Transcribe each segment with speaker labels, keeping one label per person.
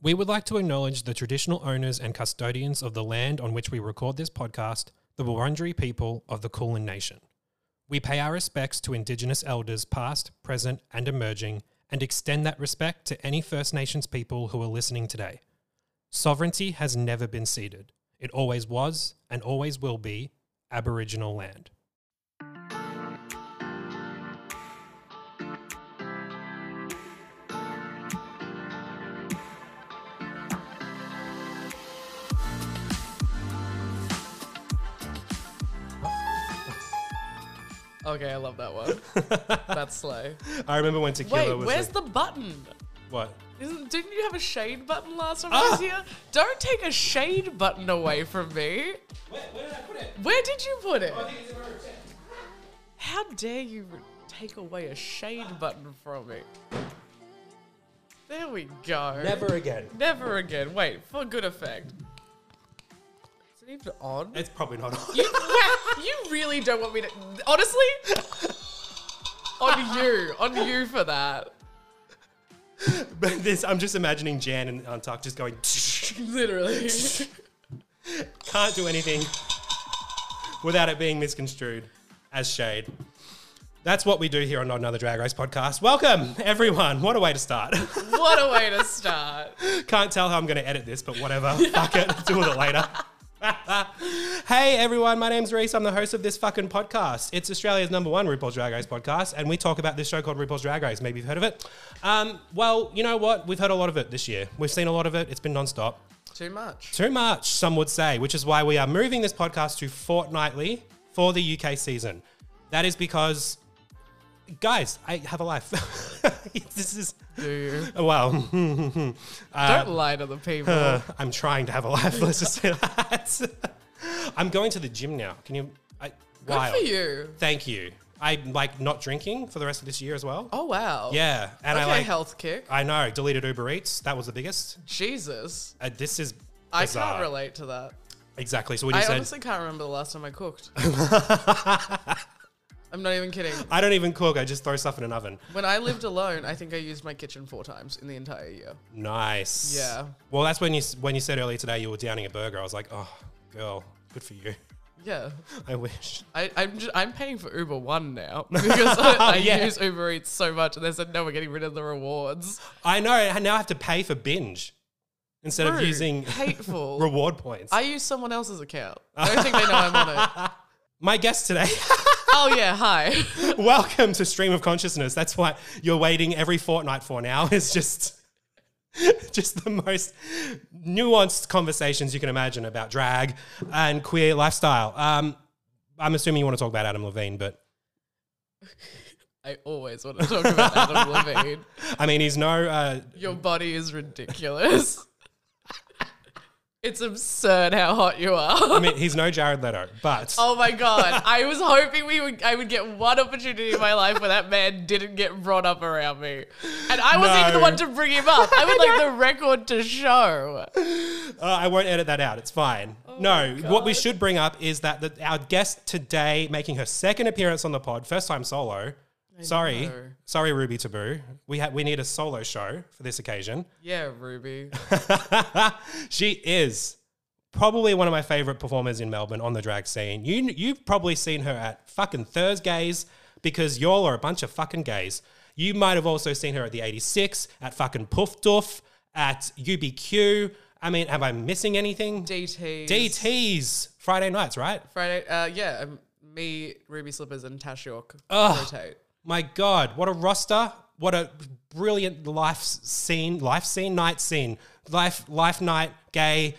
Speaker 1: We would like to acknowledge the traditional owners and custodians of the land on which we record this podcast, the Wurundjeri people of the Kulin Nation. We pay our respects to Indigenous elders past, present, and emerging, and extend that respect to any First Nations people who are listening today. Sovereignty has never been ceded. It always was and always will be Aboriginal land.
Speaker 2: Okay, I love that one. That's slow.
Speaker 1: I remember when tequila
Speaker 2: Wait,
Speaker 1: was
Speaker 2: where's
Speaker 1: a-
Speaker 2: the button?
Speaker 1: what?
Speaker 2: Isn't, didn't you have a shade button last time
Speaker 1: Ah!
Speaker 2: I was here? Don't take a shade button away from me.
Speaker 1: Where, where did I put it?
Speaker 2: Where did you put it?
Speaker 1: think it's in my room.
Speaker 2: How dare you take away a shade button from me? There we go.
Speaker 1: Never again.
Speaker 2: Never again. Wait, for good effect. Is it even on?
Speaker 1: It's probably not on.
Speaker 2: You, wow, you really don't want me to. Honestly, on you, on you for that.
Speaker 1: But this, I'm just imagining Jan and Untucked just going,
Speaker 2: Literally.
Speaker 1: can't do anything without it being misconstrued as shade. That's what we do here on Not Another Drag Race podcast. Welcome, everyone. What a way to start.
Speaker 2: what a way to start.
Speaker 1: Can't tell how I'm going to edit this, but whatever. Fuck it. Deal with it later. hey everyone, my name's Reese. I'm the host of this fucking podcast. It's Australia's number one RuPaul's Drag Race podcast, and we talk about this show called RuPaul's Drag Race. Maybe you've heard of it. Um, well, you know what? We've heard a lot of it this year. We've seen a lot of it. It's been nonstop.
Speaker 2: Too much.
Speaker 1: Too much, some would say, which is why we are moving this podcast to fortnightly for the UK season. That is because, guys, I have a life. this is,
Speaker 2: Do you?
Speaker 1: well, Uh,
Speaker 2: Don't lie to the people.
Speaker 1: I'm trying to have a life. Let's just say that. I'm going to the gym now. Can you? I,
Speaker 2: Good
Speaker 1: wild.
Speaker 2: for you.
Speaker 1: Thank you. I'm like not drinking for the rest of this year as well.
Speaker 2: Oh wow.
Speaker 1: Yeah, and
Speaker 2: Okay,
Speaker 1: I like.
Speaker 2: health kick.
Speaker 1: I know. Deleted Uber Eats. That was the biggest.
Speaker 2: Jesus.
Speaker 1: Uh, this is.
Speaker 2: I
Speaker 1: bizarre.
Speaker 2: can't relate to that.
Speaker 1: Exactly. So what you
Speaker 2: I
Speaker 1: said.
Speaker 2: honestly can't remember the last time I cooked. I'm not even kidding.
Speaker 1: I don't even cook. I just throw stuff in an oven.
Speaker 2: When I lived alone, I think I used my kitchen four times in the entire year.
Speaker 1: Nice.
Speaker 2: Yeah.
Speaker 1: Well, that's when you s- when you said earlier today you were downing a burger. I was like, oh, girl, good for you.
Speaker 2: Yeah.
Speaker 1: I wish.
Speaker 2: I, I'm just, I'm paying for Uber One now because I, I
Speaker 1: Yeah.
Speaker 2: use Uber Eats so much, and they said no, we're getting rid of the rewards.
Speaker 1: I know. I now have to pay for binge instead of
Speaker 2: Rude.
Speaker 1: using
Speaker 2: hateful.
Speaker 1: reward points.
Speaker 2: I use someone else's account. I don't think they know I'm on it.
Speaker 1: My guest today,
Speaker 2: Oh yeah, hi.
Speaker 1: welcome to Stream of Consciousness. That's what you're waiting every fortnight for now. Is just just the most nuanced conversations you can imagine about drag and queer lifestyle. Um, I'm assuming you want to talk about Adam Levine, but
Speaker 2: I always want to talk about Adam Levine.
Speaker 1: I mean, he's no uh,
Speaker 2: Your body is ridiculous. It's absurd how hot you
Speaker 1: I
Speaker 2: are.
Speaker 1: mean, he's no Jared Leto, but
Speaker 2: Oh my god! I was hoping we would I would get one opportunity in my life where that man didn't get brought up around me, and I wasn't even
Speaker 1: No.
Speaker 2: the one to bring him up. I would like the record to show.
Speaker 1: uh, I won't edit that out. It's fine. no,
Speaker 2: Oh my
Speaker 1: what we
Speaker 2: God.
Speaker 1: should bring up is that the, our guest today, making her second appearance on the pod, first time solo. sorry,
Speaker 2: know.
Speaker 1: sorry, Ruby Taboo. We ha- we need a solo show for this occasion.
Speaker 2: Yeah, Ruby.
Speaker 1: she is probably one of my favorite performers in Melbourne on the drag scene. You you've probably seen her at fucking Thursdays because y'all are a bunch of fucking gays. You might have also seen her at the 86, at fucking Puff Duff, at UBQ. I mean, am I missing anything?
Speaker 2: DT.
Speaker 1: DT's Friday nights, right?
Speaker 2: Friday. Uh, yeah, um, me, Ruby Slippers, and Tash York rotate.
Speaker 1: My God, what a roster! What a brilliant life scene, life scene, night scene, life, life night, gay,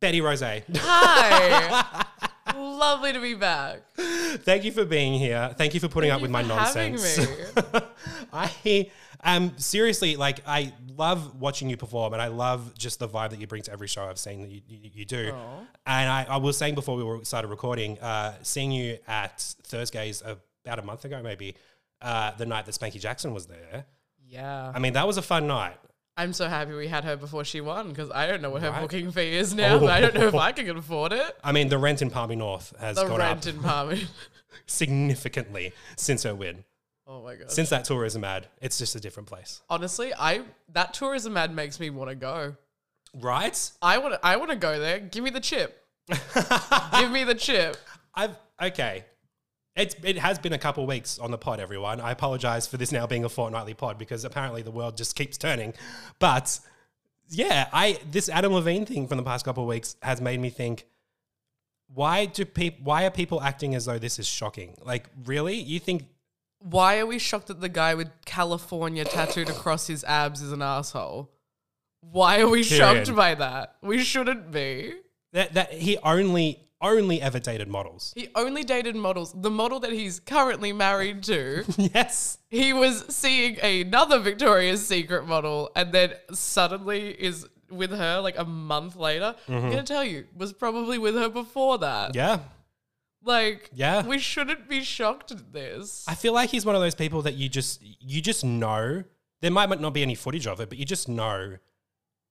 Speaker 1: Betty Rose.
Speaker 2: Hi. Lovely to be back.
Speaker 1: Thank you for being here. Thank you for putting up with my
Speaker 2: Thank you for having
Speaker 1: nonsense.
Speaker 2: me.
Speaker 1: I am seriously like I love watching you perform, and I love just the vibe that you bring to every show I've seen that you, you, you do. And I, I was saying before we were started recording, uh, seeing you at Thursdays about a month ago, maybe uh, the night that Spanky Jackson was there.
Speaker 2: Yeah.
Speaker 1: I mean, that was a fun night.
Speaker 2: I'm so happy we had her before she won because I don't know what her
Speaker 1: Right. Oh.
Speaker 2: booking fee is now. But I don't know if I can afford it.
Speaker 1: I mean, the rent in Palmy North has
Speaker 2: The
Speaker 1: gone
Speaker 2: rent
Speaker 1: up
Speaker 2: in Palmy.
Speaker 1: significantly since her win.
Speaker 2: Oh my gosh.
Speaker 1: Since that tourism ad, it's just a different place.
Speaker 2: Honestly, I that tourism ad makes me want to go.
Speaker 1: Right?
Speaker 2: I want to I want to go there. Give me the chip. Give me the chip.
Speaker 1: I've okay. It's it has been a couple weeks on the pod, everyone. I apologize for this now being a fortnightly pod because apparently the world just keeps turning. But yeah, I this Adam Levine thing from the past couple weeks has made me think. Why do people? Why are people acting as though this is shocking? Like, really? You think?
Speaker 2: Why are we shocked that the guy with California tattooed across his abs is an asshole? Why are we shocked
Speaker 1: Period.
Speaker 2: by that? We shouldn't be.
Speaker 1: that that he only only ever dated models.
Speaker 2: He only dated models. The model that he's currently married to,
Speaker 1: Yes.
Speaker 2: he was seeing another Victoria's Secret model and then suddenly is with her like a month later. I'm going to tell you, was probably with her before that.
Speaker 1: Mm-hmm. Yeah.
Speaker 2: Like,
Speaker 1: Yeah.
Speaker 2: we shouldn't be shocked at this.
Speaker 1: I feel like he's one of those people that you just you just know. There might not be any footage of it, but you just know.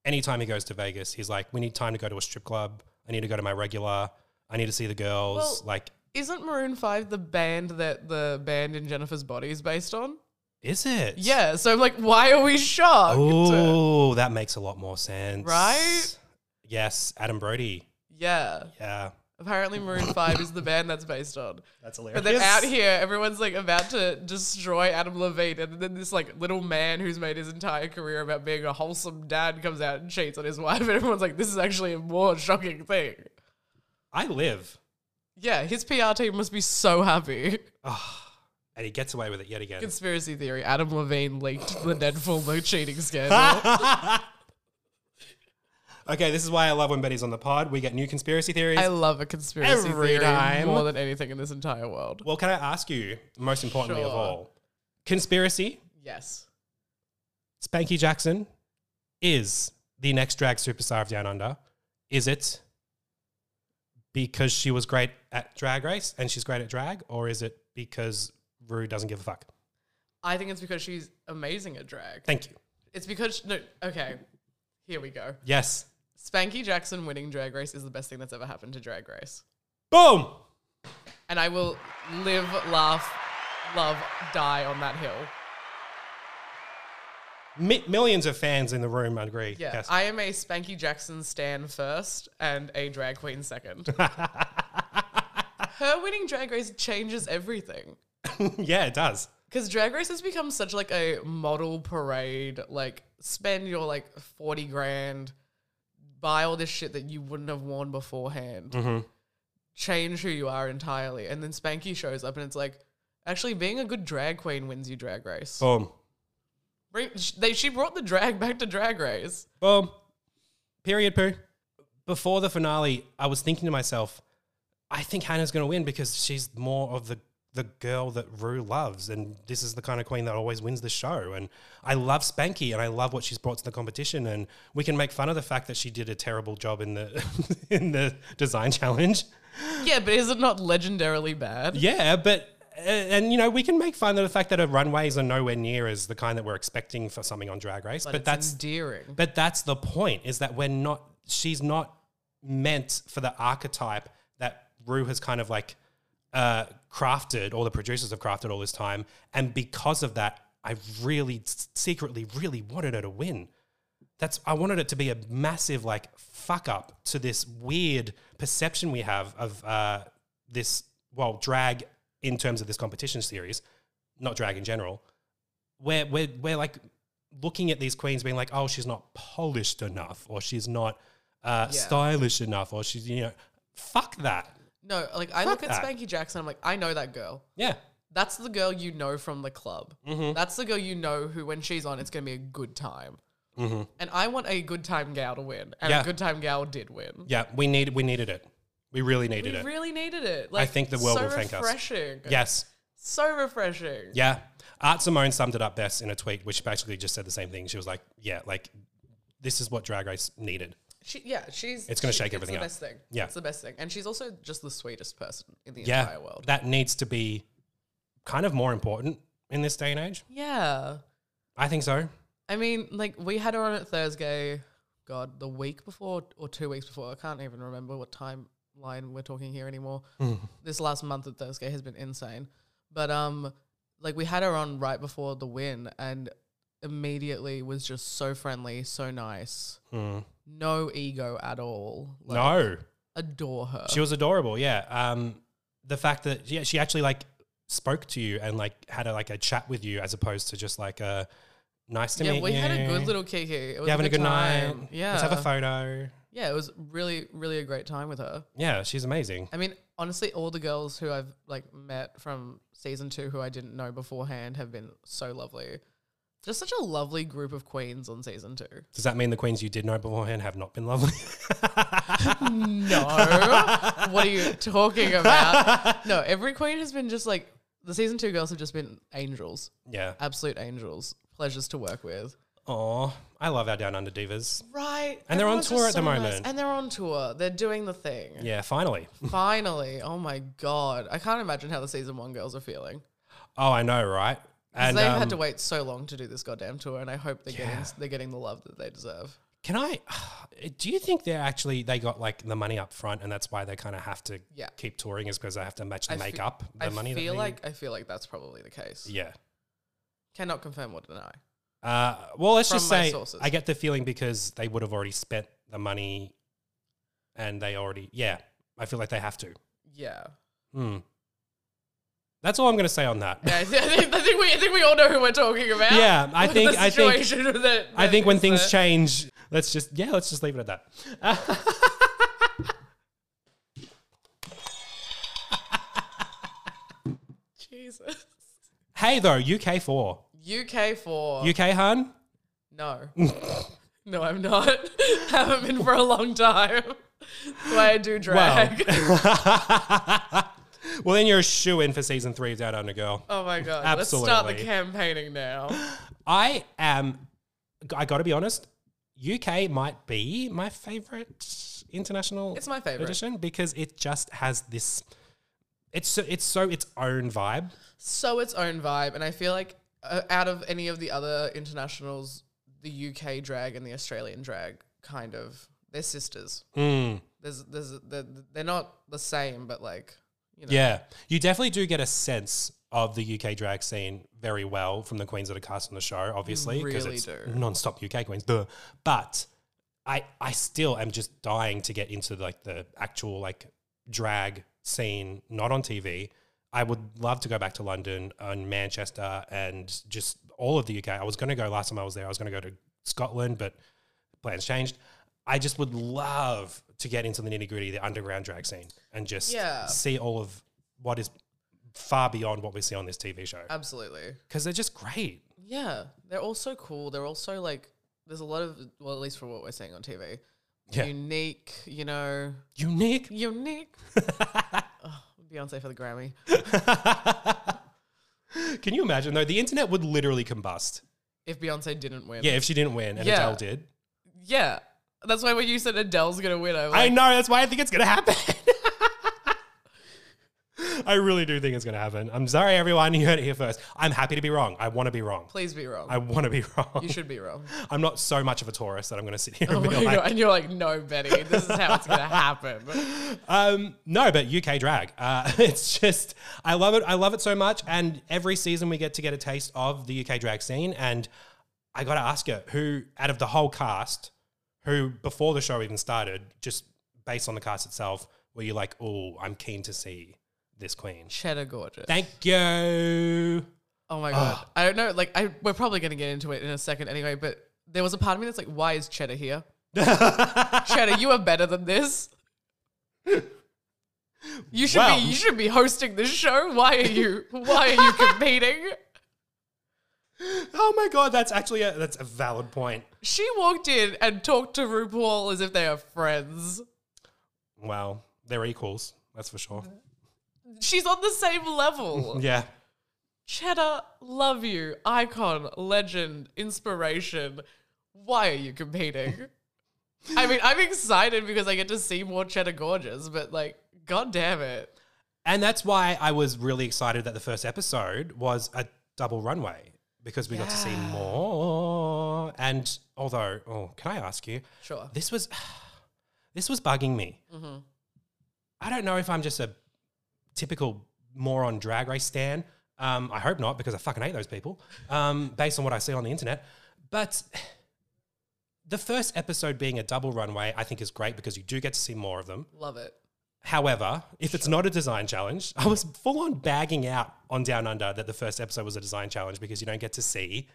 Speaker 1: Anytime he goes to Vegas, he's like, "We need time to go to a strip club. I need to go to my regular. I need to see the girls."
Speaker 2: Well-
Speaker 1: like,
Speaker 2: Isn't Maroon 5 the band that the band in Jennifer's Body is based on?
Speaker 1: is it?
Speaker 2: Yeah, so I'm like, why are we shocked?
Speaker 1: Oh, that makes a lot more sense,
Speaker 2: Right?
Speaker 1: Yes, Adam Brody.
Speaker 2: Yeah.
Speaker 1: Yeah,
Speaker 2: Apparently, Maroon 5 is the band that's based on.
Speaker 1: that's hilarious.
Speaker 2: But then out here, everyone's like about to destroy Adam Levine, and then this like little man who's made his entire career about being a wholesome dad comes out and cheats on his wife, and everyone's like, "This is actually a more shocking thing."
Speaker 1: I live,
Speaker 2: Yeah, his PR team must be so happy.
Speaker 1: and he gets away with it yet again.
Speaker 2: Conspiracy theory: Adam Levine leaked the Nedful no cheating scandal.
Speaker 1: okay, this is why I love when Betty's on the pod. We get new conspiracy theories.
Speaker 2: I love a conspiracy
Speaker 1: Every
Speaker 2: theory
Speaker 1: time.
Speaker 2: more than anything in this entire world.
Speaker 1: Well, can I ask you, most importantly of
Speaker 2: Sure.
Speaker 1: all, conspiracy?
Speaker 2: Yes,
Speaker 1: Spanky Jackson is the next drag superstar of Down Under. Is it because she was great at drag race and she's great at drag, or is it because Rue doesn't give a fuck?
Speaker 2: I think it's because she's amazing at drag.
Speaker 1: Thank you.
Speaker 2: It's because no, okay, here we go.
Speaker 1: Yes.
Speaker 2: Spanky Jackson winning Drag Race is the best thing that's ever happened to Drag Race.
Speaker 1: Boom.
Speaker 2: And I will live, laugh, love, die on that hill.
Speaker 1: Mi- millions of fans in the room agree.
Speaker 2: Yeah.
Speaker 1: Yes.
Speaker 2: I am a Spanky Jackson stan first and a drag queen second. Her winning Drag Race changes everything.
Speaker 1: yeah, it does.
Speaker 2: Because Drag Race has become such like a model parade, like spend your like 40 grand, buy all this shit that you wouldn't have worn beforehand,
Speaker 1: Mm-hmm.
Speaker 2: change who you are entirely. And then Spanky shows up and it's like, actually being a good drag queen wins you Drag Race.
Speaker 1: Boom.
Speaker 2: Bring, sh- they, she brought the drag back to Drag Race.
Speaker 1: Boom. Period, poo. Before the finale, I was thinking to myself, I think Hannah's going to win because she's more of the, the girl that Rue loves. And this is the kind of queen that always wins the show. And I love Spanky and I love what she's brought to the competition. And we can make fun of the fact that she did a terrible job in the, in the design challenge.
Speaker 2: Yeah, but is it not legendarily bad?
Speaker 1: Yeah, but uh, and you know we can make fun of the fact that her runways are nowhere near as the kind that we're expecting for something on Drag Race. But,
Speaker 2: It's
Speaker 1: that's
Speaker 2: endearing.
Speaker 1: but that's the point is that we're not. She's not meant for the archetype that Rue has kind of like uh, crafted, or the producers have crafted all this time. And because of that, I really s- secretly really wanted her to win. That's I wanted it to be a massive like fuck up to this weird perception we have of uh, this well drag in terms of this competition series, not drag in general. Where we're we're like looking at these queens being like, oh, she's not polished enough, or she's not uh,
Speaker 2: Yeah.
Speaker 1: stylish enough, or she's you know, fuck that.
Speaker 2: No, like I look at
Speaker 1: that.
Speaker 2: Spanky Jackson, I'm like, I know that girl.
Speaker 1: Yeah,
Speaker 2: That's the girl you know from the club.
Speaker 1: Mm-hmm.
Speaker 2: That's the girl you know who, when she's on, it's going to be a good time. And I want a good time gal to win, and
Speaker 1: Mm-hmm. Yeah.
Speaker 2: a good time gal did win.
Speaker 1: yeah. We needed we needed it. We really needed
Speaker 2: We
Speaker 1: it.
Speaker 2: really needed it. Like,
Speaker 1: think the world
Speaker 2: so
Speaker 1: will thank us.
Speaker 2: refreshing.
Speaker 1: yes.
Speaker 2: so refreshing.
Speaker 1: Yeah. Art Simone summed it up best in a tweet, which basically just said the same thing. She was like, yeah, like this is what Drag Race needed.
Speaker 2: She, yeah, she's.
Speaker 1: It's gonna
Speaker 2: she-
Speaker 1: shake
Speaker 2: it's
Speaker 1: everything
Speaker 2: the
Speaker 1: up.
Speaker 2: Best thing.
Speaker 1: Yeah.
Speaker 2: it's the best thing, and she's also just the sweetest person in the
Speaker 1: Yeah.
Speaker 2: entire world.
Speaker 1: That needs to be kind of more important in this day and age.
Speaker 2: Yeah,
Speaker 1: I think so.
Speaker 2: I mean, like we had her on at Thursday. God, the week before or two weeks before, I can't even remember what
Speaker 1: Mm.
Speaker 2: timeline we're talking here anymore. This last month at Thursday has been insane, but um, like we had her on right before the win and immediately was just so friendly, so nice.
Speaker 1: Hmm.
Speaker 2: No ego at all. Like,
Speaker 1: no,
Speaker 2: Adore her.
Speaker 1: she was adorable. Yeah. Um, the fact that yeah, she actually like spoke to you and like had a, like a chat with you as opposed to just like a nice to
Speaker 2: yeah,
Speaker 1: meet
Speaker 2: we
Speaker 1: you.
Speaker 2: had a good little kiki. It was
Speaker 1: you having a good, night.
Speaker 2: time. Yeah.
Speaker 1: Let's have a photo.
Speaker 2: yeah, it was really, really a great time with her.
Speaker 1: Yeah, she's amazing.
Speaker 2: I mean, honestly, all the girls who I've like met from season two who I didn't know beforehand have been so lovely. Just such a lovely group of queens on season two.
Speaker 1: Does that mean the queens you did know beforehand have not been lovely?
Speaker 2: No. what are you talking about? No, every queen has been just like the season two girls have just been angels,
Speaker 1: yeah.
Speaker 2: absolute angels, pleasures to work with.
Speaker 1: Oh, I love our Down Under divas.
Speaker 2: Right.
Speaker 1: And they're on
Speaker 2: everyone's
Speaker 1: tour
Speaker 2: just
Speaker 1: at the moment.
Speaker 2: And they're on tour. They're doing the thing.
Speaker 1: Yeah, finally.
Speaker 2: Finally. Oh my God. I can't imagine how the season one girls are feeling.
Speaker 1: Oh, I know, right?
Speaker 2: 'Cause
Speaker 1: And
Speaker 2: they've
Speaker 1: um,
Speaker 2: had to wait so long to do this goddamn tour, and I hope they're
Speaker 1: Yeah.
Speaker 2: getting they're getting the love that they deserve.
Speaker 1: can I? Do you think they're actually they got like the money up front, and that's why they kind of have to
Speaker 2: Yeah.
Speaker 1: keep touring is because they have to match the
Speaker 2: I fe-
Speaker 1: make up the
Speaker 2: I
Speaker 1: money? that
Speaker 2: feel
Speaker 1: they-
Speaker 2: like I feel like that's probably the case.
Speaker 1: yeah.
Speaker 2: Cannot confirm or deny.
Speaker 1: Uh, well, let's
Speaker 2: From
Speaker 1: just
Speaker 2: my
Speaker 1: say
Speaker 2: sources.
Speaker 1: I get the feeling because they would have already spent the money, and they already yeah. I feel like they have to.
Speaker 2: Yeah.
Speaker 1: Hmm. That's all I'm going to say on that.
Speaker 2: Yeah, I, thi- I think, I think we I think we all know who we're talking about.
Speaker 1: Yeah, I
Speaker 2: The
Speaker 1: think- I think-
Speaker 2: situation that, that
Speaker 1: I think when
Speaker 2: is
Speaker 1: things
Speaker 2: there.
Speaker 1: change, let's just yeah, let's just leave it at that.
Speaker 2: Jesus.
Speaker 1: Hey though, UK four,
Speaker 2: UK four.
Speaker 1: UK hun,
Speaker 2: no. no, I'm not. Haven't been for a long time. That's why I do
Speaker 1: Well,
Speaker 2: drag.
Speaker 1: well, then you're a shoe in for season three of Down Under Girl.
Speaker 2: oh my god. Let's start
Speaker 1: absolutely.
Speaker 2: the campaigning now.
Speaker 1: I am, I gotta be honest, UK might be my favorite international
Speaker 2: It's my favorite.
Speaker 1: edition because it just has this. It's so, it's so its own vibe.
Speaker 2: so its own vibe, and I feel like uh, out of any of the other internationals, the UK drag and the Australian drag kind of they're sisters. There's, there's, they're, they're not the same, but like you know,
Speaker 1: Yeah, you definitely do get a sense of the UK drag scene very well from the queens that are cast on the show, obviously, because
Speaker 2: really
Speaker 1: it's
Speaker 2: do.
Speaker 1: non-stop UK queens. Duh. But I I still am just dying to get into like the actual like drag scene, not on TV. I would love to go back to London and Manchester and just all of the UK. I was going to go last time I was there. I was going to go to Scotland, but plans changed. I just would love to get into the nitty gritty, the underground drag scene, and just
Speaker 2: Yeah.
Speaker 1: see all of what is far beyond what we see on this TV show
Speaker 2: Uh, absolutely,
Speaker 1: because they're just great.
Speaker 2: yeah. They're all so cool. They're all so like there's a lot of well, at least for what we're seeing on TV,
Speaker 1: Yeah.
Speaker 2: unique. You know,
Speaker 1: Unique.
Speaker 2: unique. oh, Beyonce for the Grammy.
Speaker 1: Can you imagine though? The internet would literally combust.
Speaker 2: If Beyonce didn't win,
Speaker 1: Yeah, if she didn't win and
Speaker 2: Yeah.
Speaker 1: Adele did.
Speaker 2: yeah. That's why when you said Adele's gonna win, I'm like,
Speaker 1: I know. That's why I think it's gonna happen. I really do think it's gonna happen. I'm sorry, everyone. You heard it here first. I'm happy to be wrong. I want to be wrong.
Speaker 2: please be wrong.
Speaker 1: I want to be wrong.
Speaker 2: you should be wrong.
Speaker 1: I'm not so much of a Taurus that I'm going to sit here and
Speaker 2: Oh
Speaker 1: be
Speaker 2: my
Speaker 1: like,
Speaker 2: God. And you're like, no, Betty, this is how it's going to happen.
Speaker 1: um, no, but UK drag. Uh, it's just, I love it. I love it so much. And every season we get to get a taste of the UK drag scene. And I got to ask her who, out of the whole cast, who before the show even started, just based on the cast itself, were you like, oh, I'm keen to see this queen?
Speaker 2: Cheddar gorgeous.
Speaker 1: Thank Ah. you.
Speaker 2: oh my God. I don't know. Like, I, we're probably going to get into it in a second anyway, but there was a part of me that's like, why is Cheddar here? Cheddar, you are better than this. You should
Speaker 1: Well.
Speaker 2: be you should be hosting this show. Why are you why are you competing?
Speaker 1: Oh my God. That's actually a, that's a valid point.
Speaker 2: She walked in and talked to RuPaul as if they are friends.
Speaker 1: Well, they're equals. That's for sure.
Speaker 2: She's on the same level.
Speaker 1: Yeah.
Speaker 2: Cheddar, love you, icon, legend, inspiration. Why are you competing? I mean, I'm excited because I get to see more Cheddar Gorgeous, but like, god damn it.
Speaker 1: And that's why I was really excited that the first episode was a double runway because we got to see
Speaker 2: Yeah.
Speaker 1: more. And although, oh, can I ask you?
Speaker 2: Sure.
Speaker 1: This was this was bugging me. I don't know if I'm just a typical moron drag race stan. Um, I hope not because I fucking hate those people um, based on what I see on the internet. But the first episode being a double runway, I think is great because you do get to see more of them.
Speaker 2: Love it.
Speaker 1: However, if it's not a design challenge, I was full on bagging out on Down Under that the first episode was a design challenge because you don't get to see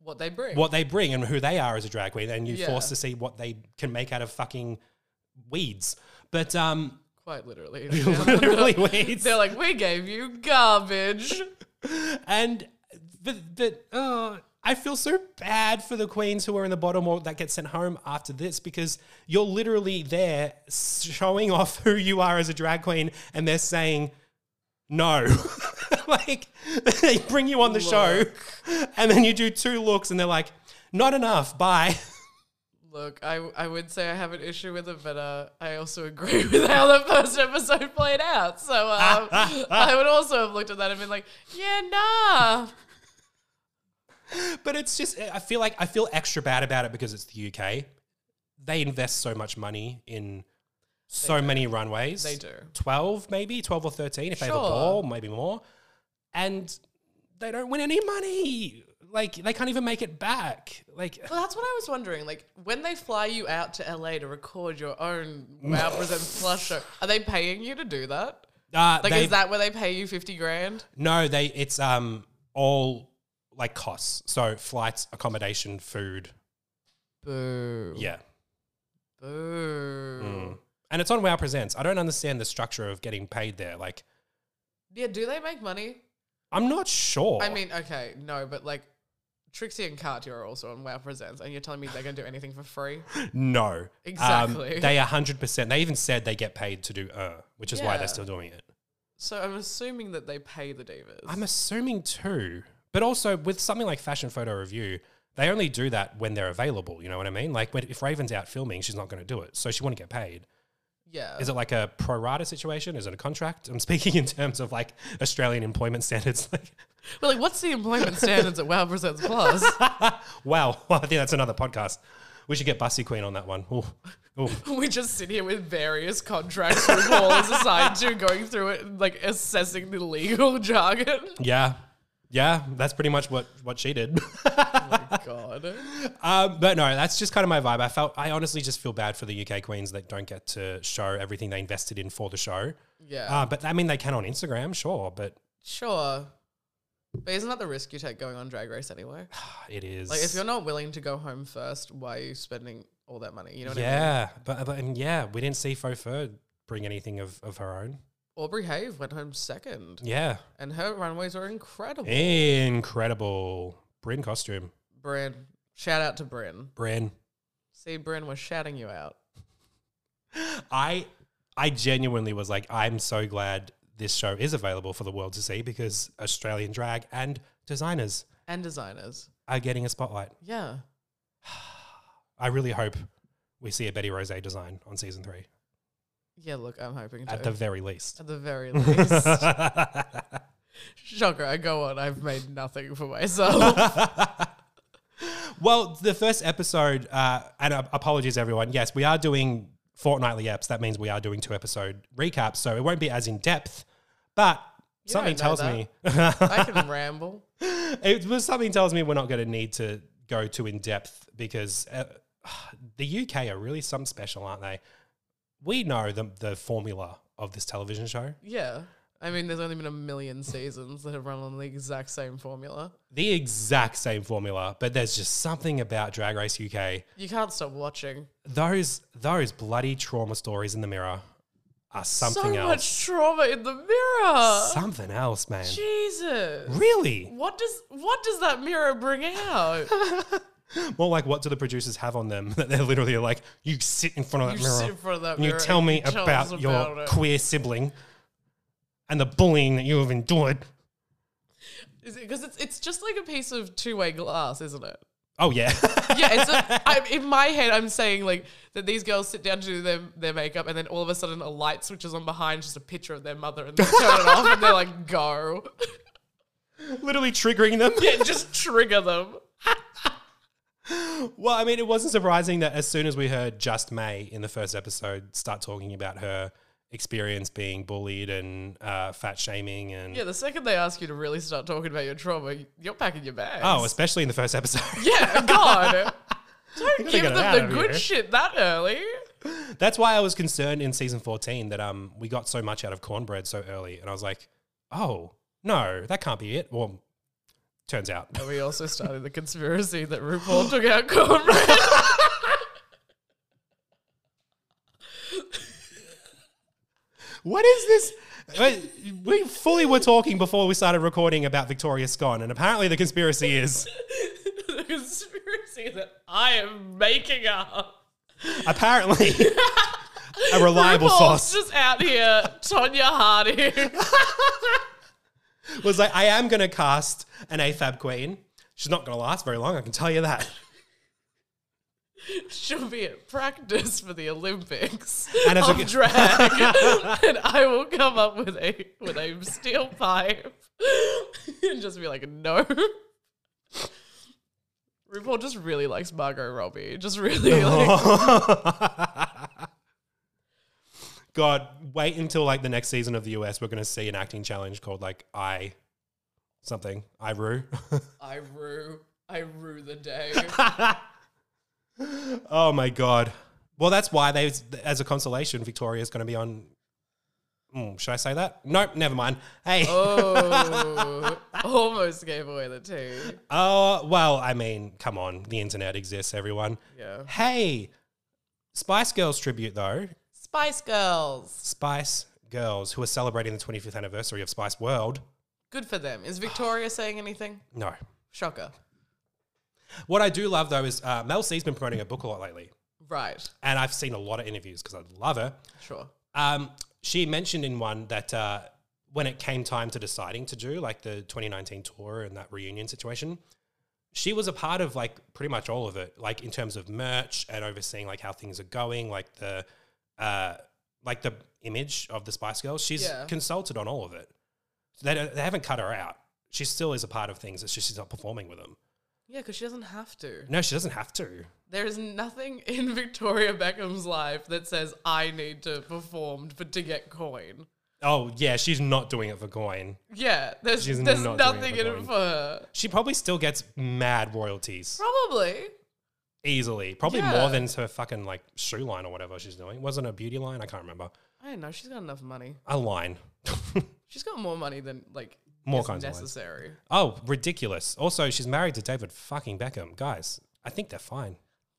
Speaker 2: What they bring.
Speaker 1: what they bring and who they are as a drag queen, and you're
Speaker 2: Yeah.
Speaker 1: forced to see what they can make out of fucking weeds. But um,
Speaker 2: Quite literally.
Speaker 1: literally weeds.
Speaker 2: They're like, we gave you garbage.
Speaker 1: And but, but uh, I feel so bad for the queens who are in the bottom or that get sent home after this because you're literally there showing off who you are as a drag queen, and they're saying no. like they bring you on the show, and then you do two looks, and they're like, not enough. Bye.
Speaker 2: Look, I, I would say I have an issue with it, but uh, I also agree with how the first episode played out. So um, I would also have looked at that and been like, yeah, nah.
Speaker 1: But it's just I feel like I feel extra bad about it because it's the UK. They invest so much money in so many runways.
Speaker 2: They do.
Speaker 1: 12 maybe 12 or 13 if they have a
Speaker 2: Sure.
Speaker 1: ball maybe more and they don't win any money like they can't even make it back like
Speaker 2: Well, that's what I was wondering. Like, when they fly you out to LA to record your own Wow Presents Plus show, are they paying you to do that?
Speaker 1: uh,
Speaker 2: Like,
Speaker 1: they,
Speaker 2: is that where they pay you 50 grand?
Speaker 1: no they it's um all like costs so flights accommodation food
Speaker 2: Boo.
Speaker 1: yeah Mm.
Speaker 2: Boo.
Speaker 1: and it's on wow presents i don't understand the structure of getting paid there like
Speaker 2: Yeah, do they make money?
Speaker 1: i'm not sure
Speaker 2: I mean, okay, no, but like Trixie and Katya are also on Wow Presents, and you're telling me they're going to do anything for free?
Speaker 1: no Um,
Speaker 2: Exactly.
Speaker 1: they 100% they even said they get paid to do uh which is why
Speaker 2: Yeah.
Speaker 1: they're still doing it
Speaker 2: So I'm assuming that they pay the divas.
Speaker 1: I'm assuming too. But also with something like fashion photo review, they only do that when they're available. You know what I mean? Like when, if Raven's out filming, she's not going to do it, so she wouldn't get paid.
Speaker 2: yeah.
Speaker 1: Is it like a pro rata situation? Is it a contract? I'm speaking in terms of like Australian employment standards. Like,
Speaker 2: but like, what's the employment standards at Wow Presents Plus?
Speaker 1: wow, well, I think that's another podcast. We should get Bussy Queen on that one. Ooh, ooh.
Speaker 2: we just sit here with various contracts RuPaul is assigned to, going through it, and, like assessing the legal jargon.
Speaker 1: yeah, yeah, that's pretty much what what she did.
Speaker 2: God.
Speaker 1: Um, but no, that's just kind of my vibe. I felt I honestly just feel bad for the UK queens that don't get to show everything they invested in for the show.
Speaker 2: Yeah.
Speaker 1: Uh, but I mean, they can on Instagram, sure, but
Speaker 2: sure. But isn't that the risk you take going on Drag Race anyway?
Speaker 1: it is.
Speaker 2: Like, if you're not willing to go home first, why are you spending all that money? You know what I mean?
Speaker 1: yeah, but, but and yeah, we didn't see Faux Fur bring anything of, of her own.
Speaker 2: Aubrey Have went home second,
Speaker 1: Yeah,
Speaker 2: and her runways are incredible.
Speaker 1: Eh? incredible. Bryn costume,
Speaker 2: Bryn, shout out to Bryn.
Speaker 1: Bryn.
Speaker 2: See, Bryn, we're shouting you out.
Speaker 1: I I genuinely was like, I'm so glad this show is available for the world to see because Australian drag and designers
Speaker 2: And designers.
Speaker 1: are getting a spotlight.
Speaker 2: Yeah.
Speaker 1: I really hope we see a Betty Rose design on season three,
Speaker 2: Yeah, look, I'm hoping to.
Speaker 1: at the very least.
Speaker 2: At the very least. Shocker, I go on. I've made nothing for myself.
Speaker 1: well, the first episode, uh, and uh, apologies everyone. Yes, we are doing fortnightly apps. That means we are doing two episode recaps, so it won't be as in depth. But something
Speaker 2: don't know
Speaker 1: tells me
Speaker 2: I can ramble.
Speaker 1: it was something tells me we're not going to need to go too in depth because uh, the UK are really some special, aren't they? We know the the formula of this television show.
Speaker 2: Yeah. I mean, there's only been a million seasons that have run on the exact same formula.
Speaker 1: the exact same formula, but there's just something about Drag Race UK.
Speaker 2: You can't stop watching.
Speaker 1: Those those bloody trauma stories in the mirror are something
Speaker 2: so
Speaker 1: else.
Speaker 2: much trauma in the mirror.
Speaker 1: Something else, man.
Speaker 2: Jesus.
Speaker 1: Really?
Speaker 2: What does what does that mirror bring out?
Speaker 1: More like what do the producers have on them that they're literally like, you sit in front of
Speaker 2: You
Speaker 1: that mirror.
Speaker 2: sit in front of that
Speaker 1: and you
Speaker 2: mirror
Speaker 1: tell
Speaker 2: and
Speaker 1: me
Speaker 2: you tell
Speaker 1: about,
Speaker 2: us
Speaker 1: your
Speaker 2: about it.
Speaker 1: queer sibling and the bullying that you have endured.
Speaker 2: Because it's it's just like a piece of two way glass, isn't it?
Speaker 1: Oh yeah.
Speaker 2: yeah, it's a, I, in my head, I'm saying like that these girls sit down to do their, their makeup, and then all of a sudden a light switches on behind, just a picture of their mother, and they turn it off, and they're like, "Go!"
Speaker 1: literally triggering them.
Speaker 2: Yeah, just trigger them.
Speaker 1: Well, I mean, it wasn't surprising that as soon as we heard Just May in the first episode start talking about her experience being bullied and uh, fat shaming and
Speaker 2: Yeah, the second they ask you to really start talking about your trauma, you're packing your bags.
Speaker 1: oh, especially in the first episode.
Speaker 2: yeah, God.
Speaker 1: You
Speaker 2: Don't
Speaker 1: gotta
Speaker 2: give
Speaker 1: get it
Speaker 2: them
Speaker 1: out
Speaker 2: the
Speaker 1: of
Speaker 2: good
Speaker 1: here.
Speaker 2: shit that early.
Speaker 1: That's why I was concerned in season fourteen that um we got so much out of cornbread so early, and I was like, oh no, that can't be it. Well, turns out
Speaker 2: And we also started the conspiracy that RuPaul took out cornbread.
Speaker 1: What is this? Wait, We fully were talking before we started recording about Victoria Scone, and apparently the conspiracy is
Speaker 2: the conspiracy that I am making up.
Speaker 1: apparently a reliable
Speaker 2: RuPaul's
Speaker 1: source
Speaker 2: just out here, Tonya Harding.
Speaker 1: was like, I am going to cast an AFAB queen. She's not going to last very long, I can tell you that.
Speaker 2: She'll be at practice for the Olympics
Speaker 1: And as a
Speaker 2: of
Speaker 1: g-
Speaker 2: drag, and I will come up with a with a steel pipe and just be like, no. RuPaul just really likes Margot Robbie. Just really
Speaker 1: Oh.
Speaker 2: like,
Speaker 1: God, wait until like the next season of the US, we're going to see an acting challenge called like I something, I Rue.
Speaker 2: I rue, I rue the day.
Speaker 1: Oh my god. Well, that's why they, as a consolation, Victoria's going to be on. Mm, should I say that? Nope, never mind. Hey. Oh.
Speaker 2: Oh, almost gave away the tea.
Speaker 1: oh, well, I mean, come on. The internet exists, everyone.
Speaker 2: Yeah,
Speaker 1: Hey, Spice Girls tribute though.
Speaker 2: Spice Girls.
Speaker 1: Spice Girls, who are celebrating the 25th anniversary of Spice World.
Speaker 2: Good for them. Is Victoria saying anything?
Speaker 1: No.
Speaker 2: Shocker.
Speaker 1: What I do love though is uh, Mel C's been promoting her book a lot lately,
Speaker 2: Right.
Speaker 1: and I've seen a lot of interviews because I love her.
Speaker 2: Sure.
Speaker 1: Um, she mentioned in one that uh, when it came time to deciding to do like the 2019 tour and that reunion situation, she was a part of like pretty much all of it, like in terms of merch and overseeing like how things are going, like the uh, like the image of the Spice Girls. She's
Speaker 2: Yeah.
Speaker 1: consulted on all of it. They don't, they haven't cut her out. She still is a part of things. It's just she's not performing with them.
Speaker 2: Yeah, because she doesn't have to.
Speaker 1: No, she doesn't have to.
Speaker 2: There is nothing in Victoria Beckham's life that says I need to perform for to get coin.
Speaker 1: Oh yeah, she's not doing it for coin.
Speaker 2: Yeah, there's
Speaker 1: She's
Speaker 2: there's
Speaker 1: not doing
Speaker 2: nothing
Speaker 1: it for
Speaker 2: in it
Speaker 1: coin.
Speaker 2: for her.
Speaker 1: She probably still gets mad royalties.
Speaker 2: Probably.
Speaker 1: easily. Probably
Speaker 2: Yeah.
Speaker 1: more than her fucking like shoe line or whatever she's doing. Wasn't it a beauty line? I can't remember.
Speaker 2: I don't know. She's got enough money.
Speaker 1: A line.
Speaker 2: She's got more money than like
Speaker 1: More
Speaker 2: is
Speaker 1: kinds of lines.
Speaker 2: necessary.
Speaker 1: oh, ridiculous. Also, she's married to David fucking Beckham. Guys, I think they're fine.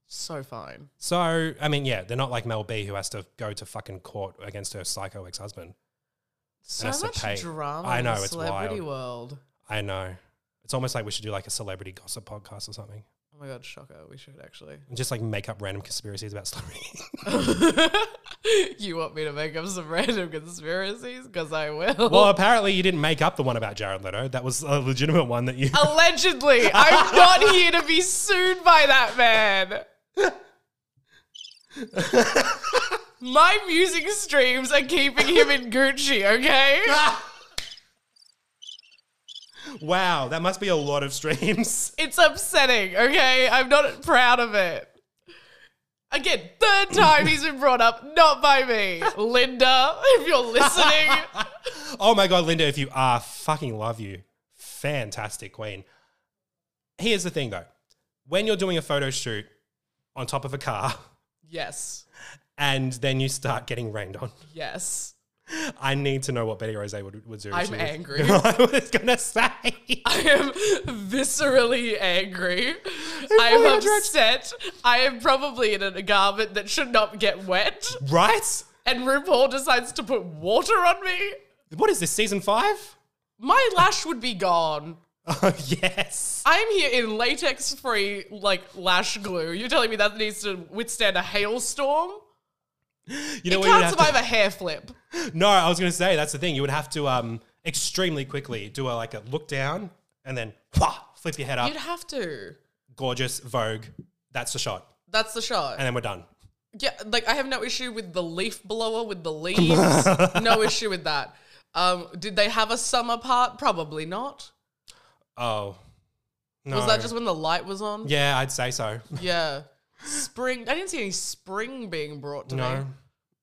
Speaker 2: So fine.
Speaker 1: So, I mean, yeah, they're not like Mel B who has to go to fucking court against her psycho ex husband.
Speaker 2: So
Speaker 1: has to
Speaker 2: much
Speaker 1: pay-
Speaker 2: drama
Speaker 1: I know,
Speaker 2: in the
Speaker 1: it's
Speaker 2: celebrity
Speaker 1: wild.
Speaker 2: world.
Speaker 1: I know. It's almost like we should do like a celebrity gossip podcast or something.
Speaker 2: Oh my god, shocker. We should actually.
Speaker 1: And just like make up random conspiracies about celebrities.
Speaker 2: you want me to make up some random conspiracies? Because I will.
Speaker 1: well, apparently you didn't make up the one about Jared Leto. That was a legitimate one that you.
Speaker 2: Allegedly, I'm not here to be sued by that man. My music streams are keeping him in Gucci, okay? Um,
Speaker 1: wow, that must be a lot of streams.
Speaker 2: It's upsetting, okay? I'm not proud of it. Again, third time he's been brought up, not by me. Linda, if you're listening,
Speaker 1: Oh my God, Linda, if you are, fucking love you. Fantastic queen. Here's the thing though when you're doing a photo shoot on top of a car
Speaker 2: yes,
Speaker 1: and then you start getting rained on,
Speaker 2: yes.
Speaker 1: I need to know what Betty Rose would, would do. if
Speaker 2: I'm
Speaker 1: she was-
Speaker 2: angry.
Speaker 1: I was going to say.
Speaker 2: I am viscerally angry. I
Speaker 1: really
Speaker 2: am
Speaker 1: got drenched.
Speaker 2: upset. I am probably in a garment that should not get wet.
Speaker 1: right?
Speaker 2: And RuPaul decides to put water on me.
Speaker 1: What is this, season five?
Speaker 2: My lash would be gone.
Speaker 1: Oh, yes.
Speaker 2: I am here in latex free, like, lash glue. You're telling me that needs to withstand a hailstorm?
Speaker 1: You know
Speaker 2: It
Speaker 1: what you'd
Speaker 2: can't
Speaker 1: have
Speaker 2: survive
Speaker 1: to,
Speaker 2: a hair flip.
Speaker 1: No, I was going to say, that's the thing. You would have to um, extremely quickly do a, like a look down and then wha, flip your head up.
Speaker 2: You'd have to.
Speaker 1: Gorgeous, Vogue. That's the shot.
Speaker 2: That's the shot.
Speaker 1: And then we're done.
Speaker 2: Yeah, like I have no issue with the leaf blower with the leaves. no issue with that. Um, did they have a summer part? Probably not.
Speaker 1: Oh. No.
Speaker 2: Was that just when the light was on?
Speaker 1: Yeah, I'd say so.
Speaker 2: Yeah. Spring. I didn't see any spring being brought to me.
Speaker 1: No.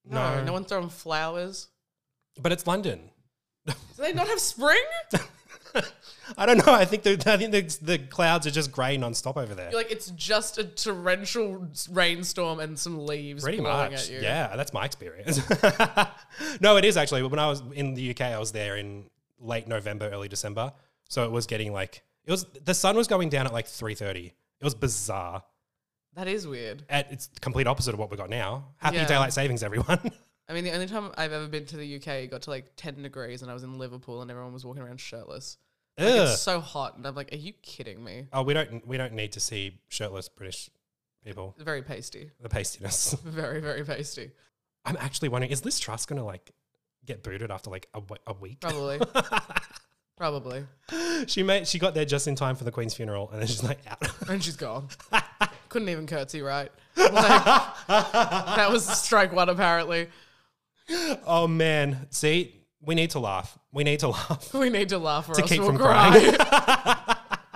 Speaker 2: No,
Speaker 1: No.
Speaker 2: no, one's throwing flowers.
Speaker 1: But it's London.
Speaker 2: Do they not have spring?
Speaker 1: I don't know. I think the I think the, the clouds are just grey nonstop over there.
Speaker 2: You're like it's just a torrential rainstorm and some leaves
Speaker 1: Pretty
Speaker 2: blowing
Speaker 1: much.
Speaker 2: at you.
Speaker 1: Yeah, that's my experience. no, it is actually. But when I was in the UK, I was there in late November, early December. So it was getting like it was the sun was going down at like 3:30. It was bizarre.
Speaker 2: That is weird.
Speaker 1: And it's the complete opposite of what we got now. Happy
Speaker 2: Yeah.
Speaker 1: daylight savings everyone.
Speaker 2: I mean, the only time I've ever been to the UK it got to like 10 degrees and I was in Liverpool and everyone was walking around shirtless. Like,
Speaker 1: Ugh.
Speaker 2: it's so hot. And I'm like, are you kidding me?
Speaker 1: Oh, we don't we don't need to see shirtless British people.
Speaker 2: Very pasty.
Speaker 1: The pastiness.
Speaker 2: Very, very pasty.
Speaker 1: I'm actually wondering is Liz Truss going to like get booted after like a, w- a week?
Speaker 2: Probably. Probably. Oh.
Speaker 1: she made she got there just in time for the Queen's funeral and then she's like out.
Speaker 2: And she's gone. Couldn't even curtsy right. Like, that was strike one, apparently.
Speaker 1: oh man, see, we need to laugh. We need to laugh.
Speaker 2: We need to laugh or
Speaker 1: To
Speaker 2: else
Speaker 1: keep
Speaker 2: we'll
Speaker 1: from
Speaker 2: cry.
Speaker 1: crying.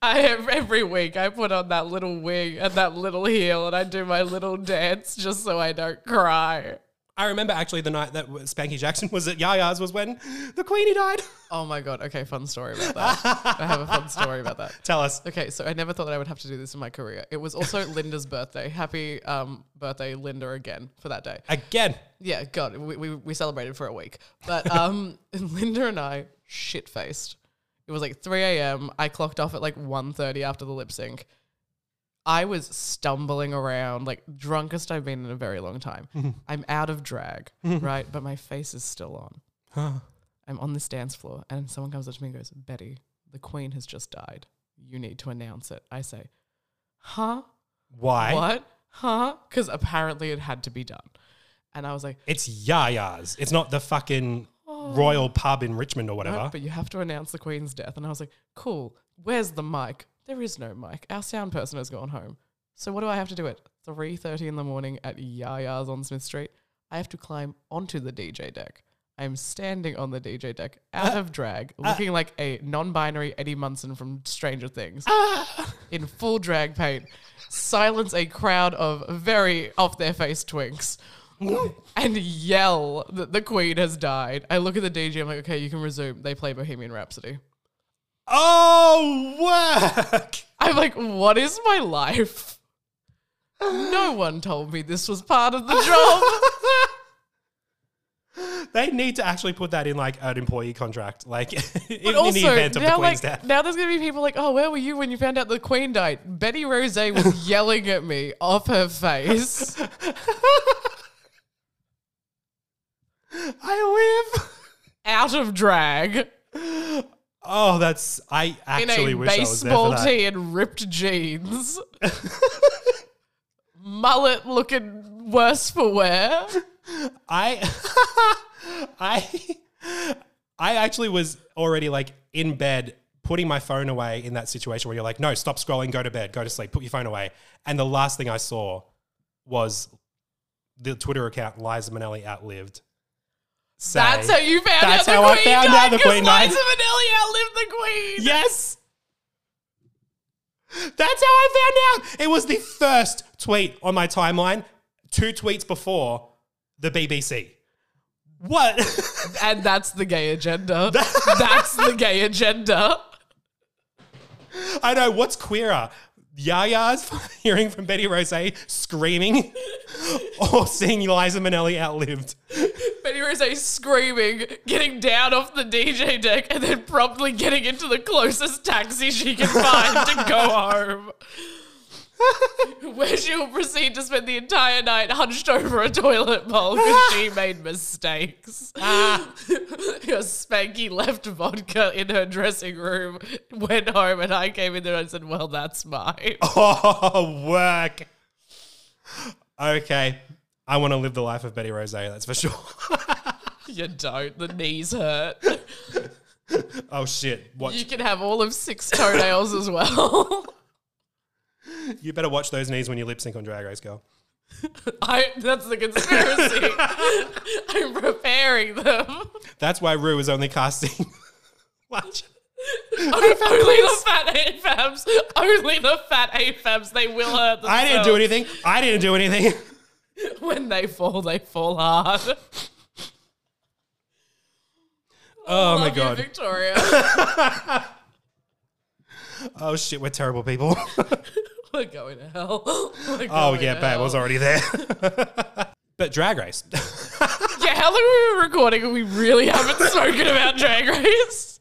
Speaker 2: I have every week I put on that little wig and that little heel and I do my little dance just so I don't cry.
Speaker 1: I remember actually the night that Spanky Jackson was at Yaya's was when the Queenie died.
Speaker 2: Oh my god. Okay, fun story about that. I have a fun story about that.
Speaker 1: Tell us.
Speaker 2: Okay, so I never thought that I would have to do this in my career. It was also Linda's birthday. Happy um, birthday, Linda, again for that day.
Speaker 1: Again.
Speaker 2: Yeah, God, we, we, we celebrated for a week. But um, Linda and I shit faced. It was like 3 a.m. I clocked off at like 1.30 after the lip sync. I was stumbling around, like drunkest I've been in a very long time. I'm out of drag, right? But my face is still on. I'm on this dance floor, and someone comes up to me and goes, Betty, the Queen has just died. You need to announce it. I say, Huh?
Speaker 1: Why?
Speaker 2: What? Huh? Because apparently it had to be done. And I was like,
Speaker 1: It's Yaya's. It's not the fucking
Speaker 2: Oh.
Speaker 1: royal pub in Richmond or
Speaker 2: "No,
Speaker 1: whatever.
Speaker 2: but you have to announce the Queen's death. And I was like, cool. Where's the mic? There is no mic. Our sound person has gone home. So what do I have to do at 3.30 in the morning at Yaya's on Smith Street? I have to climb onto the DJ deck. I'm standing on the DJ deck, out of drag, looking like a non-binary Eddie Munson from Stranger Things, in full drag paint, silence a crowd of very off-their-face twinks. and yell that the queen has died. I look at the DJ. I'm like, okay, you can resume. They play Bohemian Rhapsody.
Speaker 1: oh, work.
Speaker 2: I'm like, what is my life? No one told me this was part of the job.
Speaker 1: They need to actually put that in like an employee contract, like in, in the
Speaker 2: also,
Speaker 1: event of the
Speaker 2: now,
Speaker 1: Queen's
Speaker 2: like,
Speaker 1: death.
Speaker 2: now there's gonna be people like, oh, where were you when you found out the queen died? Betty Rose was yelling at me off her face.
Speaker 1: I live.
Speaker 2: out of drag
Speaker 1: Oh, that's I
Speaker 2: in
Speaker 1: actually
Speaker 2: a
Speaker 1: wish I was there for
Speaker 2: baseball
Speaker 1: that.
Speaker 2: tee and ripped jeans. Mullet looking worse for wear.
Speaker 1: I, I, I actually was already like in bed, putting my phone away in that situation where you're like, no, stop scrolling, go to bed, go to sleep, put your phone away. And the last thing I saw was the Twitter account Liza Minnelli outlived. say-
Speaker 2: That's how you found
Speaker 1: That's
Speaker 2: out the
Speaker 1: how I
Speaker 2: queen
Speaker 1: found
Speaker 2: died,
Speaker 1: out the
Speaker 2: 'cause
Speaker 1: queen died.
Speaker 2: Liza Minnelli outlived the queen.
Speaker 1: Yes. That's how I found out. It was the first tweet on my timeline, two tweets before the BBC. What?
Speaker 2: And that's the gay agenda. that's the gay agenda.
Speaker 1: I know what's queerer, Yaya's hearing from Betty Rose screaming, or seeing Liza Minnelli outlived.
Speaker 2: Betty Rose screaming, getting down off the DJ deck, and then promptly getting into the closest taxi she can find to go home. Where she will proceed to spend the entire night hunched over a toilet bowl because she made mistakes. Your spanky left vodka in her dressing room, went home, and I came in there and said, Well, that's mine.
Speaker 1: Oh, work. Okay, I want to live the life of Betty Rose. That's for sure.
Speaker 2: You don't. The knees hurt.
Speaker 1: Oh shit! Watch.
Speaker 2: You can have all of six toenails as well.
Speaker 1: You better watch those knees when you lip sync on Drag Race, girl.
Speaker 2: I that's the conspiracy. I'm preparing them.
Speaker 1: That's why Rue is only casting. Watch.
Speaker 2: only the fat AFabs. Only the fat AFabs. They will hurt themselves.
Speaker 1: I didn't do anything. I didn't do anything.
Speaker 2: when they fall, they fall hard.
Speaker 1: Oh my
Speaker 2: Love you,
Speaker 1: god.
Speaker 2: Victoria.
Speaker 1: Oh shit, we're terrible people.
Speaker 2: We're going to hell. We're
Speaker 1: oh
Speaker 2: going
Speaker 1: yeah,
Speaker 2: to
Speaker 1: babe, I
Speaker 2: hell.
Speaker 1: was already there. but Drag Race.
Speaker 2: Yeah, how long have we been recording and we really haven't spoken about Drag Race?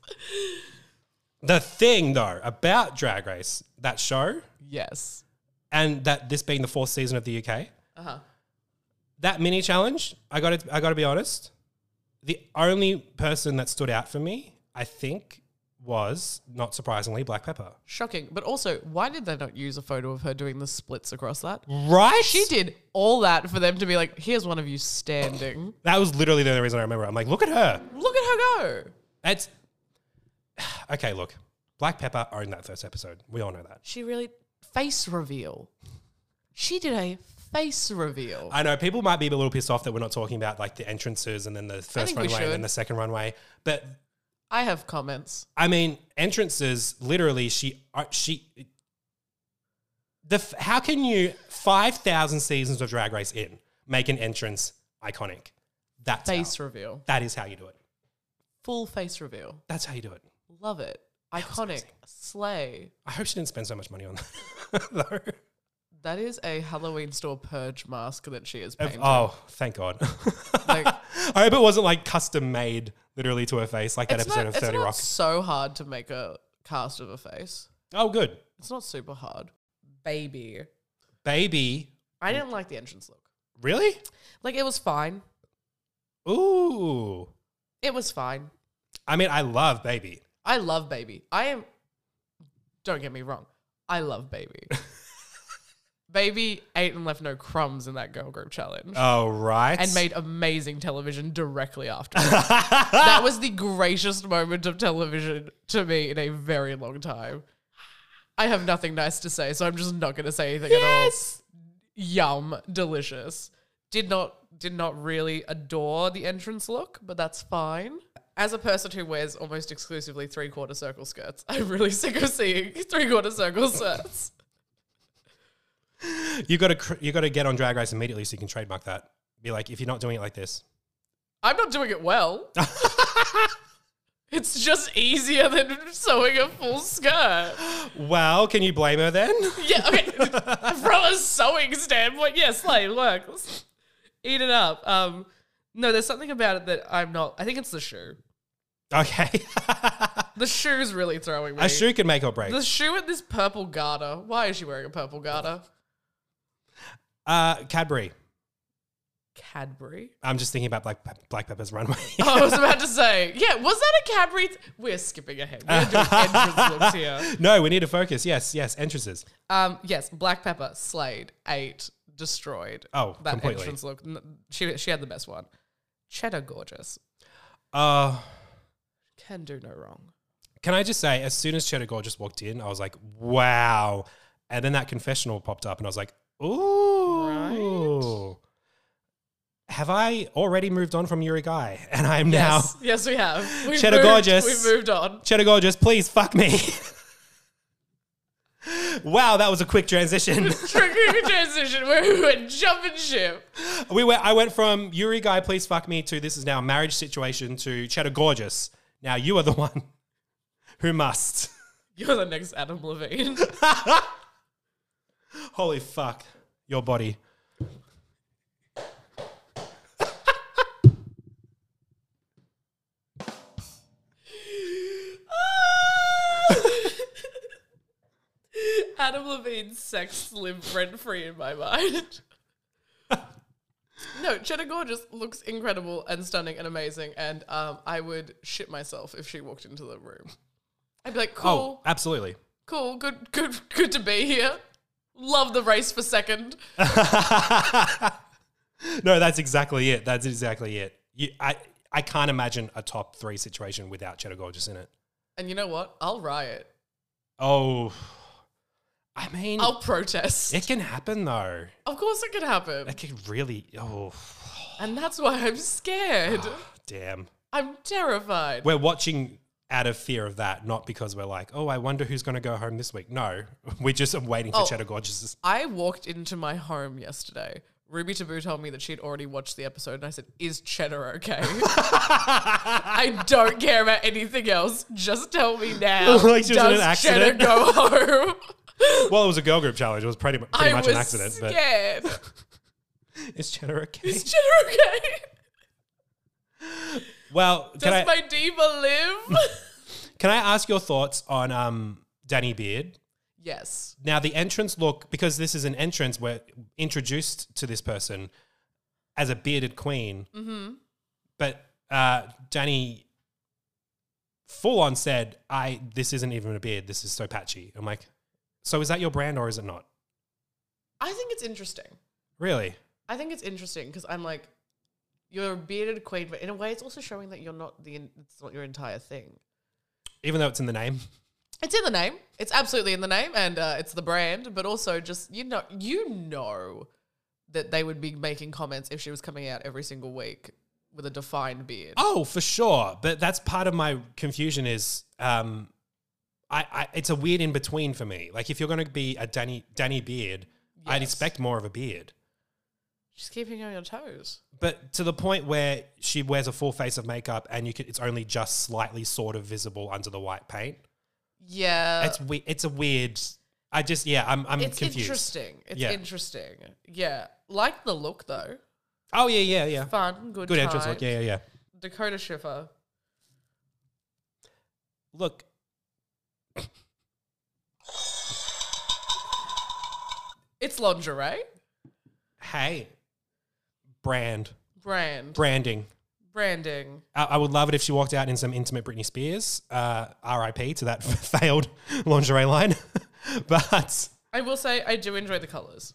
Speaker 1: the thing though about Drag Race, that show,
Speaker 2: Yes.
Speaker 1: and that this being the fourth season of the UK,
Speaker 2: Uh-huh.
Speaker 1: that mini challenge, I got to I got to be honest, the only person that stood out for me, I think, was not surprisingly Black Pepper.
Speaker 2: Shocking. But also, why did they not use a photo of her doing the splits across that?
Speaker 1: Right?
Speaker 2: She did all that for them to be like, here's one of you standing.
Speaker 1: That was literally the only reason I remember. it. I'm like, look at her.
Speaker 2: Look at her go.
Speaker 1: It's okay. Look, Black Pepper owned that first episode. We all know that.
Speaker 2: She really face reveal. She did a face reveal.
Speaker 1: I know people might be a little pissed off that we're not talking about like the entrances and then the first
Speaker 2: think we
Speaker 1: runway and then
Speaker 2: should.
Speaker 1: the second runway, but
Speaker 2: I have comments.
Speaker 1: I mean, entrances. Literally, she uh, she. The f- how can you five thousand seasons of Drag Race in make an entrance iconic? That's
Speaker 2: Face
Speaker 1: how,
Speaker 2: reveal.
Speaker 1: that is how you do it.
Speaker 2: Full face reveal.
Speaker 1: That's how you do it.
Speaker 2: Love it. Iconic. Slay.
Speaker 1: I hope she didn't spend so much money on that. though.
Speaker 2: That is a Halloween store purge mask that she is
Speaker 1: If-
Speaker 2: painting.
Speaker 1: oh, thank God.
Speaker 2: Like-
Speaker 1: I hope it wasn't like custom made literally to her face, like that
Speaker 2: it's
Speaker 1: episode
Speaker 2: not,
Speaker 1: of
Speaker 2: it's
Speaker 1: 30
Speaker 2: not
Speaker 1: Rock.
Speaker 2: so hard to make a cast of a face.
Speaker 1: Oh, good.
Speaker 2: It's not super hard. Baby.
Speaker 1: Baby.
Speaker 2: I didn't like the entrance look.
Speaker 1: Really?
Speaker 2: Like it was fine.
Speaker 1: Ooh.
Speaker 2: It was fine.
Speaker 1: I mean, I love Baby.
Speaker 2: I love baby. I am don't get me wrong. I love baby. baby ate and left no crumbs in that girl group challenge.
Speaker 1: Oh, right.
Speaker 2: and made amazing television directly after. that was the greatest moment of television to me in a very long time. I have nothing nice to say, so I'm just not going to say anything
Speaker 1: Yes.
Speaker 2: at all. Yum, delicious. Did not did not really adore the entrance look, but that's fine. As a person who wears almost exclusively three quarter circle skirts, I'm really sick of seeing three quarter circle skirts.
Speaker 1: You got to you got to get on Drag Race immediately so you can trademark that. Be like, if you're not doing it like this,
Speaker 2: I'm not doing it well. it's just easier than sewing a full skirt.
Speaker 1: well, can you blame her then?
Speaker 2: Yeah, okay. From a sewing standpoint, yes, like, look, let's eat it up. Um, no, there's something about it that I'm not. I think it's the shoe.
Speaker 1: Okay,
Speaker 2: The shoe's really throwing me.
Speaker 1: a shoe can make or break.
Speaker 2: The shoe with this purple garter. Why is she wearing a purple garter?
Speaker 1: Uh, Cadbury.
Speaker 2: Cadbury.
Speaker 1: I'm just thinking about Black Pep- Black Pepper's runway.
Speaker 2: Oh, I was about to say, yeah, was that a Cadbury? th- We're skipping ahead. We're doing entrance looks here.
Speaker 1: no, we need to focus. Yes, yes, entrances.
Speaker 2: Um, yes, Black Pepper slayed, ate, destroyed.
Speaker 1: Oh,
Speaker 2: that
Speaker 1: completely.
Speaker 2: entrance look. N- She she had the best one. Cheddar gorgeous
Speaker 1: Uh,
Speaker 2: can do no wrong.
Speaker 1: Can I just say, as soon as Cheddar Gorgeous walked in, I was like, wow. And then that confessional popped up, and I was like, ooh. Have I already moved on from Yuri Guy? And I'm
Speaker 2: Yes, yes, we have. We've
Speaker 1: Cheddar
Speaker 2: moved,
Speaker 1: gorgeous.
Speaker 2: We've moved on.
Speaker 1: now Cheddar Gorgeous, please fuck me. wow, that was a quick transition.
Speaker 2: Triggering a transition. We're, we're jumping ship.
Speaker 1: we went, I went from Yuri Guy, please fuck me, to this is now a marriage situation, to Cheddar Gorgeous. Now you are the one who must.
Speaker 2: You're the next Adam Levine.
Speaker 1: Holy fuck, your body.
Speaker 2: Adam Levine's sex live rent free in my mind. no, Cheddar Gorgeous looks incredible and stunning and amazing, and um, I would shit myself if she walked into the room. I'd be like,
Speaker 1: Oh,
Speaker 2: cool,
Speaker 1: absolutely.
Speaker 2: cool, good, good, good to be here. Love the race for second.
Speaker 1: No, that's exactly it. That's exactly it. You, I, I can't imagine a top three situation without Cheddar Gorgeous in it.
Speaker 2: And you know what? I'll riot.
Speaker 1: Oh, I mean,
Speaker 2: I'll protest.
Speaker 1: it can happen though.
Speaker 2: Of course, it could happen.
Speaker 1: It could really. Oh,
Speaker 2: And that's why I'm scared.
Speaker 1: damn.
Speaker 2: I'm terrified.
Speaker 1: We're watching out of fear of that, not because we're like, oh, I wonder who's going to go home this week. No, we're just waiting for
Speaker 2: Oh.
Speaker 1: Cheddar Gorgeous.
Speaker 2: I walked into my home yesterday Ruby Taboo told me that she'd already watched the episode, and I said, "Is cheddar okay? I don't care about anything else. Just tell me now.
Speaker 1: Like she was in an
Speaker 2: Does
Speaker 1: accident?
Speaker 2: cheddar go home?
Speaker 1: Well, it was a girl group challenge. It was pretty, mu- pretty
Speaker 2: I
Speaker 1: much
Speaker 2: was
Speaker 1: an accident.
Speaker 2: scared.
Speaker 1: But is cheddar okay?
Speaker 2: Is cheddar okay?
Speaker 1: Well, can
Speaker 2: Does
Speaker 1: I
Speaker 2: my diva live?
Speaker 1: can I ask your thoughts on um, Danny Beard?
Speaker 2: yes.
Speaker 1: Now the entrance look, because this is an entrance, we're introduced to this person as a bearded queen. Mm-hmm. But uh, Danny full on said, "I this isn't even a beard. This is so patchy." I'm like, so is that your brand or is it not?
Speaker 2: I think it's interesting.
Speaker 1: Really?
Speaker 2: I think it's interesting because I'm like, you're a bearded queen, but in a way, it's also showing that you're not the. en- It's not your entire thing.
Speaker 1: Even though it's in the name,
Speaker 2: It's in the name. It's absolutely in the name, and uh, it's the brand. But also, just you know, you know that they would be making comments if she was coming out every single week with a defined beard.
Speaker 1: Oh, for sure. But that's part of my confusion is um I, I it's a weird in between for me. Like if you're gonna be a Danny Danny Beard, I'd
Speaker 2: Yes.
Speaker 1: expect more of a beard.
Speaker 2: She's keeping you on your toes.
Speaker 1: But to the point where she wears a full face of makeup and you can, it's only just slightly sort of visible under the white paint.
Speaker 2: Yeah,
Speaker 1: It's we it's a weird I just yeah, I'm I'm
Speaker 2: Uh, it's
Speaker 1: confused.
Speaker 2: interesting. It's
Speaker 1: Yeah.
Speaker 2: interesting. Yeah, like the look though.
Speaker 1: Oh yeah, yeah, yeah.
Speaker 2: Fun, good,
Speaker 1: Good entrance look,
Speaker 2: times.
Speaker 1: yeah, yeah, yeah.
Speaker 2: Dakota Schiffer.
Speaker 1: Look.
Speaker 2: It's lingerie
Speaker 1: Hey. Brand.
Speaker 2: brand
Speaker 1: Branding.
Speaker 2: branding.
Speaker 1: I, I would love it if she walked out in some intimate Britney Spears, uh, RIP to that failed lingerie line. but
Speaker 2: I will say I do enjoy the colors.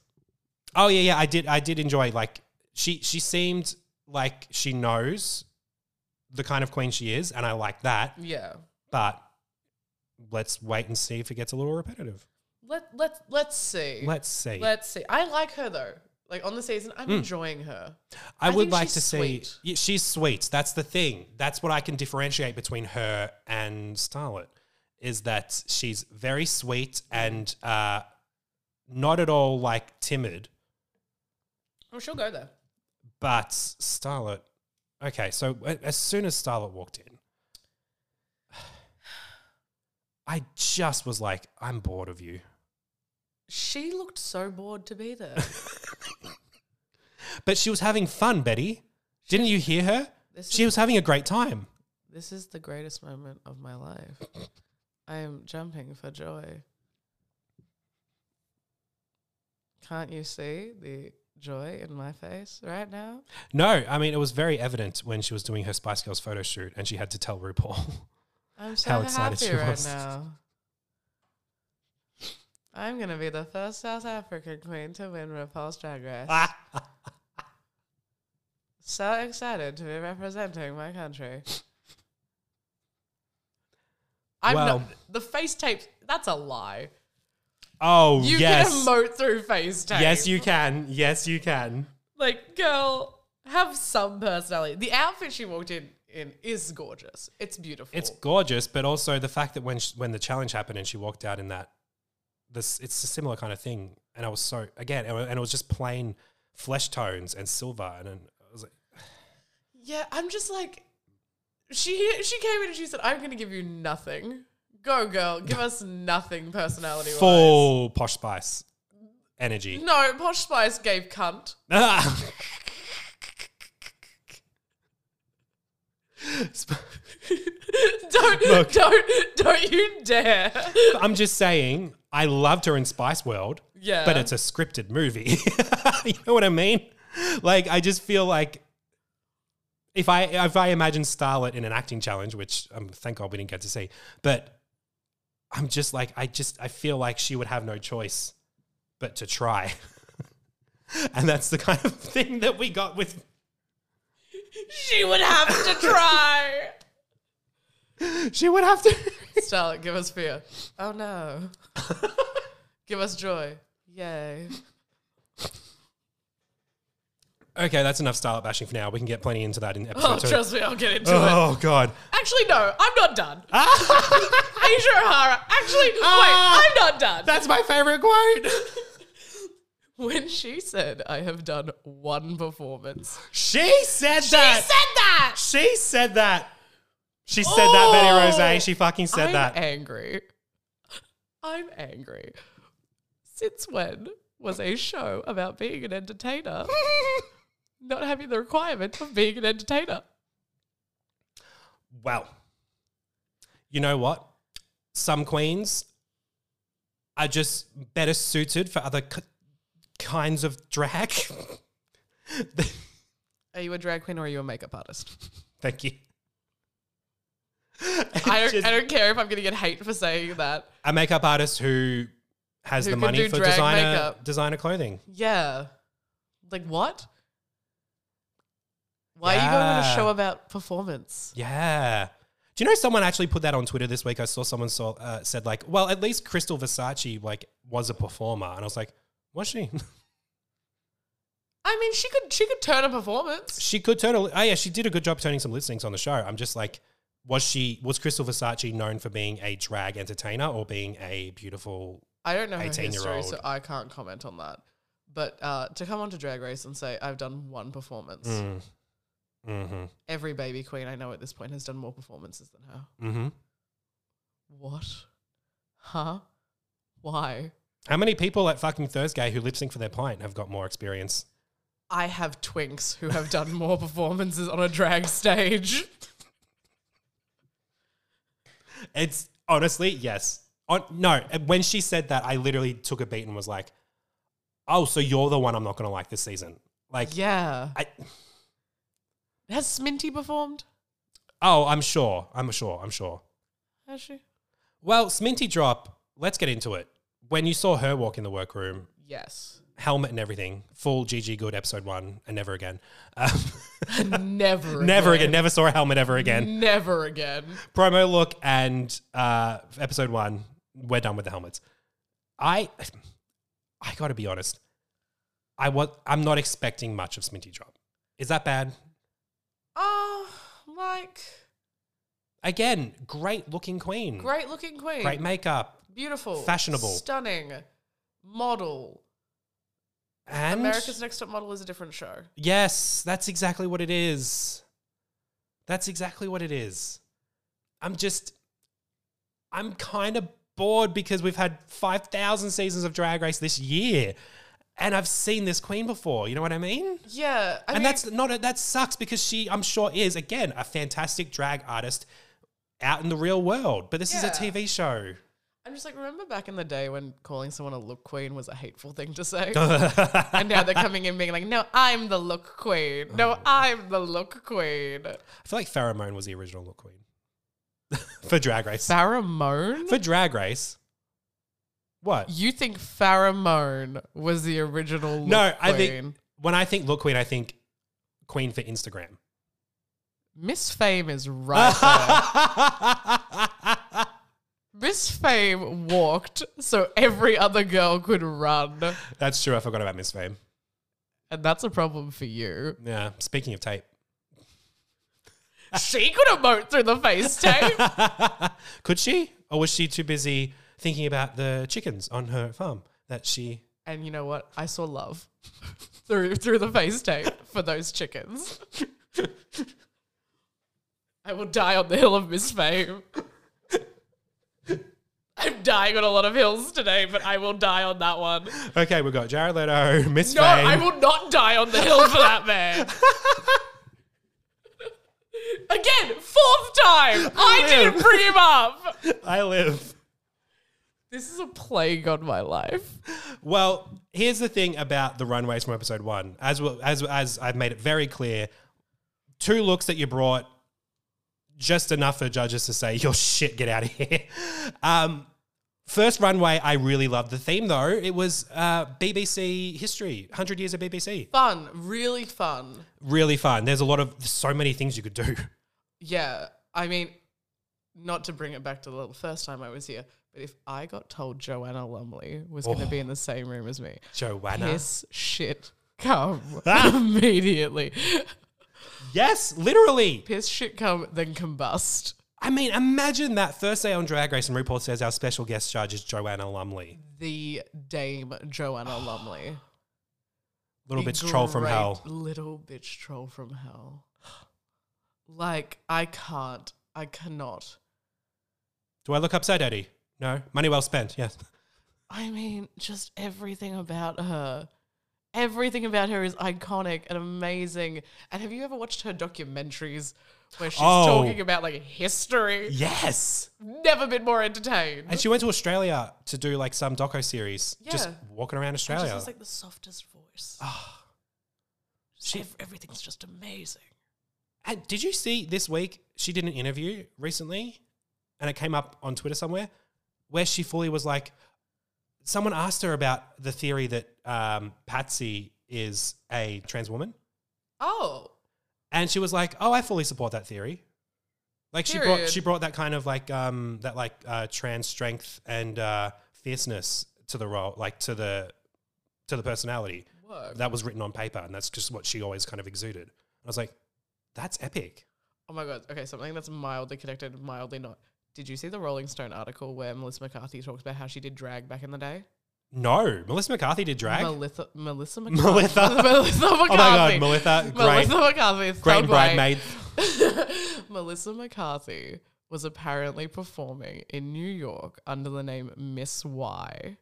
Speaker 1: oh yeah, yeah, I did. I did enjoy like she she seemed like she knows the kind of queen she is, and I like that.
Speaker 2: Yeah.
Speaker 1: But let's wait and see if it gets a little repetitive.
Speaker 2: Let let let's see.
Speaker 1: Let's see.
Speaker 2: Let's see. I like her though. Like on the season, I'm enjoying her.
Speaker 1: I,
Speaker 2: I
Speaker 1: would
Speaker 2: think
Speaker 1: like
Speaker 2: she's
Speaker 1: to
Speaker 2: sweet.
Speaker 1: see. Yeah, she's sweet. That's the thing. That's what I can differentiate between her and Starlet is that she's very sweet and uh, not at all like timid.
Speaker 2: Oh, she'll go there.
Speaker 1: But Starlet, okay. So a- as soon as Starlet walked in, I just was like, I'm bored of you.
Speaker 2: She looked so bored to be there.
Speaker 1: But she was having fun, Betty. Didn't you hear her?
Speaker 2: This
Speaker 1: She
Speaker 2: is-
Speaker 1: was having a great time.
Speaker 2: this is the greatest moment of my life. I am jumping for joy. Can't you see the joy in my face right now?
Speaker 1: No, I mean it was very evident when she was doing her Spice Girls photo shoot, and she had to tell RuPaul.
Speaker 2: I'm so
Speaker 1: How excited
Speaker 2: happy
Speaker 1: she
Speaker 2: right
Speaker 1: was.
Speaker 2: now. I'm gonna be the first South African queen to win RuPaul's Drag Race.
Speaker 1: Ah.
Speaker 2: so excited to be representing my country. I'm
Speaker 1: Well-
Speaker 2: not the face tapes. That's a lie.
Speaker 1: oh
Speaker 2: You can
Speaker 1: yes,
Speaker 2: emote through face tape.
Speaker 1: yes you can, yes you can.
Speaker 2: like, girl, have some personality. The outfit she walked in in is gorgeous. It's beautiful.
Speaker 1: It's gorgeous, but also the fact that when sh when the challenge happened and she walked out in that, this it's a similar kind of thing. And I was so again, and and it was just plain flesh tones and silver, and, and I was like,
Speaker 2: Yeah, I'm just like, she she came in and she said, "I'm gonna give you nothing. Go, girl, give us nothing personality wise."
Speaker 1: full posh spice energy.
Speaker 2: No, Posh Spice gave cunt.
Speaker 1: Sp-
Speaker 2: don't
Speaker 1: Look.
Speaker 2: don't don't you dare.
Speaker 1: I'm just saying, I loved her in Spice World.
Speaker 2: Yeah.
Speaker 1: But it's a scripted movie. you know what I mean? Like, I just feel like if I if I imagine Starlet in an acting challenge, which um, thank God we didn't get to see, but I'm just like, I just I feel like she would have no choice but to try. and that's the kind of thing that we got with
Speaker 2: She would have to try.
Speaker 1: she would have to
Speaker 2: Starlet, give us fear. Oh no. give us joy. Yay.
Speaker 1: Okay, that's enough Starlet bashing for now. We can get plenty into that in
Speaker 2: Oh,
Speaker 1: episode two.
Speaker 2: trust me, I'll get into it.
Speaker 1: oh god.
Speaker 2: Actually, no, I'm not done. Asia O'Hara. Actually, wait,
Speaker 1: Ah.
Speaker 2: I'm not done.
Speaker 1: That's my favorite quote.
Speaker 2: when she said, I have done one performance.
Speaker 3: She said
Speaker 2: She
Speaker 3: that.
Speaker 2: said that!
Speaker 3: she said that. She said that, Betty
Speaker 1: eh?
Speaker 2: Oh!
Speaker 3: Rose. She fucking said
Speaker 2: I'm
Speaker 3: that.
Speaker 2: angry. I'm angry. Since when was a show about being an entertainer not having the requirement of being an entertainer?
Speaker 3: Well,
Speaker 1: you know what? Some queens are just better suited for other k kinds of drag.
Speaker 2: Are you a drag queen or are you a makeup artist?
Speaker 1: Thank you.
Speaker 2: I don't,
Speaker 3: Just-
Speaker 2: I don't care if I'm going to get hate for saying that.
Speaker 1: A makeup artist who has
Speaker 2: Who
Speaker 1: the
Speaker 2: can
Speaker 1: money
Speaker 2: do
Speaker 1: for
Speaker 2: drag
Speaker 1: designer
Speaker 2: makeup.
Speaker 1: designer clothing.
Speaker 2: Yeah. Like, what? Why are you going on a
Speaker 1: Yeah.
Speaker 2: show about performance?
Speaker 1: Yeah. Do you know someone actually put that on Twitter this week? I saw someone saw, uh, said like, "Well, at least Crystal Versace like was a performer," and I was like, "Was she?
Speaker 2: I mean, she could she could turn a performance.
Speaker 1: she could turn. A, oh yeah, she did a good job turning some listings on the show. I'm just like, was she? Was Crystal Versace known for being a drag entertainer or being a beautiful?
Speaker 2: I don't know her
Speaker 1: 18 year
Speaker 2: history, so
Speaker 1: old.
Speaker 2: I can't comment on that. But uh, to come onto Drag Race and say I've done one performance,
Speaker 1: Mm-hmm.
Speaker 2: every baby queen I know at this point has done more performances than her.
Speaker 1: Mm-hmm.
Speaker 2: What? Huh? Why?
Speaker 1: How many people at fucking Thursday who lip sync for their pint have got more experience?
Speaker 2: I have twinks who have done more performances on a drag stage.
Speaker 1: It's honestly yes. On, no, when she said that, I literally took a beat and was like, "Oh, so you're the one I'm not going to like this season." Like,
Speaker 2: Yeah.
Speaker 1: I,
Speaker 2: Has Sminty performed?
Speaker 1: oh, I'm sure, I'm sure, I'm sure.
Speaker 2: Has she?
Speaker 1: Well, Sminty Drop, let's get into it. When you saw her walk in the workroom,
Speaker 2: Yes.
Speaker 1: helmet and everything, full GG Good episode one and never again. Um,
Speaker 2: Never.
Speaker 1: never again, never saw a helmet ever again.
Speaker 2: Never again.
Speaker 1: Promo look and uh, episode one, we're done with the helmets. I, I gotta be honest, I was I'm not expecting much of Sminty Drop. Is that bad?
Speaker 2: Oh, like
Speaker 1: Again, great looking queen, great,
Speaker 2: great looking queen.
Speaker 1: makeup,
Speaker 2: Beautiful.
Speaker 1: Fashionable.
Speaker 2: Stunning. Model.
Speaker 1: and
Speaker 2: America's Next Top Model is a different show.
Speaker 1: Yes, that's exactly what it is. That's exactly what it is. I'm just, I'm kind of bored because we've had 5,000 seasons of Drag Race this year and I've seen this queen before. You know what I mean?
Speaker 2: Yeah. I
Speaker 1: and
Speaker 2: mean,
Speaker 1: that's not, a, that sucks because she, I'm sure, is again a fantastic drag artist out in the real world. But this is a
Speaker 2: Yeah.
Speaker 1: TV show.
Speaker 2: I'm just like, remember back in the day when calling someone a look queen was a hateful thing to say? and now they're coming in being like, no, I'm the look queen.
Speaker 1: Oh.
Speaker 2: No, I'm the look queen.
Speaker 1: I feel like Pheromone was the original look queen for Drag Race.
Speaker 2: Pheromone?
Speaker 1: for Drag Race. What?
Speaker 2: you think Pheromone was the original look
Speaker 1: No,
Speaker 2: queen?
Speaker 1: I think when I think look queen, I think queen for Instagram.
Speaker 2: Miss Fame is right there. Miss Fame walked so every other girl could run.
Speaker 1: That's true. I forgot about Miss Fame.
Speaker 2: And that's a problem for you.
Speaker 1: Yeah. Speaking of tape,
Speaker 2: She could emote through the face tape.
Speaker 1: could she, or was she too busy thinking about the chickens on her farm that she?
Speaker 2: and you know what? I saw love through through the face tape for those chickens. I will die on the hill of Miss Fame. I'm dying on a lot of hills today, but I will die on that one.
Speaker 1: Okay, we've got Jared Leto, Miss
Speaker 2: No,
Speaker 1: Fame.
Speaker 2: I will not die on the hill for that man. Again, fourth time. I didn't bring him up.
Speaker 1: I live.
Speaker 2: This is a plague on my life.
Speaker 1: Well, here's the thing about the runways from episode one. As well, as as I've made it very clear, two looks that you brought, just enough for judges to say, "Your shit, get out of here." Um, first runway, I really loved the theme though. It was uh, BBC history, hundred years of BBC.
Speaker 2: Fun, really fun.
Speaker 1: Really fun. There's a lot of so many things you could do.
Speaker 2: Yeah, I mean, not to bring it back to the first time I was here, but if I got told Joanna Lumley was
Speaker 1: Oh.
Speaker 2: going to be in the same room as me,
Speaker 1: Joanna. Yes,
Speaker 2: this shit come
Speaker 1: Ah!
Speaker 2: immediately.
Speaker 1: literally.
Speaker 2: Piss shit come, then combust.
Speaker 1: I mean, imagine that Thursday on Drag Race, and RuPaul says our special guest judge is Joanna Lumley.
Speaker 2: The Dame Joanna Lumley.
Speaker 1: Little
Speaker 2: be
Speaker 1: bitch troll from
Speaker 2: great
Speaker 1: hell.
Speaker 2: Little bitch troll from hell. Like I can't. I cannot.
Speaker 1: Do I look upset, Eddie? No. Money well spent. Yes.
Speaker 2: I mean, just everything about her. Everything about her is iconic and amazing. And have you ever watched her documentaries where she's
Speaker 1: Oh.
Speaker 2: talking about like history?
Speaker 1: Yes.
Speaker 2: Never been more entertained.
Speaker 1: And she went to Australia to do like some doco series. Just
Speaker 2: Yeah.
Speaker 1: walking around
Speaker 2: She just
Speaker 1: Australia.
Speaker 2: has like the softest voice. Oh.
Speaker 1: She-
Speaker 2: everything's just amazing.
Speaker 1: And did you see this week? She did an interview recently, and it came up on Twitter somewhere, where she fully was like, someone asked her about the theory that um, Patsy is a trans woman,
Speaker 2: Oh,
Speaker 1: and she was like, "Oh, I fully support that theory." Like she brought
Speaker 2: Period.
Speaker 1: she brought that kind of like um, that like uh, trans strength and uh, fierceness to the role, like to the to the personality
Speaker 2: whoa.
Speaker 1: that was written on paper, and that's just what she always kind of exuded. I was like, "That's epic."
Speaker 2: Oh my god. Okay, something that's mildly connected, mildly not. Did you see the Rolling Stone article where Melissa McCarthy talks about how she did drag back in the day?
Speaker 1: No, Melissa McCarthy did drag.
Speaker 2: Melissa, Melissa McCarthy.
Speaker 1: Melissa.
Speaker 2: Melissa
Speaker 1: oh
Speaker 2: McCarthy.
Speaker 1: my god, Melissa, great,
Speaker 2: Melissa McCarthy. So
Speaker 1: great
Speaker 2: great.
Speaker 1: bridesmaid.
Speaker 2: Melissa McCarthy was apparently performing in New York under the name Miss Y.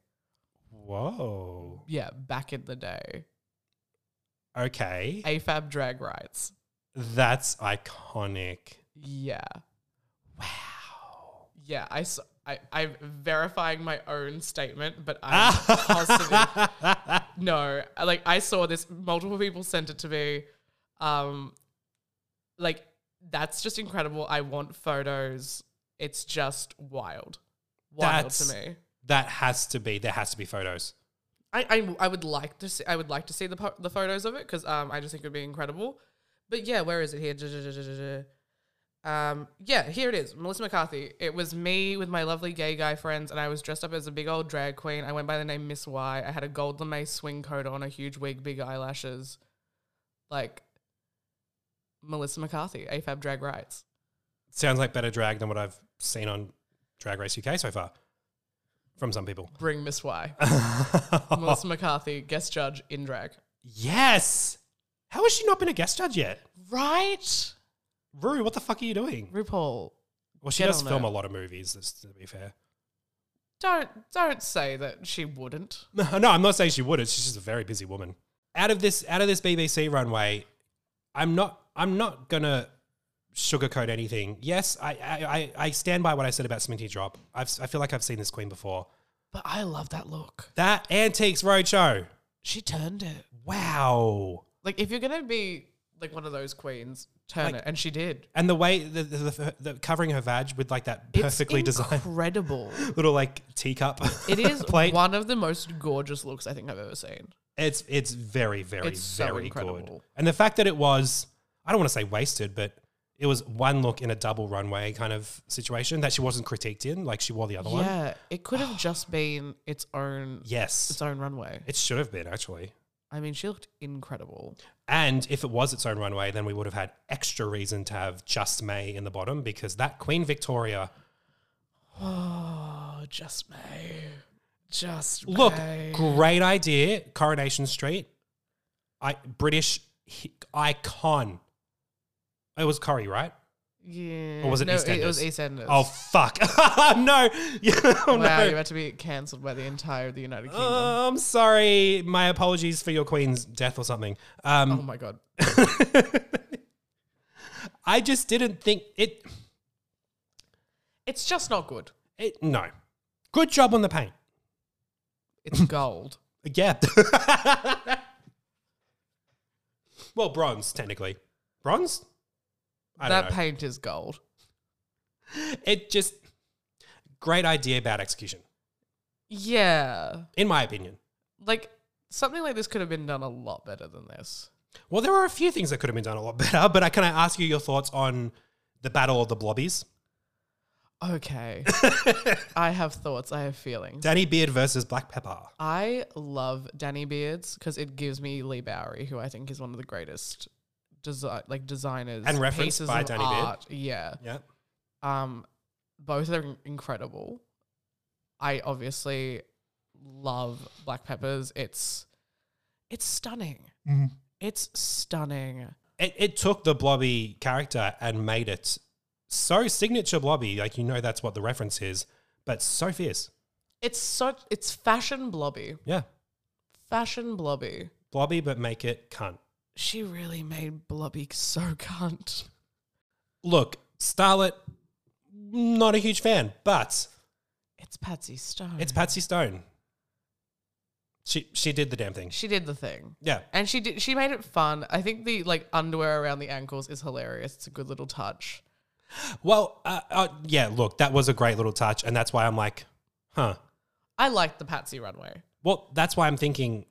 Speaker 1: Whoa.
Speaker 2: Yeah, back in the day.
Speaker 1: Okay,
Speaker 2: AFAB drag rights.
Speaker 1: that's iconic.
Speaker 2: Yeah.
Speaker 1: Wow.
Speaker 2: Yeah, I, s- I, am verifying my own statement, but I'm positive.
Speaker 1: Ah.
Speaker 2: No, I- like I saw this, multiple people sent it to me. Um, like that's just incredible. I want photos. It's just wild, wild
Speaker 1: That's-
Speaker 2: to me.
Speaker 1: that has to be. There has to be photos.
Speaker 2: I, I, I would like to see I would like to see the po- the photos of it because um I just think it would be incredible. But yeah, where is it here? Duh, duh, duh, duh, duh, duh. Um yeah, here it is. Melissa McCarthy. It was me with my lovely gay guy friends and I was dressed up as a big old drag queen. I went by the name Miss Y. I had a gold lame swing coat on, a huge wig, big eyelashes. Like Melissa McCarthy, AFAB drag rights.
Speaker 1: Sounds like better drag than what I've seen on Drag Race UK so far from some people.
Speaker 2: Bring Miss Y. Melissa McCarthy, guest judge in drag.
Speaker 1: yes. How has she not been a guest judge yet?
Speaker 2: Right?
Speaker 1: Rue, what the fuck are you doing?
Speaker 2: RuPaul,
Speaker 1: Well, she
Speaker 2: Get
Speaker 1: does
Speaker 2: on
Speaker 1: film
Speaker 2: it.
Speaker 1: a lot of movies. That's to be fair.
Speaker 2: Don't don't say that she wouldn't.
Speaker 1: No, I'm not saying she would. She's just a very busy woman. Out of this, out of this BBC runway, I'm not. I'm not gonna sugarcoat anything. Yes, I, I, I- I stand by what I said about Sminty Drop. I've, si feel like I've seen this queen before.
Speaker 2: But I love that look.
Speaker 1: That Antiques Roadshow.
Speaker 2: She turned it.
Speaker 1: Wow.
Speaker 2: Like if you're gonna be like one of those queens, turn it, and she did.
Speaker 1: And the way the, the, the, the covering her vag with like that perfectly
Speaker 2: it's
Speaker 1: designed
Speaker 2: Incredible.
Speaker 1: little like teacup.
Speaker 2: It is
Speaker 1: plate.
Speaker 2: one of the most gorgeous looks I think I've ever seen.
Speaker 1: It's it's very very
Speaker 2: It's so
Speaker 1: very good.
Speaker 2: incredible.
Speaker 1: And the fact that it was I don't want to say wasted, but it was one look in a double runway kind of situation that she wasn't critiqued in, like she wore the other one.
Speaker 2: Yeah, it could have just been its own
Speaker 1: Yes.
Speaker 2: its own runway.
Speaker 1: It should have been actually.
Speaker 2: I mean, she looked incredible.
Speaker 1: And if it was its own runway, then we would have had extra reason to have just May in the bottom because that Queen Victoria
Speaker 2: Oh, just me, just
Speaker 1: Look,
Speaker 2: May.
Speaker 1: great idea, Coronation Street. I British hi- icon. It was Corrie, right?
Speaker 2: yeah.
Speaker 1: Or was it
Speaker 2: no, It, was
Speaker 1: EastEnders?
Speaker 2: EastEnders.
Speaker 1: Oh fuck! no, Yeah, oh,
Speaker 2: wow,
Speaker 1: no. Uh.
Speaker 2: you're about to be cancelled by the entire of the United Kingdom.
Speaker 1: Oh, I'm sorry. My apologies for your queen's death or something. Um,
Speaker 2: oh my god. Oh.
Speaker 1: I just didn't think it,
Speaker 2: It's just not good.
Speaker 1: it. No, good job on the paint.
Speaker 2: It's gold.
Speaker 1: Yeah. well, bronze technically. Bronze. I don't
Speaker 2: that
Speaker 1: know.
Speaker 2: paint is gold.
Speaker 1: it just great idea, bad execution,
Speaker 2: Yeah.
Speaker 1: in my opinion.
Speaker 2: Like something like this could have been done a lot better than this.
Speaker 1: Well, there are a few things that could have been done a lot better, but I can I ask you your thoughts on the battle of the blobbies?
Speaker 2: Okay. I have thoughts, I have feelings.
Speaker 1: Danny Beard versus Black Pepper.
Speaker 2: I love Danny Beards because it gives me Lee Bowery, who I think is one of the greatest design like designers
Speaker 1: And referenced
Speaker 2: pieces
Speaker 1: by
Speaker 2: of
Speaker 1: Danny Beard.
Speaker 2: art. Yeah.
Speaker 1: Yeah.
Speaker 2: Um, both are in- incredible. I obviously love black peppers. It's it's stunning. It's stunning.
Speaker 1: It, it took the blobby character and made it so signature blobby, like you know that's what the reference is, but so fierce.
Speaker 2: It's such. It's fashion blobby.
Speaker 1: Yeah.
Speaker 2: Fashion blobby.
Speaker 1: Blobby, but make it cunt.
Speaker 2: She really made blobby so cunt.
Speaker 1: Look, Starlet, not a huge fan, but
Speaker 2: It's Patsy Stone.
Speaker 1: it's Patsy Stone. She she did the damn thing.
Speaker 2: she did the thing.
Speaker 1: Yeah.
Speaker 2: And she did. She made it fun. I think the like underwear around the ankles is hilarious. It's a good little touch.
Speaker 1: Well, uh, uh, yeah, look, that was a great little touch. And that's why I'm like, huh.
Speaker 2: I liked the Patsy runway.
Speaker 1: Well, that's why I'm thinking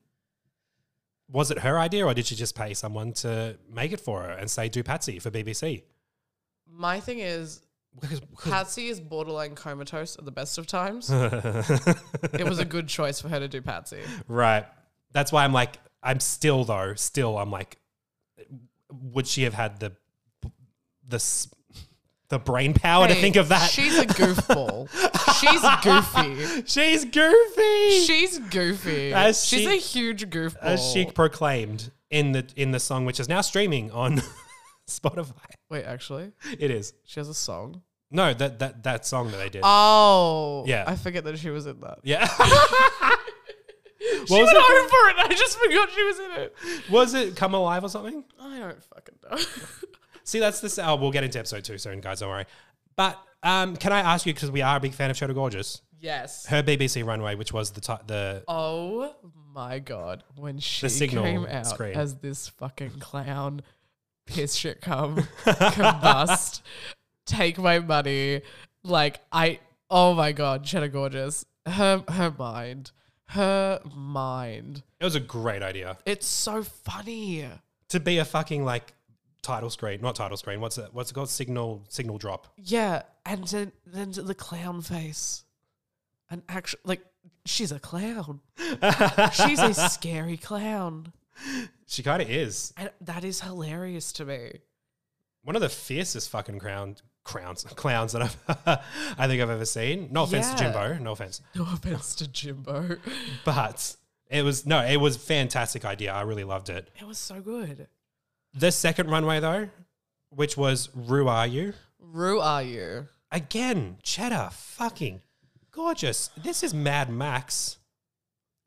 Speaker 1: was it her idea or did she just pay someone to make it for her and say, do Patsy for BBC?
Speaker 2: My thing is,
Speaker 1: Because-
Speaker 2: Patsy is borderline comatose at the best of times. it was a good choice for her to do Patsy.
Speaker 1: right. That's why I'm like, I'm still, though, still, I'm like, would she have had the, the, s- the brain power to
Speaker 2: Hey,
Speaker 1: think of that?
Speaker 2: She's a goofball. she's goofy.
Speaker 1: She's goofy.
Speaker 2: She's goofy.
Speaker 1: As
Speaker 2: she's
Speaker 1: she-
Speaker 2: a huge goofball.
Speaker 1: as she proclaimed in the in the song, which is now streaming on Spotify.
Speaker 2: Wait, actually,
Speaker 1: It is
Speaker 2: she has a song.
Speaker 1: no that that that song that they did.
Speaker 2: Oh,
Speaker 1: Yeah.
Speaker 2: I forget that she was in that.
Speaker 1: yeah,
Speaker 2: she
Speaker 1: was
Speaker 2: went
Speaker 1: it?
Speaker 2: over it. I just forgot she was in it.
Speaker 1: was it "Come Alive" or something?
Speaker 2: I don't fucking know.
Speaker 1: See, that's the. s- Oh, we'll get into episode two soon, guys. Don't worry. But um, can I ask you because we are a big fan of Cheddar Gorgeous,
Speaker 2: yes.
Speaker 1: her BBC runway, which was the ti- the
Speaker 2: Oh my god, when she
Speaker 1: signal
Speaker 2: came out
Speaker 1: screen.
Speaker 2: as this fucking clown, piss shit come, combust, take my money, like I. Oh my god, Cheddar Gorgeous, her her mind, her mind.
Speaker 1: it was a great idea
Speaker 2: It's so funny.
Speaker 1: to be a fucking like title screen, not title screen. What's it? What's it called? Signal signal drop.
Speaker 2: Yeah, and then then the clown face, an actual like she's a clown. she's a scary clown,
Speaker 1: She kind of is.
Speaker 2: and that is hilarious to me.
Speaker 1: one of the fiercest fucking crown crowns clowns that I've I think I've ever seen. No offense to
Speaker 2: Yeah.
Speaker 1: Jimbo, no offense,
Speaker 2: No offense to Jimbo.
Speaker 1: but it was no, it was fantastic idea. I really loved it.
Speaker 2: It was so good.
Speaker 1: The second runway though, which was Rue Are You
Speaker 2: Rue, are you?
Speaker 1: again? Cheddar, fucking gorgeous. This is Mad Max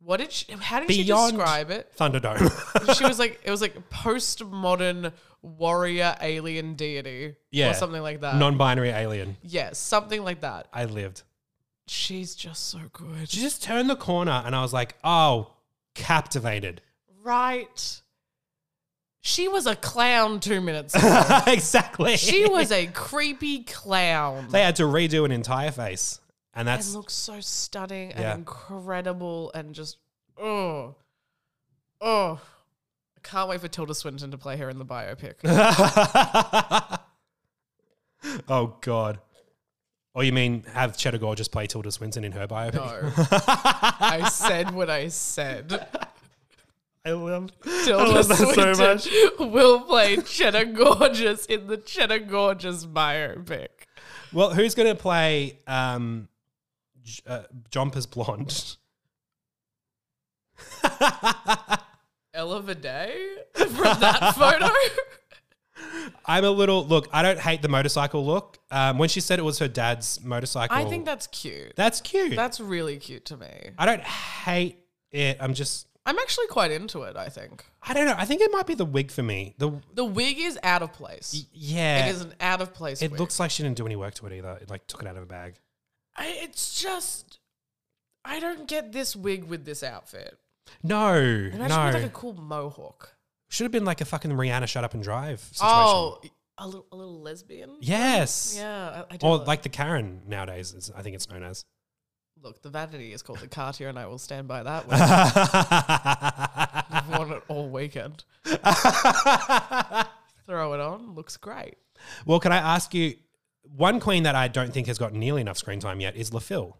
Speaker 2: What did she, how did
Speaker 1: Beyond-
Speaker 2: she describe it?
Speaker 1: Thunderdome.
Speaker 2: She was like, it was like postmodern warrior alien deity.
Speaker 1: Yeah.
Speaker 2: Or something like that.
Speaker 1: Non-binary alien.
Speaker 2: yeah, something like that.
Speaker 1: I lived.
Speaker 2: She's just so good.
Speaker 1: She just turned the corner, and I was like, oh, captivated.
Speaker 2: right. She was a clown two minutes ago.
Speaker 1: exactly.
Speaker 2: she was a creepy clown.
Speaker 1: They had to redo an entire face, and that's
Speaker 2: and looks so stunning
Speaker 1: Yeah.
Speaker 2: and incredible and just oh oh I can't wait for Tilda Swinton to play her in the biopic.
Speaker 1: oh God. Oh, you mean have Cheddar Gore just play Tilda Swinton in her biopic?
Speaker 2: No. I said what I said.
Speaker 1: I love
Speaker 2: Tilda
Speaker 1: that so
Speaker 2: Swinton will play Cheddar Gorgeous in the Cheddar Gorgeous biopic.
Speaker 1: Well, who's going to play um, J- uh, Jumper's blonde?
Speaker 2: Ella Vidae from that photo.
Speaker 1: I'm a little look. I don't hate the motorcycle look. Um, when she said it was her dad's motorcycle,
Speaker 2: I think that's cute.
Speaker 1: that's cute.
Speaker 2: That's really cute to me.
Speaker 1: I don't hate it. I'm just.
Speaker 2: I'm actually quite into it, I think.
Speaker 1: I don't know. I think it might be the wig for me. The
Speaker 2: The wig is out of place.
Speaker 1: yeah,
Speaker 2: It is an out of place
Speaker 1: It
Speaker 2: wig.
Speaker 1: looks like she didn't do any work to it either. It like took it out of a bag.
Speaker 2: I, it's just I don't get this wig with this outfit.
Speaker 1: No,
Speaker 2: Imagine with
Speaker 1: no.
Speaker 2: like a cool mohawk.
Speaker 1: Should have been like a fucking Rihanna shut up and drive situation.
Speaker 2: Oh, a little a little lesbian.
Speaker 1: yes.
Speaker 2: yeah. I, I do
Speaker 1: Or
Speaker 2: like,
Speaker 1: like the Karen nowadays, is, I think it's known as.
Speaker 2: look. The vanity is called the Cartier, and I will stand by that. One. I've worn it all weekend. Throw it on, looks great.
Speaker 1: well, can I ask you one queen that I don't think has got nearly enough screen time yet is LaFille,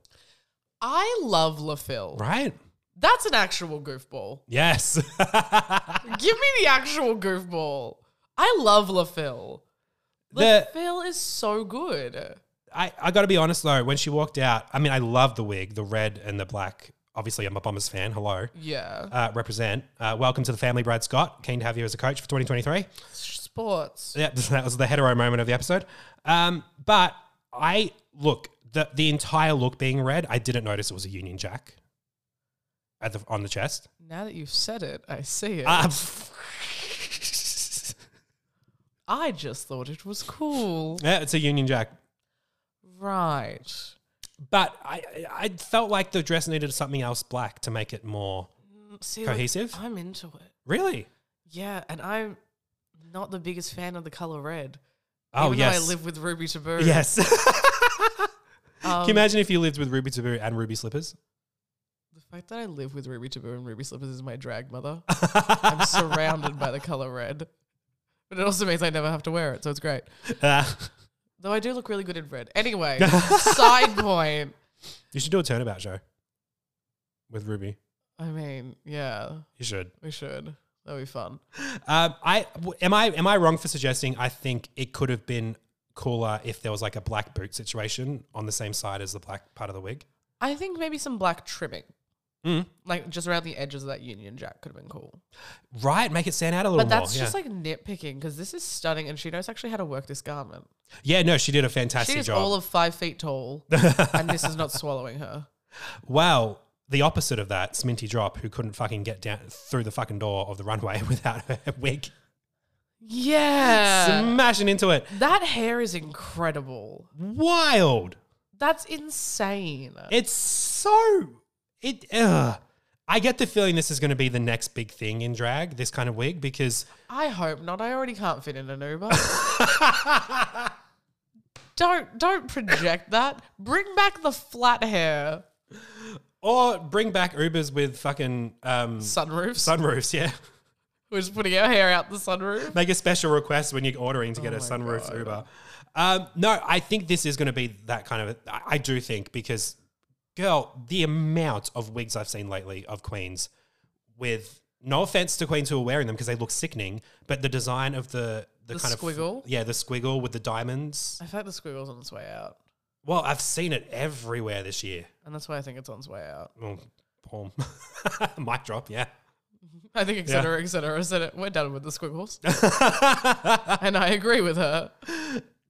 Speaker 2: I love LaFille.
Speaker 1: right?
Speaker 2: That's an actual goofball.
Speaker 1: Yes.
Speaker 2: Give me the actual goofball. I love LaFille.
Speaker 1: The-
Speaker 2: LaFille is so good.
Speaker 1: I, I got to be honest though, when she walked out, I mean, I love the wig, the red and the black. obviously I'm a Bombers fan. Hello.
Speaker 2: Yeah.
Speaker 1: Uh, represent. Uh, welcome to the family, Brad Scott. Keen to have you as a coach for 2023.
Speaker 2: Sports.
Speaker 1: Yeah, that was the hetero moment of the episode. Um, but I look the the entire look being read. I didn't notice it was a Union Jack at the on the chest.
Speaker 2: Now that you've said it, I see it.
Speaker 1: Uh,
Speaker 2: I just thought it was cool.
Speaker 1: yeah, it's a Union Jack.
Speaker 2: Right.
Speaker 1: But I I felt like the dress needed something else black to make it more
Speaker 2: Mm, See, look,
Speaker 1: cohesive.
Speaker 2: I'm into it.
Speaker 1: Really?
Speaker 2: Yeah, and I'm not the biggest fan of the color red.
Speaker 1: Oh
Speaker 2: even
Speaker 1: yes,
Speaker 2: Though I live with Ruby Taboo.
Speaker 1: yes. Can
Speaker 2: Um,
Speaker 1: you imagine if you lived with Ruby Taboo and Ruby Slippers?
Speaker 2: The fact that I live with Ruby Taboo and Ruby Slippers is my drag mother.
Speaker 1: Uh,
Speaker 2: I'm surrounded by the color red. But it also means I never have to wear it, so it's great.
Speaker 1: Uh,
Speaker 2: Though I do look really good in red. Anyway, side point.
Speaker 1: you should do a turnabout show with Ruby.
Speaker 2: I mean, yeah,
Speaker 1: You should.
Speaker 2: we should. That'd be fun.
Speaker 1: Um, I w- am I am I wrong for suggesting I think it could have been cooler if there was like a black boot situation on the same side as the black part of the wig.
Speaker 2: I think maybe some black trimming.
Speaker 1: Mm.
Speaker 2: Like just around the edges of that Union Jack could have been cool.
Speaker 1: Right, make it stand out a little
Speaker 2: But that's
Speaker 1: more.
Speaker 2: just
Speaker 1: yeah.
Speaker 2: like nitpicking because this is stunning and she knows actually how to work this garment.
Speaker 1: yeah, no, she did a
Speaker 2: She
Speaker 1: fantastic
Speaker 2: is
Speaker 1: job.
Speaker 2: all of five feet tall and this is not swallowing her.
Speaker 1: well, the opposite of that, Sminty Drop, who couldn't fucking get down through the fucking door of the runway without her wig,
Speaker 2: Yeah.
Speaker 1: smashing into it.
Speaker 2: that hair is incredible.
Speaker 1: Wild.
Speaker 2: That's insane.
Speaker 1: It's so it. Ugh. I get the feeling this is going to be the next big thing in drag. This kind of wig because
Speaker 2: I hope not. I already can't fit in an Uber. don't don't project that. Bring back the flat hair
Speaker 1: Or bring back Ubers with fucking um,
Speaker 2: sunroofs.
Speaker 1: sunroofs, yeah.
Speaker 2: We're just putting our hair out the sunroof.
Speaker 1: Make a special request when you're ordering to get a
Speaker 2: Oh my
Speaker 1: sunroof
Speaker 2: God.
Speaker 1: Uber. Um, no, I think this is going to be that kind of. I, I do think because, girl, the amount of wigs I've seen lately of queens with no offense to queens who are wearing them because they look sickening, but the design of the the,
Speaker 2: The
Speaker 1: kind
Speaker 2: squiggle?
Speaker 1: of yeah, the squiggle with the diamonds.
Speaker 2: I feel like the squiggle's on its way out,
Speaker 1: Well, I've seen it everywhere this year.
Speaker 2: and that's why I think it's on its way out.
Speaker 1: Oh, boom. mic drop, yeah.
Speaker 2: I think
Speaker 1: Yeah.
Speaker 2: etc. Cetera, etc. Cetera, said it. We're done with the squiggles, and I agree with her.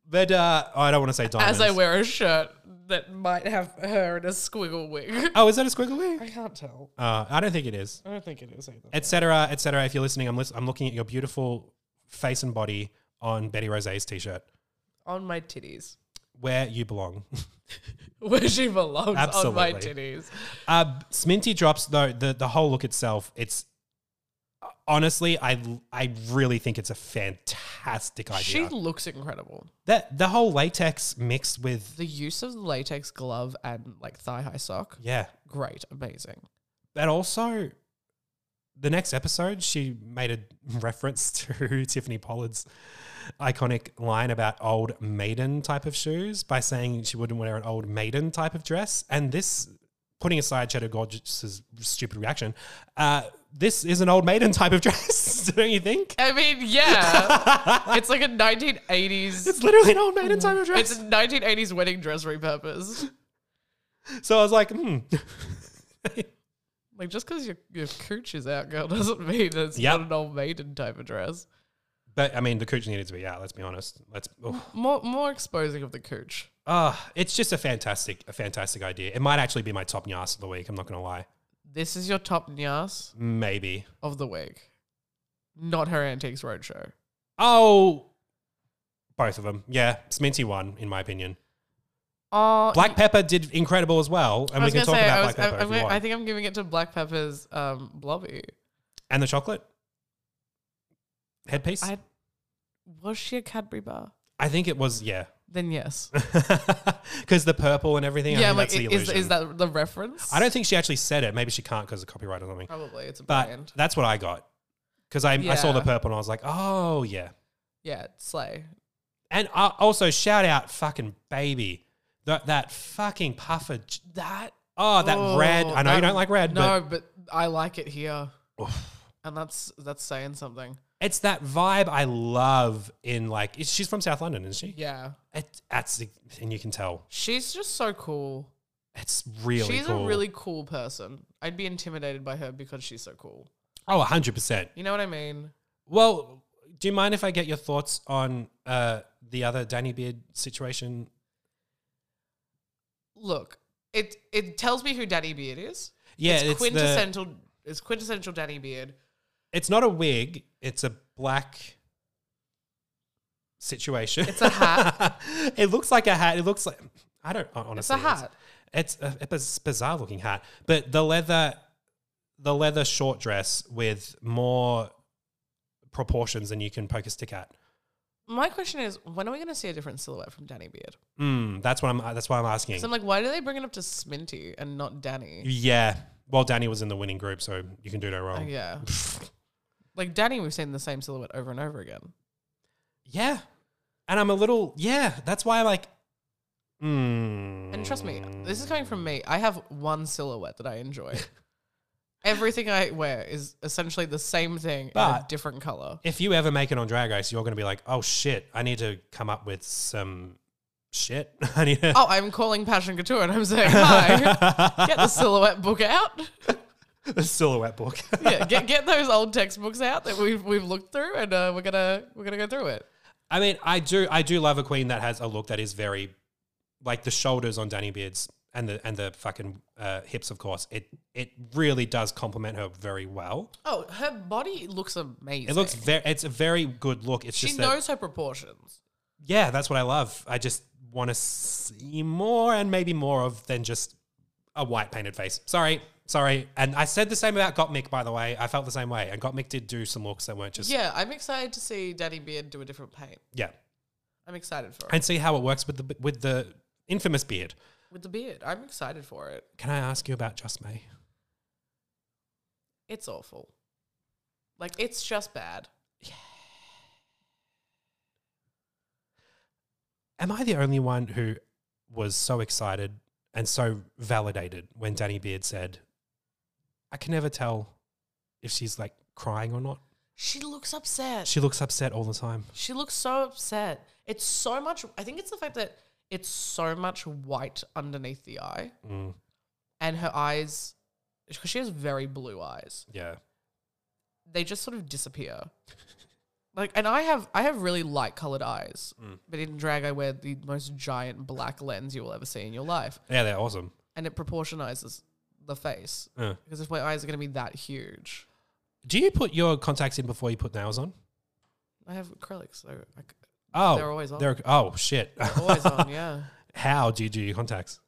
Speaker 1: But uh, I don't want to say diamonds.
Speaker 2: As I wear a shirt that might have her in a squiggle wig,
Speaker 1: Oh, is that a squiggle wig?
Speaker 2: I can't tell.
Speaker 1: Uh, I don't think it is.
Speaker 2: I don't think it is either.
Speaker 1: Etc. Etc. If you're listening, I'm lis- I'm looking at your beautiful face and body on Betty Rose's t-shirt,
Speaker 2: On my titties.
Speaker 1: where you belong.
Speaker 2: where she belongs on my
Speaker 1: Absolutely.
Speaker 2: titties.
Speaker 1: uh, Sminty drops though the the whole look itself. It's honestly, I I really think it's a fantastic idea.
Speaker 2: She looks incredible.
Speaker 1: that the whole latex mixed with
Speaker 2: The use of the latex glove and like thigh high sock,
Speaker 1: yeah,
Speaker 2: great, amazing.
Speaker 1: but also. The next episode, she made a reference to Tiffany Pollard's iconic line about old maiden type of shoes by saying she wouldn't wear an old maiden type of dress. And this, putting aside Cheddar Gorgeous's stupid reaction, uh, this is an old maiden type of dress, don't you think?
Speaker 2: I mean, yeah, it's like a 1980s.
Speaker 1: It's literally an old maiden type of
Speaker 2: It's
Speaker 1: dress.
Speaker 2: a 1980s wedding dress repurpose.
Speaker 1: So I was like, hmm.
Speaker 2: Like just because your your cooch is out, girl, doesn't mean that it's
Speaker 1: Yep.
Speaker 2: not an old maiden type of dress.
Speaker 1: But I mean, the cooch needed to be out. Let's be honest. Let's. Oh.
Speaker 2: More more exposing of the cooch.
Speaker 1: Uh, it's just a fantastic, a fantastic idea. It might actually be my top nyas of the week. I'm not gonna lie.
Speaker 2: This is your top nyas
Speaker 1: Maybe.
Speaker 2: of the week, not her antiques roadshow.
Speaker 1: Oh, both of them. Yeah, Sminty won, in my opinion.
Speaker 2: Oh,
Speaker 1: Black Pepper did incredible as well, and we can
Speaker 2: gonna
Speaker 1: talk about
Speaker 2: I,
Speaker 1: Black Pepper
Speaker 2: I,
Speaker 1: if you want.
Speaker 2: I think I'm giving it to Black Pepper's um, blobby.
Speaker 1: and the chocolate headpiece. I,
Speaker 2: I was she a Cadbury bar?
Speaker 1: think it was yeah,
Speaker 2: Then yes.
Speaker 1: because the purple and everything.
Speaker 2: Yeah,
Speaker 1: I think
Speaker 2: I'm like
Speaker 1: that's the
Speaker 2: i- is,
Speaker 1: illusion.
Speaker 2: is that the reference?
Speaker 1: I don't think she actually said it. Maybe she can't because of copyright or something.
Speaker 2: Probably it's a
Speaker 1: But
Speaker 2: brand.
Speaker 1: that's what I got because I, I saw the
Speaker 2: Yeah.
Speaker 1: purple and I was like, oh yeah.
Speaker 2: Yeah, it's Slay.
Speaker 1: And uh, also shout out fucking baby that that fucking puffer j- that oh that red. I know you
Speaker 2: that-
Speaker 1: don't like red,
Speaker 2: No, but I like it here,
Speaker 1: but
Speaker 2: and that's that's saying something.
Speaker 1: it's that vibe I love in like it's, she's from South London, isn't she?
Speaker 2: Yeah,
Speaker 1: It, that's and you can tell.
Speaker 2: she's just so cool.
Speaker 1: It's really
Speaker 2: she's
Speaker 1: cool.
Speaker 2: a really cool person. I'd be intimidated by her because she's so cool.
Speaker 1: oh, 100%.
Speaker 2: You know what I mean?
Speaker 1: Well, do you mind if I get your thoughts on uh, the other Danny Beard situation?
Speaker 2: Look, it it tells me who Danny Beard is.
Speaker 1: Yeah,
Speaker 2: it's,
Speaker 1: it's, the,
Speaker 2: quintessential. it's quintessential Danny Beard.
Speaker 1: it's not a wig, it's a black situation.
Speaker 2: It's a hat.
Speaker 1: it looks like a hat. It looks like I don't honestly.
Speaker 2: it's a hat.
Speaker 1: It's a, it's a bizarre looking hat, but the leather, the leather short dress with more proportions than you can poke a stick at.
Speaker 2: My question is, when are we going to see a different silhouette from Danny Beard?
Speaker 1: Mm, that's what I'm. That's why I'm asking.
Speaker 2: So I'm like, why do they bring it up to Sminty and not Danny?
Speaker 1: yeah. Well, Danny was in the winning group, so you can do no wrong.
Speaker 2: Yeah. like Danny, we've seen the same silhouette over and over again.
Speaker 1: Yeah. And I'm a little, yeah, that's why I like, mm,
Speaker 2: And trust me, this is coming from me. I have one silhouette that I enjoy. Everything I wear is essentially the same thing in a
Speaker 1: But-
Speaker 2: different color.
Speaker 1: if you ever make it on Drag Race, you're going to be like, oh shit, I need to come up with some shit. I need to,
Speaker 2: Oh, I'm calling Passion Couture and I'm saying, hi, get the silhouette book out.
Speaker 1: the silhouette book.
Speaker 2: yeah, get, get those old textbooks out that we've, we've looked through and uh, we're going to we're gonna go through it.
Speaker 1: I mean, I do, I do love a queen that has a look that is very, like the shoulders on Danny Beards and the, and the fucking uh, hips, of course. It, it really does compliment her very well.
Speaker 2: Oh, her body looks amazing.
Speaker 1: It looks very, it's a very good look. It's
Speaker 2: She
Speaker 1: just that-
Speaker 2: knows her proportions.
Speaker 1: yeah, that's what I love. I just want to see more and maybe more of than just a white painted face. Sorry, sorry. And I said the same about Got Mick, by the way. I felt the same way. And Got Mick did do some looks that weren't just yeah,
Speaker 2: Yeah, I'm excited to see Danny Beard do a different paint. I'm excited for it.
Speaker 1: and see how it works with the with the infamous beard.
Speaker 2: With the beard, I'm excited for it.
Speaker 1: Can I ask you about Just May?
Speaker 2: It's awful. Like, it's just bad.
Speaker 1: Am I the only one who was so excited and so validated when Danny Beard said, "I can never tell if she's like crying or not.
Speaker 2: She looks upset.
Speaker 1: She looks upset all the time."
Speaker 2: She looks so upset. It's so much. I think it's the fact that it's so much white underneath the eye,
Speaker 1: Mm,
Speaker 2: and her eyes, because she has very blue eyes,
Speaker 1: yeah.
Speaker 2: they just sort of disappear. like, and I have I have really light colored eyes,
Speaker 1: Mm.
Speaker 2: but in drag I wear the most giant black lens you will ever see in your life,
Speaker 1: Yeah, they're awesome.
Speaker 2: and it proportionizes the face
Speaker 1: Uh.
Speaker 2: because if my eyes are going to be that huge,
Speaker 1: Do you put your contacts in before you put nails on?
Speaker 2: I have acrylics, so I c-
Speaker 1: Oh,
Speaker 2: They're always on.
Speaker 1: oh shit!
Speaker 2: always on. Yeah.
Speaker 1: How do you do your contacts?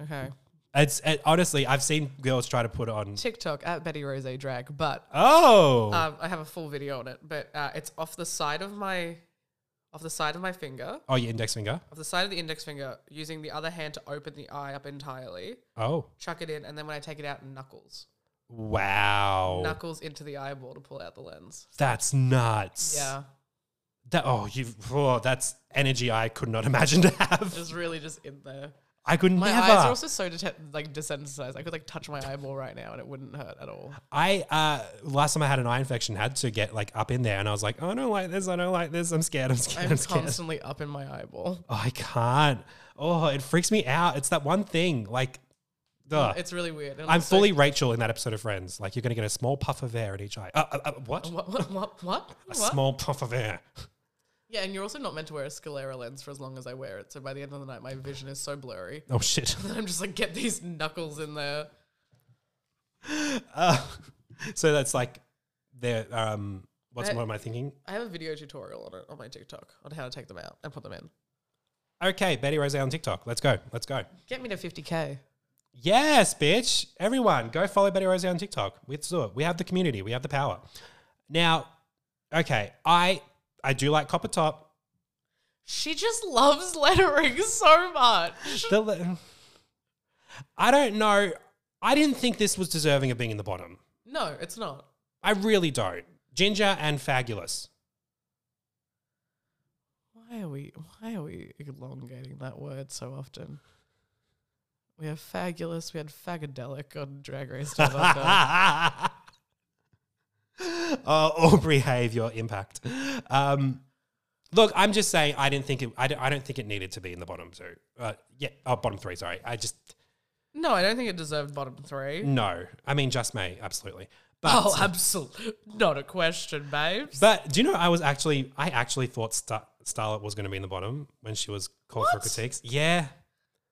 Speaker 2: Okay.
Speaker 1: It's it, honestly, I've seen girls try to put it on.
Speaker 2: TikTok at Betty Rose drag, but
Speaker 1: Oh,
Speaker 2: Um, I have a full video on it, but uh, it's off the side of my, off the side of my finger,
Speaker 1: oh, your index finger.
Speaker 2: off the side of the index finger, using the other hand to open the eye up entirely,
Speaker 1: Oh,
Speaker 2: chuck it in, and then when I take it out, knuckles,
Speaker 1: wow,
Speaker 2: knuckles into the eyeball to pull out the lens.
Speaker 1: that's nuts.
Speaker 2: Yeah,
Speaker 1: That oh, you oh, that's energy I could not imagine to have.
Speaker 2: just really just in there.
Speaker 1: I could
Speaker 2: My
Speaker 1: never.
Speaker 2: eyes are also so dete- like desensitized. I could like touch my eyeball right now and it wouldn't hurt at all.
Speaker 1: I uh, last time I had an eye infection, had to get like up in there, and I was like, oh, I don't like this. I don't like this. I'm scared. I'm scared.
Speaker 2: I'm
Speaker 1: I'm scared.
Speaker 2: constantly up in my eyeball.
Speaker 1: Oh, I can't. Oh, it freaks me out. It's that one thing. Like, duh.
Speaker 2: It's really weird. and
Speaker 1: Ah. I'm
Speaker 2: also-
Speaker 1: fully Rachel in that episode of Friends. Like, you're going to get a small puff of air in each eye. Uh, uh, uh, what?
Speaker 2: What? What? What? Oh, What?
Speaker 1: A
Speaker 2: what?
Speaker 1: small puff of air.
Speaker 2: Yeah, and you're also not meant to wear a sclera lens for as long as I wear it. So by the end of the night, my vision is so blurry.
Speaker 1: Oh, shit.
Speaker 2: that I'm just like, get these knuckles in there.
Speaker 1: Uh, so that's like, there. Um, what's,
Speaker 2: I-
Speaker 1: what am I thinking?
Speaker 2: I have a video tutorial on it on my TikTok on how to take them out and put them in.
Speaker 1: Okay, Betty Rose on TikTok. Let's go. Let's go.
Speaker 2: Get me to 50k.
Speaker 1: Yes, bitch. Everyone, go follow Betty Rose on TikTok. Let's do it. We have the community. We have the power. Now, okay, I I do like Copper Top.
Speaker 2: She just loves lettering so much.
Speaker 1: The le- I don't know. I didn't think this was deserving of being in the bottom.
Speaker 2: No, it's not.
Speaker 1: I really don't. Ginger and Fabulous.
Speaker 2: Why are we? Why are we elongating that word so often? We have fabulous. We had fagadelic on Drag Race. to London.
Speaker 1: uh, Aubrey Have your impact. Um, look, I'm just saying. I didn't think it. I don't, I don't think it needed to be in the bottom two. Uh, yeah, oh, bottom three. Sorry. I just
Speaker 2: No, I don't think it deserved bottom three.
Speaker 1: No, I mean just May, absolutely. But
Speaker 2: Oh, absolutely. Not a question, babes.
Speaker 1: but do you know I was actually I actually thought Star- Starlet was going to be in the bottom when she was called for
Speaker 2: What?
Speaker 1: critiques. Yeah,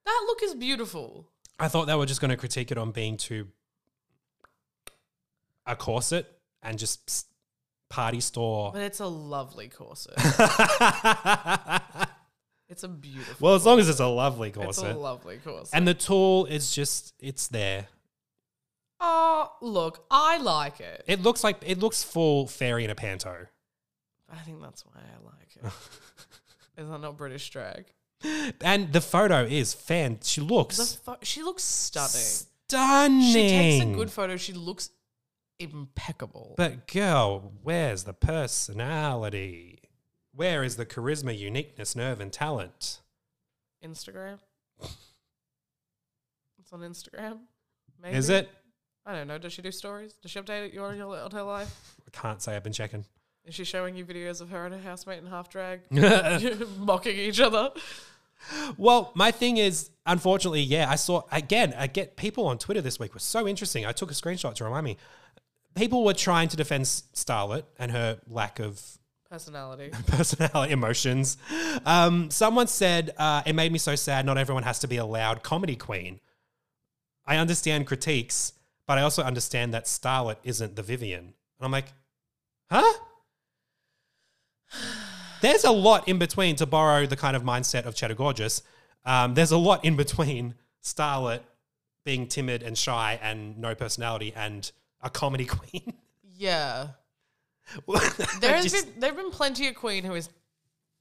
Speaker 2: that look is beautiful.
Speaker 1: I thought they were just going to critique it on being too a corset and just s- party store.
Speaker 2: But it's a lovely corset. it's a beautiful
Speaker 1: well, as long as it's a lovely corset.
Speaker 2: It's a lovely corset.
Speaker 1: and the tool is just it's there.
Speaker 2: oh, look, I like it.
Speaker 1: It looks like it looks full fairy in a panto.
Speaker 2: I think that's why I like it. Is that not British drag?
Speaker 1: And the photo is fan. She
Speaker 2: The
Speaker 1: looks
Speaker 2: pho- she looks stunning.
Speaker 1: stunning.
Speaker 2: She takes a good photo. She looks impeccable.
Speaker 1: But girl, where's the personality? Where is the charisma, uniqueness, nerve, and talent?
Speaker 2: Instagram. it's on Instagram. Maybe.
Speaker 1: Is it?
Speaker 2: I don't know. Does she do stories? Does she update it on, your, on her life?
Speaker 1: I can't say I've been checking.
Speaker 2: Is she showing you videos of her and her housemate in half drag,
Speaker 1: well,
Speaker 2: mocking each other?
Speaker 1: my thing is, unfortunately, yeah, I saw again. I get people on Twitter this week were so interesting. I took a screenshot to remind me. People were trying to defend S- Starlet and her lack of
Speaker 2: Personality.
Speaker 1: personality, emotions. Um, someone said, uh, It made me so sad. Not everyone has to be a loud comedy queen. I understand critiques, but I also understand that Starlet isn't the Vivian. And I'm like, Huh? There's a lot in between, to borrow the kind of mindset of Cheddar Gorgeous. Um, there's a lot in between Starlet being timid and shy and no personality and a comedy queen.
Speaker 2: Yeah. There
Speaker 1: There's
Speaker 2: has been there have been plenty of Queen who is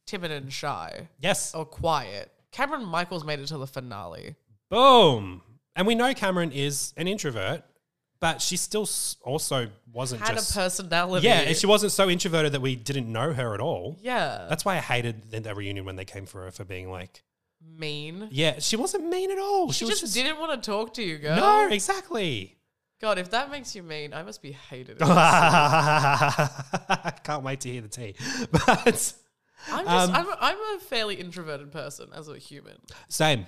Speaker 2: timid and shy
Speaker 1: yes.
Speaker 2: or quiet. Cameron Michaels made it to the finale.
Speaker 1: Boom. And we know Cameron is an introvert, but she still s- also wasn't
Speaker 2: Had
Speaker 1: just
Speaker 2: a personality.
Speaker 1: yeah, and she wasn't so introverted that we didn't know her at all.
Speaker 2: yeah.
Speaker 1: That's why I hated the, the reunion when they came for her for being like,
Speaker 2: mean.
Speaker 1: yeah, she wasn't mean at all. She,
Speaker 2: She
Speaker 1: was
Speaker 2: just,
Speaker 1: just,
Speaker 2: didn't want to talk to you, girl.
Speaker 1: no, exactly.
Speaker 2: God, if that makes you mean, I must be hated.
Speaker 1: I can't wait to hear the tea. But
Speaker 2: I'm just,
Speaker 1: Um,
Speaker 2: I'm, a, I'm a fairly introverted person as a human.
Speaker 1: same,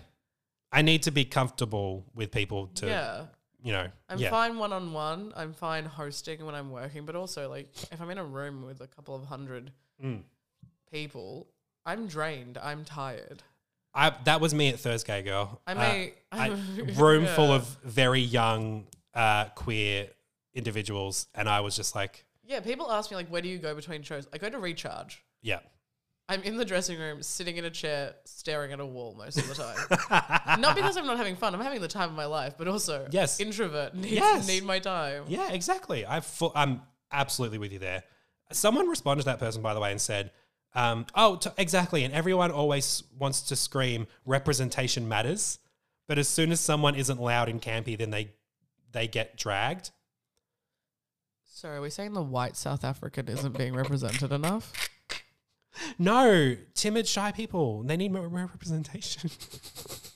Speaker 1: I need to be comfortable with people to
Speaker 2: yeah.
Speaker 1: you know
Speaker 2: I'm
Speaker 1: yeah.
Speaker 2: fine one on one. I'm fine hosting when I'm working, but also like if I'm in a room with a couple of hundred
Speaker 1: Mm.
Speaker 2: people, I'm drained. I'm tired.
Speaker 1: I, that was me at Thursday, girl.
Speaker 2: I'm
Speaker 1: Uh,
Speaker 2: a-
Speaker 1: I-
Speaker 2: I'm-
Speaker 1: room full
Speaker 2: yeah.
Speaker 1: of very young uh, queer individuals, and I was just like,
Speaker 2: Yeah, people ask me like, where do you go between shows? I go to recharge.
Speaker 1: yeah,
Speaker 2: I'm in the dressing room, sitting in a chair, staring at a wall most of the time. not because I'm not having fun. I'm having the time of my life, but also
Speaker 1: Yes.
Speaker 2: introvert need,
Speaker 1: Yes.
Speaker 2: need my time.
Speaker 1: yeah, exactly. I fu- I'm absolutely with you there. Someone responded to that person, by the way, and said, um, "Oh, t- exactly." And everyone always wants to scream, "Representation matters," but as soon as someone isn't loud and campy, then they they get dragged.
Speaker 2: Sorry, are we saying the white South African isn't being represented enough?
Speaker 1: No, timid, shy people. They need more more representation.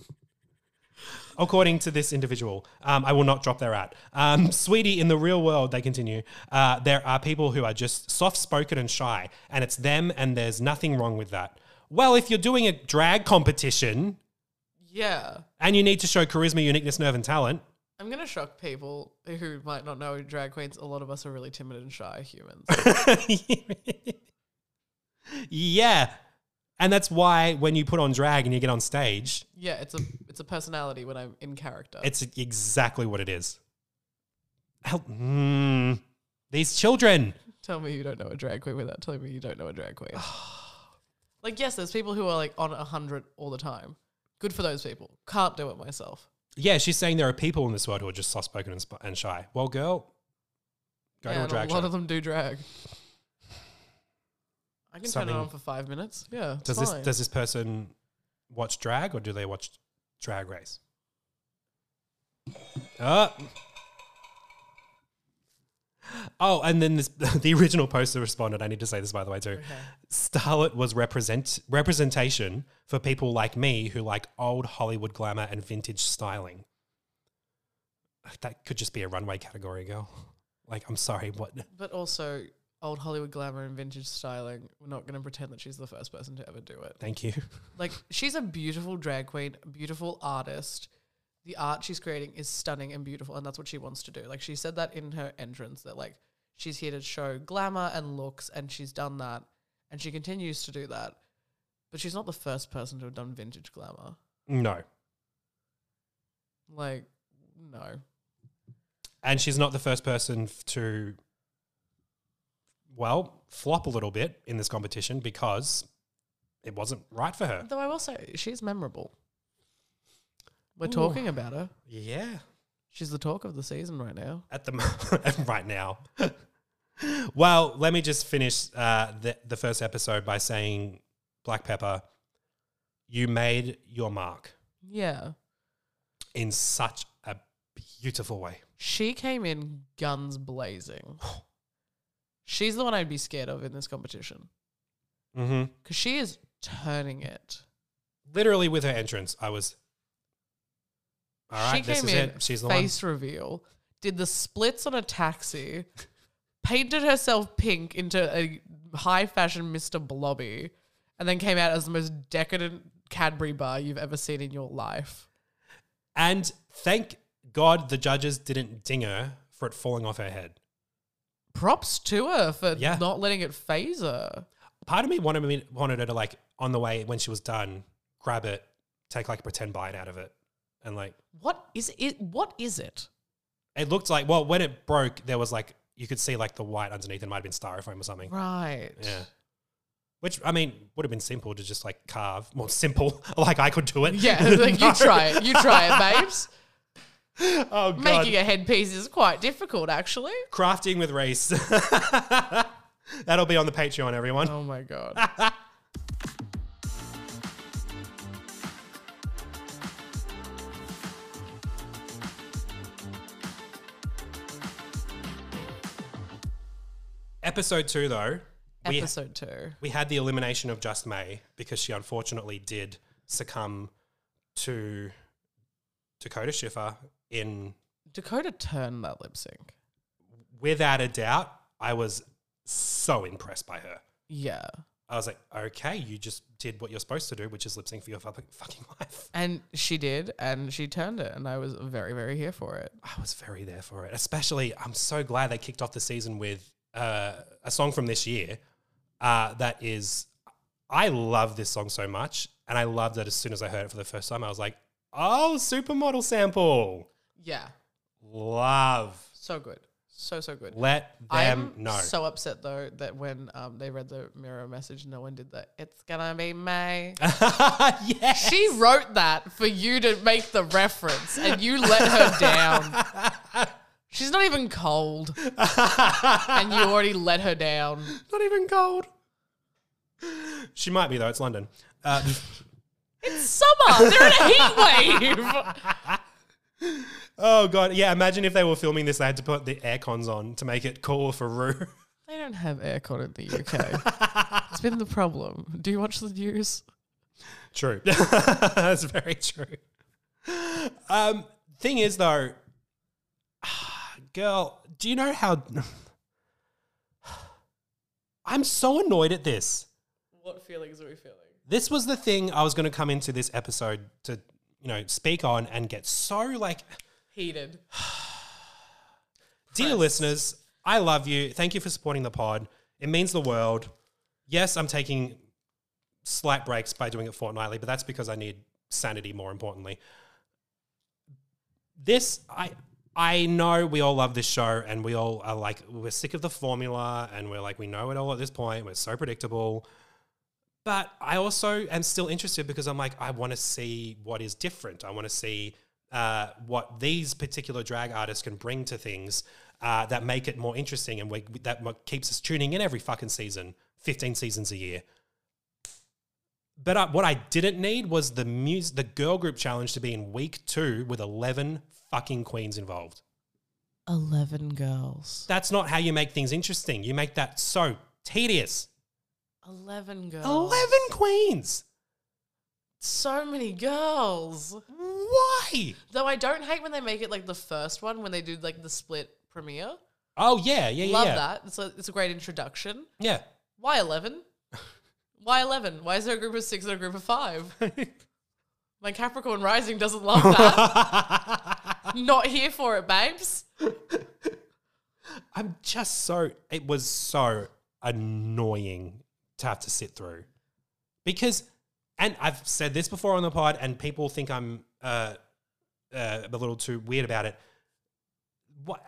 Speaker 1: According to this individual, um, I will not drop their ad. Um, sweetie, in the real world, they continue, uh, there are people who are just soft spoken and shy, and it's them, and there's nothing wrong with that. Well, if you're doing a drag competition
Speaker 2: Yeah.
Speaker 1: and you need to show charisma, uniqueness, nerve, and talent,
Speaker 2: I'm going to shock people who might not know drag queens. A lot of us are really timid and shy humans.
Speaker 1: yeah. And that's why when you put on drag and you get on stage,
Speaker 2: yeah, it's a it's a personality when I'm in character.
Speaker 1: It's exactly what it is. Help. Mm, these children.
Speaker 2: Tell me you don't know a drag queen without telling me you don't know a drag queen. like, yes, there's people who are like on a 100 all the time. Good for those people. Can't do it myself.
Speaker 1: Yeah, she's saying there are people in this world who are just soft spoken and, sp- and shy. Well, girl, go
Speaker 2: Yeah,
Speaker 1: to a
Speaker 2: and
Speaker 1: drag
Speaker 2: a lot
Speaker 1: show.
Speaker 2: of them do drag. I can
Speaker 1: Something-
Speaker 2: turn it on for five minutes. Yeah. it's
Speaker 1: does this
Speaker 2: fine.
Speaker 1: does this person watch drag or do they watch drag race? Uh. Oh, and then this, the original poster responded. I need to say this by the way too. Starlet was represent representation for people like me who like old Hollywood glamour and vintage styling. That could just be a runway category, girl. Like, I'm sorry, what?
Speaker 2: But also, old Hollywood glamour and vintage styling. We're not going to pretend that she's the first person to ever do it.
Speaker 1: Thank you.
Speaker 2: Like, she's a beautiful drag queen, a beautiful artist. the art she's creating is stunning and beautiful, and that's what she wants to do. Like she said that in her entrance that like she's here to show glamour and looks, and she's done that, and she continues to do that. But she's not the first person to have done vintage glamour.
Speaker 1: No.
Speaker 2: Like, no.
Speaker 1: And she's not the first person f- to, well, flop a little bit in this competition because it wasn't right for her.
Speaker 2: Though I will say she's memorable. We're talking about her.
Speaker 1: Yeah.
Speaker 2: She's the talk of the season right now.
Speaker 1: at the moment right now. well, let me just finish uh, the, the first episode by saying, Black Pepper, you made your mark
Speaker 2: Yeah.
Speaker 1: in such a beautiful way.
Speaker 2: She came in guns blazing. She's the one I'd be scared of in this competition
Speaker 1: Mm-hmm.
Speaker 2: because she is turning it.
Speaker 1: Literally with her entrance, I was. All right,
Speaker 2: she
Speaker 1: this
Speaker 2: came
Speaker 1: is
Speaker 2: in
Speaker 1: it. She's the one.
Speaker 2: face reveal, did the splits on a taxi, painted herself pink into a high fashion Mr. Blobby, and then came out as the most decadent Cadbury bar you've ever seen in your life.
Speaker 1: And thank God the judges didn't ding her for it falling off her head.
Speaker 2: Props to her for
Speaker 1: Yeah.
Speaker 2: not letting it phase her.
Speaker 1: Part of me wanted me wanted her to like on the way when she was done, grab it, take like a pretend bite out of it, and like
Speaker 2: What is it? What is it?
Speaker 1: It looked like well, when it broke, there was like you could see like the white underneath. It might have been styrofoam or something.
Speaker 2: Right.
Speaker 1: Yeah. Which I mean would have been simple to just like carve. More simple, like I could do it.
Speaker 2: Yeah, like you
Speaker 1: No.
Speaker 2: try it. You try it, babes.
Speaker 1: Oh god,
Speaker 2: Making a headpiece is quite difficult, actually.
Speaker 1: crafting with race. That'll be on the Patreon, everyone.
Speaker 2: Oh my god.
Speaker 1: Episode two, though, we
Speaker 2: Episode two.
Speaker 1: we had the elimination of Just May because she unfortunately did succumb to Dakota Schiffer in
Speaker 2: Dakota turned that lip sync.
Speaker 1: without a doubt, I was so impressed by her.
Speaker 2: Yeah.
Speaker 1: I was like, okay, you just did what you're supposed to do, which is lip sync for your fuck- fucking life.
Speaker 2: And she did, and she turned it, and I was very, very here for it.
Speaker 1: I was very there for it. Especially, I'm so glad they kicked off the season with uh, a song from this year uh, that is, I love this song so much. And I love that as soon as I heard it for the first time, I was like, oh, supermodel sample.
Speaker 2: Yeah.
Speaker 1: Love.
Speaker 2: So good. So, so good.
Speaker 1: Let them
Speaker 2: I'm
Speaker 1: know.
Speaker 2: so upset though that when um, they read the mirror message, no one did that. It's gonna be May.
Speaker 1: yeah.
Speaker 2: She wrote that for you to make the reference and you let her down. She's not even cold. and you already let her down.
Speaker 1: Not even cold. She might be, though. It's London. Uh,
Speaker 2: Summer, they're in a heat wave.
Speaker 1: Oh god, yeah. Imagine if they were filming this, they had to put the air cons on to make it cooler for Rue.
Speaker 2: They don't have aircon in the UK. it's been the problem. Do you watch the news?
Speaker 1: true, that's very true. Um, thing is though, girl, do you know how? I'm so annoyed at this.
Speaker 2: What feelings are we feeling?
Speaker 1: This was the thing I was going to come into this episode to, you know, speak on and get so like,
Speaker 2: Heated.
Speaker 1: dear listeners, I love you. Thank you for supporting the pod. It means the world. Yes, I'm taking slight breaks by doing it fortnightly, but that's because I need sanity more importantly. This I I know we all love this show and we all are like we're sick of the formula and we're like we know it all at this point. We're so predictable. But I also am still interested because I'm like I want to see what is different. I want to see uh, what these particular drag artists can bring to things uh, that make it more interesting and we, that what keeps us tuning in every fucking season, 15 seasons a year. But I, what I didn't need was the mus- the girl group challenge to be in week two with eleven fucking queens involved.
Speaker 2: 11 girls.
Speaker 1: That's not how you make things interesting. You make that so tedious.
Speaker 2: 11 girls.
Speaker 1: Eleven queens.
Speaker 2: So many girls.
Speaker 1: Why?
Speaker 2: Though I don't hate when they make it like the first one, when they do like the split premiere.
Speaker 1: Oh yeah, yeah, yeah.
Speaker 2: Love
Speaker 1: yeah.
Speaker 2: that. It's a, it's a great introduction.
Speaker 1: Yeah.
Speaker 2: Why 11? Why 11? Why is there a group of six and a group of five? My Capricorn rising doesn't love that. Not here for it, babes.
Speaker 1: I'm just so it was so annoying to have to sit through because, and I've said this before on the pod, and people think I'm uh, uh, a little too weird about it. What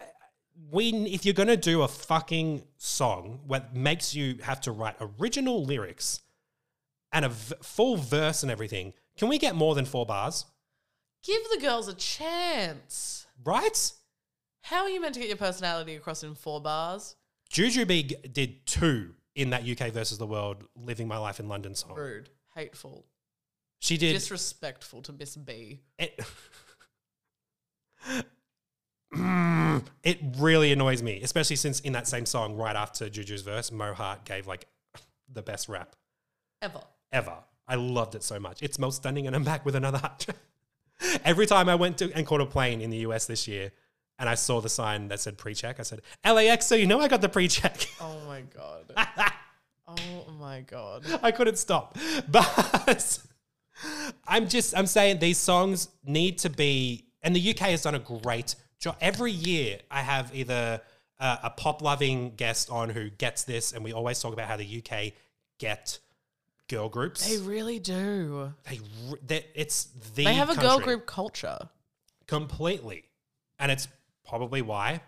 Speaker 1: we if you're gonna do a fucking song, what makes you have to write original lyrics and a v- full verse and everything? Can we get more than four bars,
Speaker 2: Give the girls a chance.
Speaker 1: right?
Speaker 2: How are you meant to get your personality across in four bars?
Speaker 1: Juju Big did two in that UK versus the world living my life in London song.
Speaker 2: Rude, hateful,
Speaker 1: She did
Speaker 2: disrespectful to Miss B.
Speaker 1: it. Mm, it really annoys me, especially since in that same song, right after Juju's verse, Mo Hart gave like the best rap
Speaker 2: Ever.
Speaker 1: ever. I loved it so much. It smells stunning, and I'm back with another hot track. Every time I went to and caught a plane in the US this year, and I saw the sign that said pre-check, I said LAX, so you know I got the pre-check.
Speaker 2: Oh my god. oh my god.
Speaker 1: I couldn't stop. But I'm just I'm saying these songs need to be and the UK has done a great job. Every year I have either uh, a pop loving guest on who gets this and we always talk about how the UK get girl groups.
Speaker 2: They really do.
Speaker 1: They, re- they it's the
Speaker 2: They have a girl
Speaker 1: country
Speaker 2: group culture.
Speaker 1: completely. And it's probably why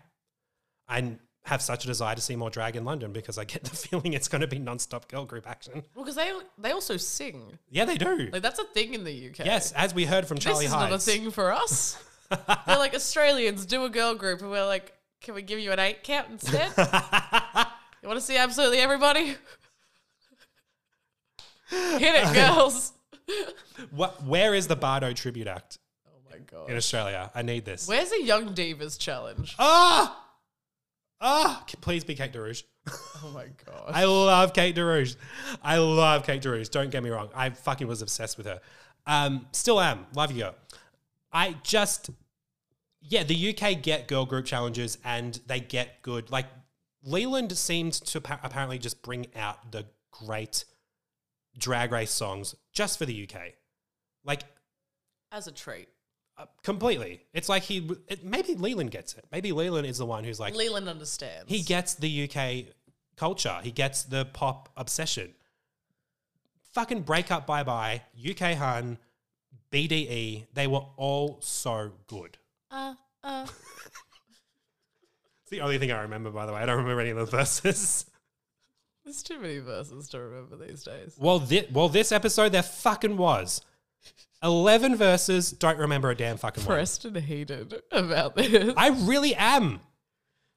Speaker 1: I have such a desire to see more drag in London because I get the feeling it's going to be non-stop girl group action.
Speaker 2: Well, because they they also sing.
Speaker 1: Yeah, they do.
Speaker 2: Like that's a thing in the UK.
Speaker 1: Yes, as we heard from
Speaker 2: This
Speaker 1: Charlie
Speaker 2: is not a
Speaker 1: Hides.
Speaker 2: thing for us. They're like Australians do a girl group, and we're like, can we give you an eight count instead? you want to see absolutely everybody? Hit it, girls!
Speaker 1: What, where is the Bardo Tribute Act
Speaker 2: Oh my
Speaker 1: in
Speaker 2: god.
Speaker 1: Australia? I need this.
Speaker 2: Where's the Young Divas challenge?
Speaker 1: Ah! Ah! C- Please be Kate DeRouge.
Speaker 2: Oh my god.
Speaker 1: I love Kate DeRouge. I love Kate DeRouge. Don't get me wrong. I fucking was obsessed with her. Um, still am. Love you. I just, yeah, the UK get girl group challenges and they get good. Like, Leland seemed to appa- apparently just bring out the great drag race songs just for the UK. Like,
Speaker 2: As a treat.
Speaker 1: Uh, completely. It's like he it, maybe Leland gets it. Maybe Leland is the one who's like
Speaker 2: Leland understands.
Speaker 1: he gets the UK culture. He gets the pop obsession. Fucking break up, bye bye. UK Hun, BDE. They were all so good.
Speaker 2: uh, uh.
Speaker 1: It's the only thing I remember, by the way. I don't remember any of the verses.
Speaker 2: There's too many verses to remember these days.
Speaker 1: Well, this, well, this episode there fucking was. 11 verses, don't remember a damn fucking one.
Speaker 2: Preston hated about this.
Speaker 1: I really am.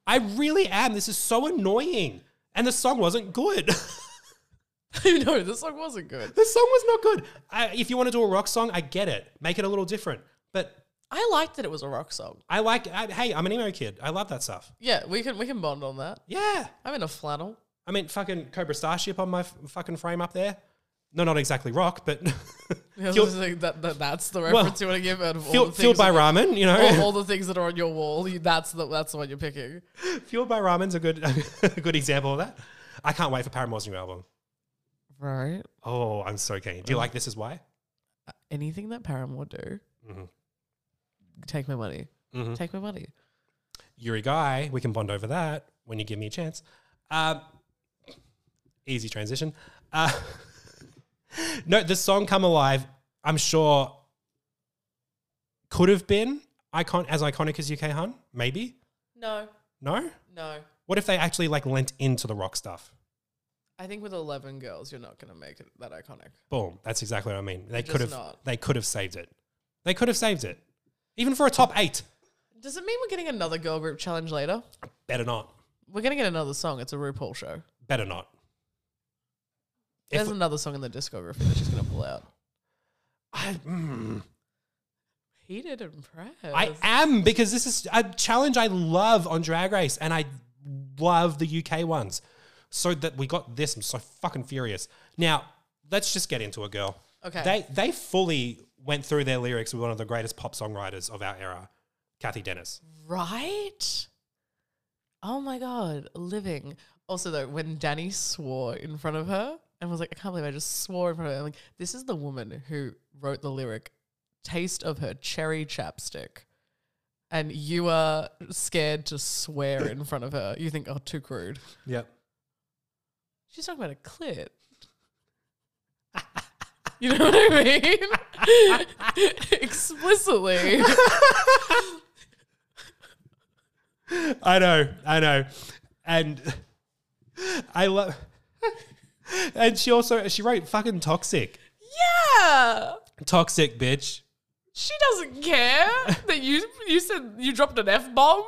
Speaker 1: I really am. This is so annoying. And the song wasn't good. the
Speaker 2: I know this song wasn't good.
Speaker 1: song was not good. I, if you want to do a rock song, I get it. Make it a little different. But
Speaker 2: I liked that it was a rock song.
Speaker 1: I like, I, hey, I'm an emo kid. I love that stuff.
Speaker 2: Yeah, we can we can bond on that.
Speaker 1: Yeah.
Speaker 2: I'm in a flannel.
Speaker 1: I mean, fucking Cobra Starship on my f- fucking frame up there. No, not exactly rock, but
Speaker 2: Yeah,
Speaker 1: Fuel-
Speaker 2: I was like, that, that, that's the
Speaker 1: Well,
Speaker 2: reference you want to give out of all
Speaker 1: fuel-
Speaker 2: the things
Speaker 1: fueled by
Speaker 2: that,
Speaker 1: ramen, you know?
Speaker 2: all, all the things that are on your wall. You, that's the that's the one you're picking.
Speaker 1: fueled by ramen's a good, a good example of that. I can't wait for Paramore's new album.
Speaker 2: Right.
Speaker 1: Oh, I'm so keen.
Speaker 2: Um,
Speaker 1: Do you like This Is Why?
Speaker 2: Anything that Paramore do,
Speaker 1: Mhm.
Speaker 2: take my money.
Speaker 1: Mm-hmm.
Speaker 2: Take my money.
Speaker 1: Yuri Guy, we can bond over that when you give me a chance. Um, easy transition. Uh, no, the song "Come Alive," I'm sure could have been icon as iconic as UK Hun. Maybe
Speaker 2: No,
Speaker 1: no.
Speaker 2: no.
Speaker 1: What if they actually like lent into the rock stuff?
Speaker 2: I think with eleven girls, you're not gonna make it that iconic.
Speaker 1: Boom. That's exactly what I mean. They
Speaker 2: Just
Speaker 1: could have.
Speaker 2: not.
Speaker 1: They could have saved it. They could have saved it, even for a top eight.
Speaker 2: Does it mean we're getting another girl group challenge later?
Speaker 1: Better not.
Speaker 2: We're gonna get another song. It's a RuPaul show.
Speaker 1: Better not. If
Speaker 2: There's
Speaker 1: we-
Speaker 2: another song in the discography that she's gonna pull out.
Speaker 1: I,
Speaker 2: hmm,
Speaker 1: mm.
Speaker 2: Heated and proud.
Speaker 1: I am because this is a challenge I love on Drag Race, and I love the UK ones. So that we got this, I'm so fucking furious. Now let's just get into it, girl.
Speaker 2: Okay.
Speaker 1: They they fully went through their lyrics with one of the greatest pop songwriters of our era, Kathy Dennis.
Speaker 2: Right? Oh my god, living. Also though, when Danny swore in front of her and was like, I can't believe I just swore in front of her. I'm like, this is the woman who wrote the lyric taste of her cherry chapstick. And you are scared to swear in front of her. You think, oh, too crude.
Speaker 1: Yep.
Speaker 2: She's talking about a clit. you know what I mean? Explicitly.
Speaker 3: I know, I know, and I love.
Speaker 1: And she also she wrote fucking toxic.
Speaker 2: Yeah.
Speaker 1: Toxic bitch.
Speaker 2: She doesn't care that you you said you dropped an F bomb.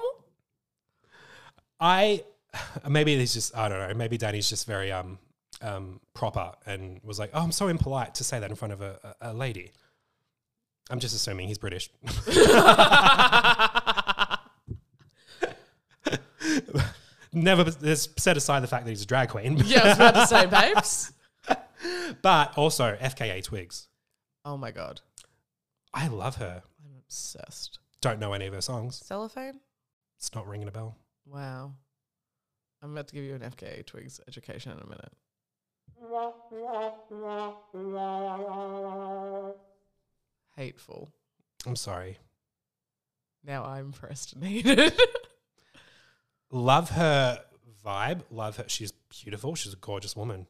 Speaker 1: I maybe it's just I don't know. Maybe Danny's just very um um proper and was like, oh, I'm so impolite to say that in front of a, a, a lady. I'm just assuming he's British. Never there's set aside the fact that he's a drag queen,
Speaker 2: Yeah, I was about to say, babes.
Speaker 1: but also FKA Twigs.
Speaker 2: Oh my god.
Speaker 1: I love her.
Speaker 2: I'm obsessed.
Speaker 1: Don't know any of her songs.
Speaker 2: Cellophane?
Speaker 1: It's not ringing a bell.
Speaker 2: Wow. I'm about to give you an FKA Twigs education in a minute. Hateful.
Speaker 1: I'm sorry.
Speaker 2: Now I'm procrastinated.
Speaker 1: love her vibe. Love her. She's beautiful. She's a gorgeous woman.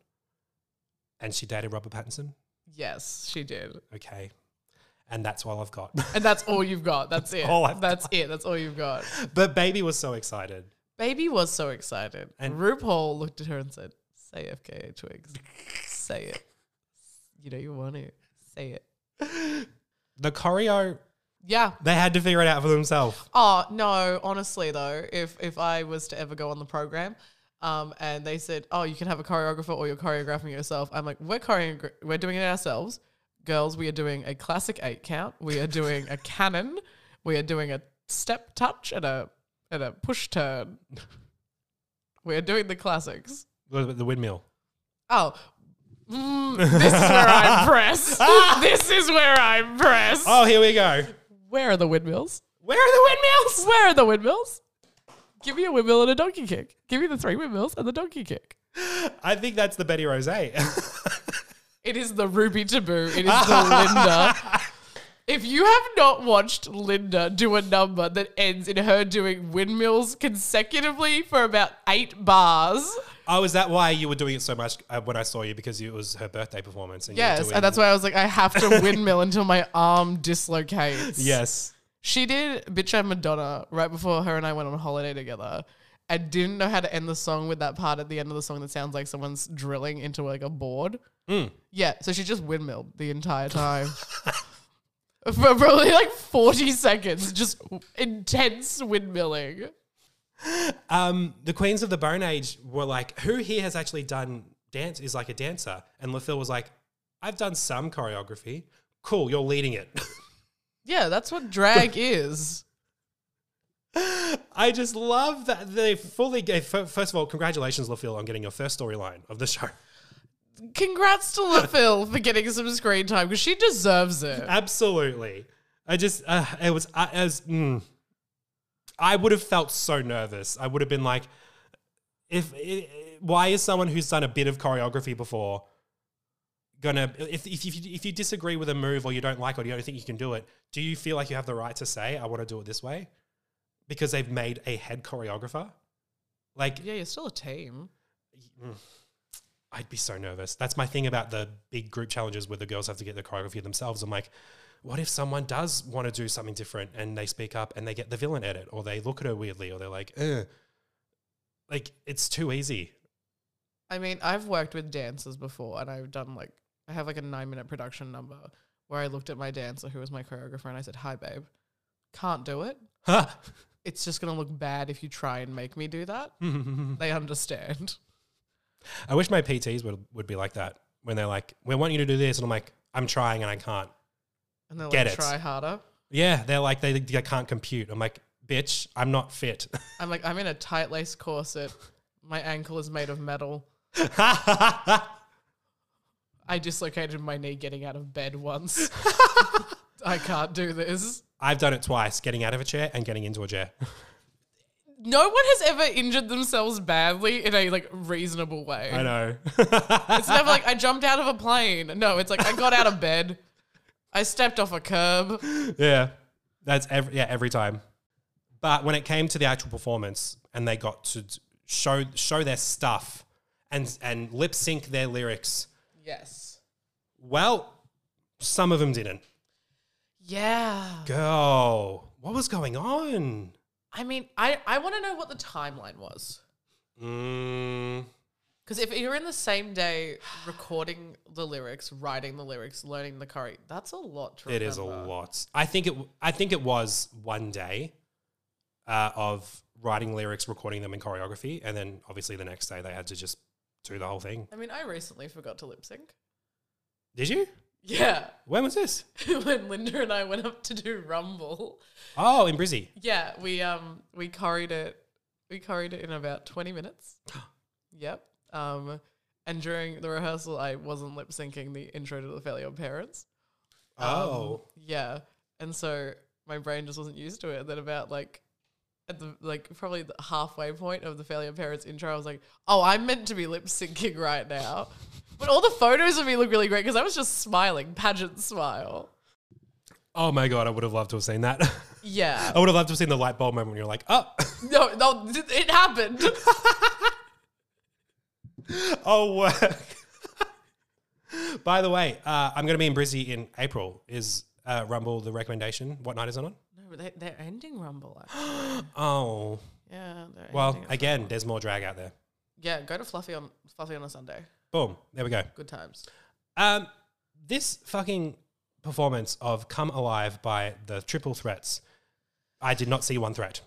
Speaker 1: And she dated Robert Pattinson.
Speaker 2: yes, she did.
Speaker 1: Okay. And that's all I've got.
Speaker 2: And that's all you've got. That's it.
Speaker 1: All I've
Speaker 2: that's it. That's all you've got.
Speaker 1: but baby was so excited.
Speaker 2: Baby was so excited.
Speaker 1: And-
Speaker 2: And RuPaul looked at her and said, Say FKA Twigs. Say it. You know you want to. Say it.
Speaker 1: The choreo,
Speaker 2: Yeah.
Speaker 1: they had to figure it out for themselves.
Speaker 2: Oh no, honestly though, if if I was to ever go on the program, um, and they said, "Oh, you can have a choreographer or you're choreographing yourself," I'm like, "We're choreogra- we're doing it ourselves, girls. We are doing a classic eight count. We are doing a cannon. We are doing a step touch and a and a push turn. We are doing the classics."
Speaker 1: The the windmill.
Speaker 2: Oh. Mm, this is where I'm pressed. this is where I'm pressed.
Speaker 1: Oh, here we go.
Speaker 2: Where are the windmills?
Speaker 1: Where are the windmills?
Speaker 2: Where are the windmills? Give me a windmill and a donkey kick. Give me the three windmills and the donkey kick.
Speaker 1: I think that's the Betty Rose. Oh,
Speaker 2: It is the Ruby Taboo. It is the Linda. If you have not watched Linda do a number that ends in her doing windmills consecutively for about eight bars,
Speaker 1: oh, is that why you were doing it so much uh, when I saw you? Because it was her birthday performance. And you were
Speaker 2: yes,
Speaker 1: doing-
Speaker 2: and that's why I was like, I have to windmill until my arm dislocates.
Speaker 1: Yes.
Speaker 2: She did Bitch and Madonna right before her and I went on holiday together and didn't know how to end the song with that part at the end of the song that sounds like someone's drilling into like a board. Yeah, so she just windmilled the entire time. For probably like 40 seconds, just intense windmilling.
Speaker 1: um, the Queens of the Bone Age were like, who here has actually done dance is like a dancer? And LaPhil was like, I've done some choreography. Cool, you're leading it.
Speaker 2: Yeah, that's what drag is.
Speaker 1: I just love that they fully gave. fir- First of all, congratulations, LaPhil, on getting your first storyline of the show.
Speaker 2: Congrats to LaPhil for getting some screen time because she deserves it.
Speaker 1: Absolutely. I just, uh, it was uh, as, mm, I would have felt so nervous. I would have been like, if, i why is someone who's done a bit of choreography before gonna, if, if, you, if you disagree with a move or you don't like it or you don't think you can do it, do you feel like you have the right to say, I want to do it this way? Because they've made a head choreographer? Like,
Speaker 2: Yeah, you're still a team.
Speaker 1: I'd be so nervous. That's my thing about the big group challenges where the girls have to get the choreography themselves. I'm like, what if someone does want to do something different and they speak up and they get the villain edit or they look at her weirdly or they're like, Ugh. like it's too easy.
Speaker 2: I mean, I've worked with dancers before and I've done like I have like a nine minute production number where I looked at my dancer who was my choreographer and I said, Hi babe, can't do it.
Speaker 1: Huh.
Speaker 2: It's just gonna look bad if you try and make me do that.
Speaker 1: Hmm.
Speaker 2: they understand.
Speaker 1: I wish my PTs would, would be like that when they're like, we want you to do this. And I'm like, I'm trying and I can't.
Speaker 2: And they'll
Speaker 1: Get
Speaker 2: like
Speaker 1: it.
Speaker 2: try harder.
Speaker 1: Yeah. They're like, they, they can't compute. I'm like, bitch, I'm not fit.
Speaker 2: I'm like, I'm in a tight lace corset. My ankle is made of metal. I dislocated my knee getting out of bed once. I can't do this.
Speaker 1: I've done it twice, getting out of a chair and getting into a chair.
Speaker 2: No one has ever injured themselves badly in a like reasonable way.
Speaker 1: I know.
Speaker 2: It's never like I jumped out of a plane. No, it's like I got out of bed. I stepped off a curb.
Speaker 1: Yeah. That's every yeah, every time. But when it came to the actual performance and they got to d- show show their stuff and and lip sync their lyrics,
Speaker 2: Yes.
Speaker 1: well, some of them didn't.
Speaker 2: Yeah.
Speaker 1: Girl, what was going on?
Speaker 2: I mean, I, I want to know what the timeline was.
Speaker 1: Mm,
Speaker 2: Because if you're in the same day recording the lyrics, writing the lyrics, learning the chore, that's a lot to
Speaker 1: it is a
Speaker 2: remember.
Speaker 1: lot. I think it w- I think it was one day uh, of writing lyrics, recording them in choreography, and then obviously the next day they had to just do the whole thing.
Speaker 2: I mean, I recently forgot to lip sync.
Speaker 1: Did you?
Speaker 2: Yeah.
Speaker 1: When was this?
Speaker 2: when Linda and I went up to do Rumble.
Speaker 1: Oh, in Brizzy.
Speaker 2: Yeah, we um we curried it we curried it in about twenty minutes. yep. Um and during the rehearsal I wasn't lip syncing the intro to the failure of parents. Um,
Speaker 1: Oh.
Speaker 2: Yeah. And so my brain just wasn't used to it. And then about like at the like probably the halfway point of the failure of parents intro, I was like, oh, I'm meant to be lip syncing right now. But all the photos of me look really great because I was just smiling, pageant smile.
Speaker 1: Oh my god, I would have loved to have seen that.
Speaker 2: Yeah.
Speaker 1: I would have loved to have seen the light bulb moment when you're like, oh,
Speaker 2: No, no, th- it happened.
Speaker 1: oh work. By the way, uh, I'm going to be in Brizzy in April. Is uh, Rumble the recommendation? What night is it on?
Speaker 2: no, but they, they're ending Rumble. actually.
Speaker 1: Oh,
Speaker 2: yeah. They're
Speaker 1: well,
Speaker 2: ending it.
Speaker 1: again, there's more drag out there.
Speaker 2: yeah. Go to Fluffy on Fluffy on a Sunday.
Speaker 1: Boom, there we go.
Speaker 2: Good times.
Speaker 1: Um, this fucking performance of "Come Alive" by the Triple Threats, I did not see one threat.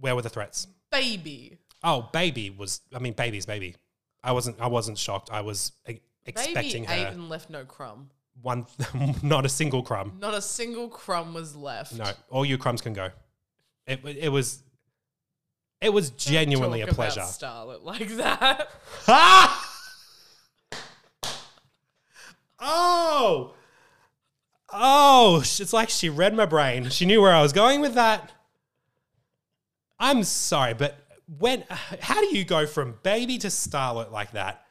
Speaker 1: Where were the threats?
Speaker 2: Baby,
Speaker 1: Oh, baby was. I mean, baby's baby. I wasn't. I wasn't shocked. I was e- expecting
Speaker 2: baby
Speaker 1: her
Speaker 2: ate and left no crumb.
Speaker 1: one, not a single crumb.
Speaker 2: Not a single crumb was left.
Speaker 1: No, all your crumbs can go. It. wa- It was. It was genuinely
Speaker 2: Talk
Speaker 1: a pleasure.
Speaker 2: About starlet like that.
Speaker 1: Ah! Oh. Oh, sh- it's like she read my brain. She knew where I was going with that. I'm sorry, but when how do you go from baby to starlet like that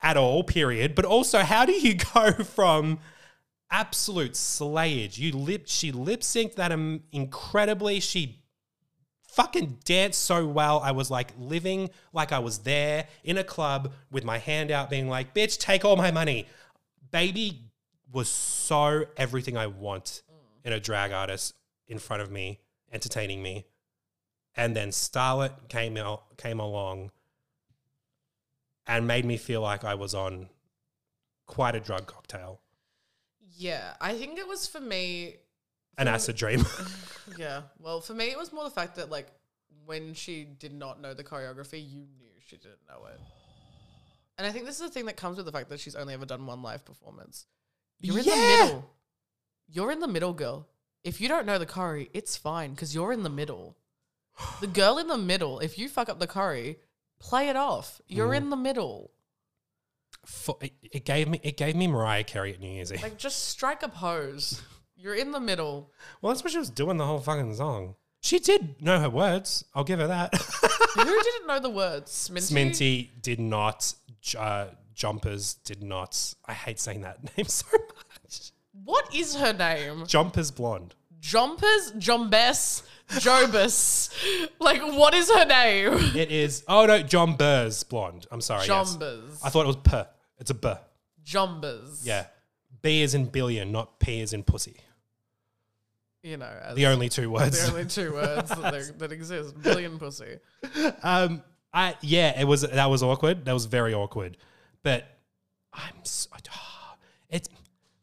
Speaker 1: at all, period? But also, how do you go from absolute slayage? You lip she lip synced that um, incredibly. She fucking danced so well. I was like living like I was there in a club with my hand out, being like, bitch, take all my money. Baby was so everything I want in a drag artist in front of me, entertaining me. And then Starlet came out, came along and made me feel like I was on quite a drug cocktail,
Speaker 2: Yeah, I think it was for me.
Speaker 1: an acid dream.
Speaker 2: Yeah, well, for me, it was more the fact that like when she did not know the choreography, you knew she didn't know it. And I think this is the thing that comes with the fact that she's only ever done one live performance. You're in
Speaker 1: Yeah.
Speaker 2: the middle. You're in the middle, girl. If you don't know the curry, it's fine because you're in the middle. The girl in the middle, if you fuck up the curry, play it off. You're
Speaker 1: Mm.
Speaker 2: in the middle.
Speaker 1: For, it, it gave me it gave me Mariah Carey at New Year's Eve.
Speaker 2: Like, just strike a pose. You're in the middle.
Speaker 1: Well, that's what she was doing the whole fucking song. She did know her words. I'll give her that.
Speaker 2: Who didn't know the words? Sminty?
Speaker 1: Sminty did not. J- Uh, Jumpers did not. I hate saying that name so much.
Speaker 2: What is her name?
Speaker 1: Jumpers blonde.
Speaker 2: Jumpers? Jombess? Jobus? like, what is her name?
Speaker 1: It is. Oh no, John Burr's blonde. I'm sorry. yes.
Speaker 2: Jombers.
Speaker 1: I thought it was per. It's a b.
Speaker 2: Jombers.
Speaker 1: Yeah. B is in billion, not P is in pussy.
Speaker 2: You know, as
Speaker 1: The only two words.
Speaker 2: the only two words that, there- that exist. Billion pussy.
Speaker 1: Um, I yeah, it was that was awkward. That was very awkward. But I'm so, it's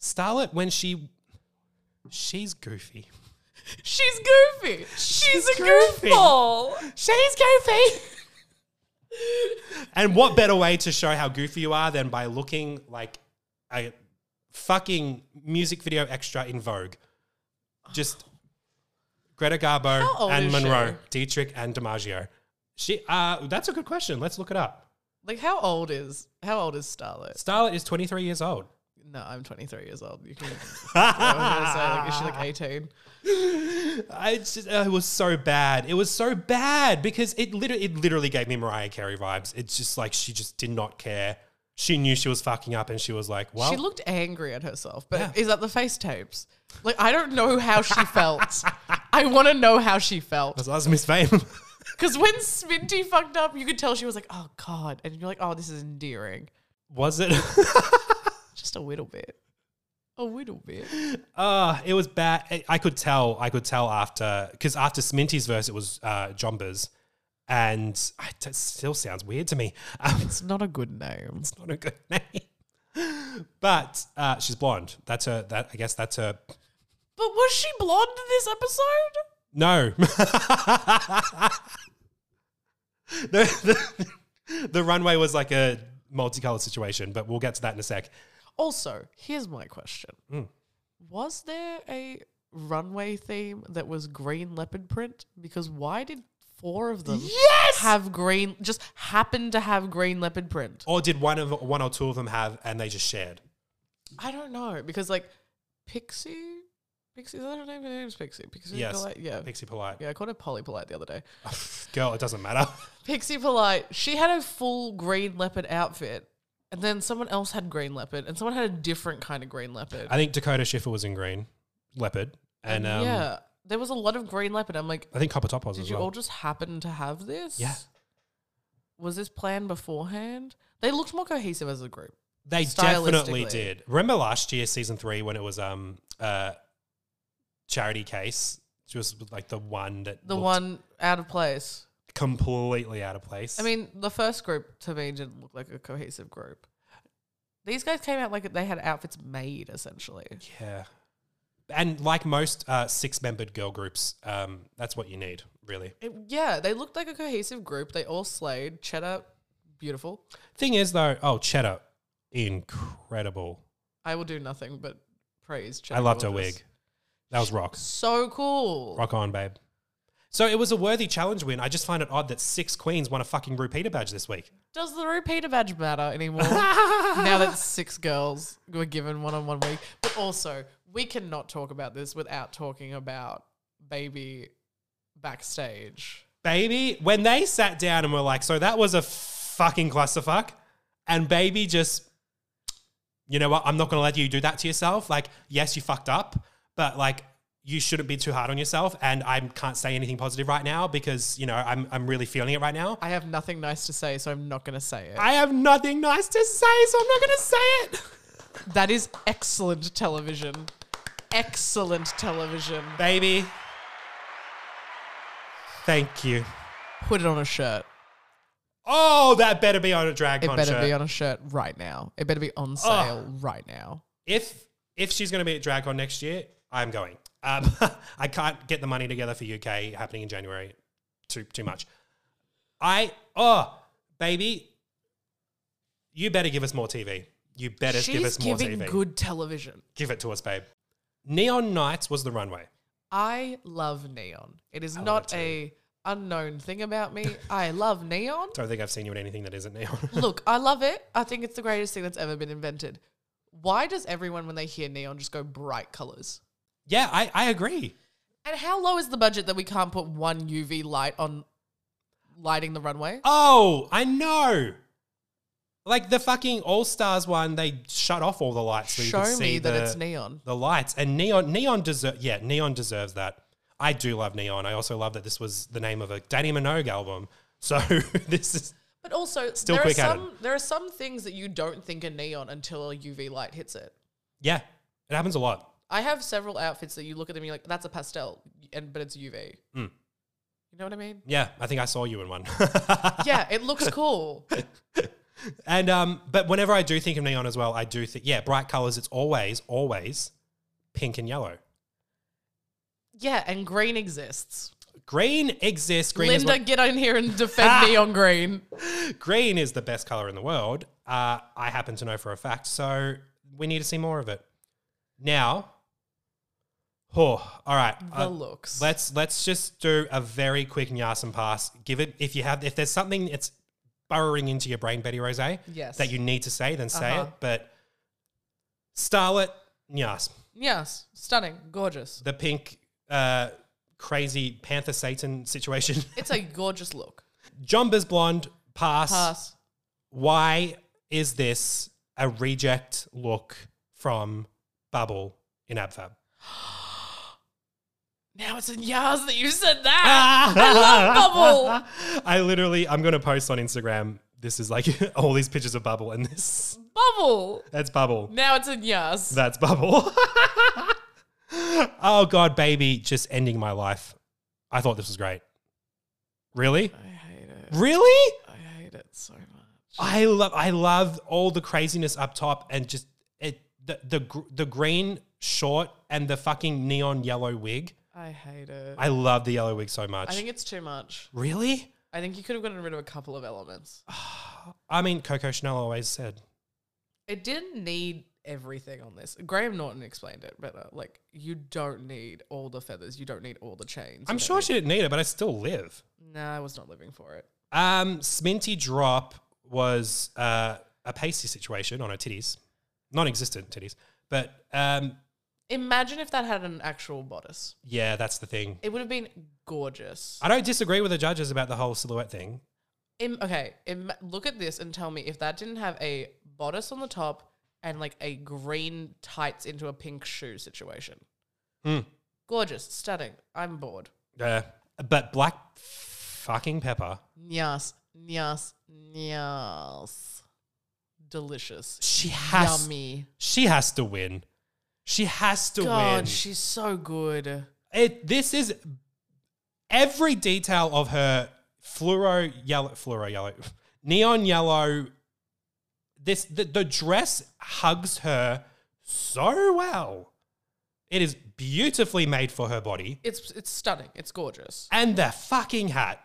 Speaker 1: Starlet when she she's goofy.
Speaker 2: She's goofy. She's, a
Speaker 1: goofy.
Speaker 2: goofball.
Speaker 1: She's goofy. and what better way to show how goofy you are than by looking like a fucking music video extra in Vogue? Just Greta Garbo
Speaker 2: How old
Speaker 1: and
Speaker 2: is she?
Speaker 1: Monroe, Dietrich and DiMaggio. She uh, that's a good question. Let's look it up.
Speaker 2: Like, how old is how old is Starlet?
Speaker 1: Starlet is 23 years old.
Speaker 2: No, I'm 23 years old. You can. I was gonna say, like, is she like 18?
Speaker 1: I just, uh, it was so bad. It was so bad because it literally, it literally gave me Mariah Carey vibes. It's just like she just did not care. she knew she was fucking up and she was like, well,
Speaker 2: she looked angry at herself, but
Speaker 1: Yeah.
Speaker 2: is that the face tapes? Like, I don't know how she felt. I want to know how she felt.
Speaker 1: that's Miss Fame.
Speaker 2: Because when Sminty fucked up, you could tell she was like, oh, God. And you're like, oh, this is endearing.
Speaker 1: was it?
Speaker 2: Just a little bit. A little bit.
Speaker 1: Uh, it was bad. I- I could tell. I could tell after because after Sminty's verse, it was uh, Jombers, and I, it still sounds weird to me. Um,
Speaker 2: It's not a good name.
Speaker 1: it's not a good name. But uh, she's blonde. That's her. That I guess that's her.
Speaker 2: But was she blonde in this episode?
Speaker 1: No. the, the, the runway was like a multicolored situation, but we'll get to that in a sec.
Speaker 2: Also, here's my question
Speaker 1: Hmm.
Speaker 2: Was there a runway theme that was green leopard print? Because why did four of them
Speaker 1: Yes!
Speaker 2: have green, just happen to have green leopard print?
Speaker 1: Or did one of one or two of them have, and they just shared?
Speaker 2: I don't know. Because, like, Pixie? Pixie, is that her name? Her name's Pixie. Pixie
Speaker 1: Yes.
Speaker 2: Polite? Yeah.
Speaker 1: Pixie polite.
Speaker 2: Yeah, I called her Polly Polite the other day.
Speaker 1: Girl, it doesn't matter.
Speaker 2: Pixie Polite, she had a full green leopard outfit, and then someone else had green leopard, and someone had a different kind of green leopard.
Speaker 1: I think Dakota Schiffer was in green, leopard, and um,
Speaker 2: yeah, there was a lot of green leopard. I'm like,
Speaker 1: I think Copper Top was
Speaker 2: did
Speaker 1: as
Speaker 2: you
Speaker 1: well.
Speaker 2: all just happen to have this?
Speaker 1: yeah,
Speaker 2: Was this planned beforehand? They looked more cohesive as a group.
Speaker 1: they definitely
Speaker 2: Stylistically.
Speaker 1: did. Remember last year, season three, when it was um uh charity case. She was like the one that
Speaker 2: The
Speaker 1: looked
Speaker 2: one out of place.
Speaker 1: completely out of place.
Speaker 2: I mean, the first group to me didn't look like a cohesive group. These guys came out like they had outfits made, essentially.
Speaker 1: yeah, and like most uh, six-membered girl groups, um, that's what you need, really.
Speaker 2: It- yeah, they looked like a cohesive group. They all slayed. Cheddar, beautiful.
Speaker 1: Thing is, though, oh Cheddar, incredible.
Speaker 2: I will do nothing but praise.
Speaker 1: I
Speaker 2: Cheddar
Speaker 1: loved her
Speaker 2: Gorgeous.
Speaker 1: wig. That was rock.
Speaker 2: So cool.
Speaker 1: Rock on, babe. So it was a worthy challenge win. I just find it odd that six queens won a fucking repeater badge this week.
Speaker 2: Does the repeater badge matter anymore? now that six girls were given one on one week, but also we cannot talk about this without talking about baby backstage.
Speaker 1: Baby, when they sat down and were like, so that was a fucking clusterfuck, and baby just, you know what, I'm not gonna let you do that to yourself. Like, yes, you fucked up, but like, you shouldn't be too hard on yourself. And I can't say anything positive right now because, you know, I'm, I'm really feeling it right now.
Speaker 2: I have nothing nice to say, so I'm not going to say it.
Speaker 1: I have nothing nice to say, so I'm not gonna say it.
Speaker 2: that is excellent television. Excellent television.
Speaker 1: Baby, thank you.
Speaker 2: Put it on a shirt.
Speaker 1: Oh, that better be on a drag
Speaker 2: It
Speaker 1: con
Speaker 2: better
Speaker 1: shirt.
Speaker 2: be on a shirt right now. It better be on sale right now.
Speaker 1: if if she's going to be at DragCon next year, I'm going. Um, I can't get the money together for UK happening in January. Too too much. I oh baby, you better give us more TV. You better give
Speaker 2: She's
Speaker 1: us more
Speaker 2: giving
Speaker 1: TV.
Speaker 2: good television.
Speaker 1: give it to us, babe. Neon Nights was the runway.
Speaker 2: I love neon. It is not a unknown thing about me. I love neon.
Speaker 1: Don't think I've seen you in anything that isn't neon.
Speaker 2: Look, I love it. I think it's the greatest thing that's ever been invented. Why does everyone when they hear neon just go bright colors?
Speaker 1: yeah, I, I agree.
Speaker 2: And how low is the budget that we can't put one UV light on lighting the runway?
Speaker 1: Oh, I know. Like the fucking All Stars one, they shut off all the lights. So you
Speaker 2: Show
Speaker 1: could see
Speaker 2: me that
Speaker 1: the-
Speaker 2: it's neon.
Speaker 1: the lights and neon neon deserve yeah neon deserves that i do love neon i also love that this was the name of a danny minogue album so this is
Speaker 2: But also,
Speaker 1: Still
Speaker 2: there, are
Speaker 1: quick at it.
Speaker 2: some, there are some things that you don't think are neon until a UV light hits it.
Speaker 1: yeah it happens a lot
Speaker 2: I have several outfits that you look at them and you're like, that's a pastel, and but it's UV.
Speaker 1: Mm.
Speaker 2: You know what I mean?
Speaker 1: yeah i think i saw you in one
Speaker 2: yeah, it looks cool.
Speaker 1: and um but whenever i do think of neon as well i do think yeah bright colors it's always always pink and yellow
Speaker 2: Yeah, and green exists.
Speaker 1: green exists green is
Speaker 2: Linda,
Speaker 1: what-
Speaker 2: get on here and defend neon green.
Speaker 1: green is the best color in the world. Uh, I happen to know for a fact. So we need to see more of it. Now, oh, all right.
Speaker 2: The looks.
Speaker 1: Let's let's just do a very quick nyas and pass. Give it if you have if there's something that's burrowing into your brain, Betty Rose,
Speaker 2: Yes.
Speaker 1: that you need to say, then say
Speaker 2: Uh-huh.
Speaker 1: it. But Starlet nyas,
Speaker 2: Yes, stunning, gorgeous.
Speaker 1: the pink. Uh, Crazy Panther Satan situation.
Speaker 2: It's a gorgeous look.
Speaker 1: Jumba's blonde pass.
Speaker 2: Pass.
Speaker 1: Why is this a reject look from Bubble in AbFab?
Speaker 2: Now it's in Yaz that you said
Speaker 1: Ah!
Speaker 2: that. I love Bubble.
Speaker 1: I literally, I'm going to post on Instagram. This is like all these pictures of Bubble, and this,
Speaker 2: Bubble.
Speaker 1: that's Bubble.
Speaker 2: Now it's in Yaz.
Speaker 1: That's Bubble. oh, God, baby, just ending my life. I thought this was great. Really?
Speaker 2: I hate it.
Speaker 1: Really?
Speaker 2: I hate it so much.
Speaker 1: I love I love all the craziness up top and just it the the gr- the green short and the fucking neon yellow wig.
Speaker 2: I hate it. I,
Speaker 1: I love the yellow wig so much.
Speaker 2: think it's too much.
Speaker 1: really?
Speaker 2: I think you could have gotten rid of a couple of elements.
Speaker 1: I mean, Coco Chanel always said,
Speaker 2: It didn't need everything on this. Graham Norton explained it better. Like you don't need all the feathers. You don't need all the chains.
Speaker 1: "I'm sure she didn't need it, but I still live."
Speaker 2: No, nah, I was not living for it.
Speaker 1: Um, Sminty Drop was uh, a pasty situation on her titties, non-existent titties, but um,
Speaker 2: Imagine if that had an actual bodice.
Speaker 1: yeah, that's the thing.
Speaker 2: It would have been gorgeous.
Speaker 1: I don't disagree with the judges about the whole silhouette thing.
Speaker 2: Im- okay, Im- look at this and tell me if that didn't have a bodice on the top and like a green tights into a pink shoe situation.
Speaker 1: Hmm.
Speaker 2: Gorgeous, stunning. I'm bored.
Speaker 1: Uh, but black fucking pepper.
Speaker 2: Nyas, nyas, nyas. Delicious.
Speaker 1: She has
Speaker 2: Yummy.
Speaker 1: she has to win. She has to
Speaker 2: God,
Speaker 1: win.
Speaker 2: she's so good.
Speaker 1: it, this is every detail of her fluoro yellow, fluoro yellow, neon yellow. This the, the dress hugs her so well. It is beautifully made for her body,
Speaker 2: It's it's stunning. It's gorgeous.
Speaker 1: and the fucking hat.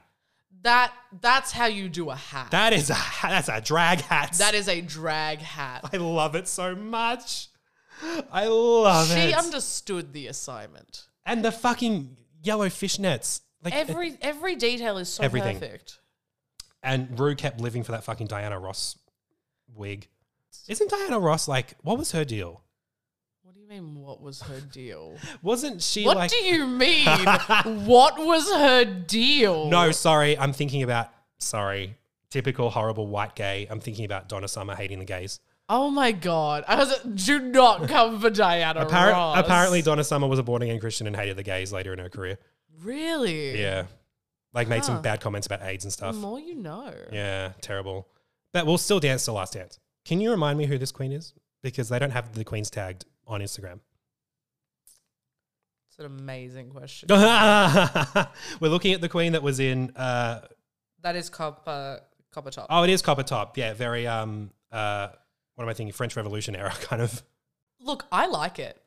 Speaker 2: That that's how you do a hat.
Speaker 1: That is a ha- that's a drag hat.
Speaker 2: that is a drag hat.
Speaker 1: I love it so much. I love it.
Speaker 2: She understood the assignment.
Speaker 1: and the fucking yellow fishnets. Like
Speaker 2: Every every detail is so
Speaker 1: Everything.
Speaker 2: perfect.
Speaker 1: and Rue kept living for that fucking Diana Ross wig. Isn't Diana Ross like what was her deal?
Speaker 2: What do you mean? What was her deal?
Speaker 1: Wasn't she
Speaker 2: what
Speaker 1: like
Speaker 2: do you mean? what was her deal?
Speaker 1: No, sorry, I'm thinking about sorry. Typical horrible white gay. I'm thinking about Donna Summer hating the gays.
Speaker 2: Oh my god! I was. Do not come for Diana
Speaker 1: Appar-
Speaker 2: Ross.
Speaker 1: Apparently, Donna Summer was a born again Christian and hated the gays later in her career.
Speaker 2: Really?
Speaker 1: Yeah, like made
Speaker 2: Huh.
Speaker 1: some bad comments about AIDS and
Speaker 2: The
Speaker 1: stuff.
Speaker 2: more you know.
Speaker 1: Yeah, terrible. But we'll still dance to Last Dance. Can you remind me who this queen is? Because they don't have the queens tagged on Instagram.
Speaker 2: It's an amazing question.
Speaker 1: We're looking at the queen that was in. Uh,
Speaker 2: That is copper copper top.
Speaker 1: oh, it is Copper Top. Yeah, very. Um, uh, what am I thinking? French Revolution era kind of.
Speaker 2: Look, I like it.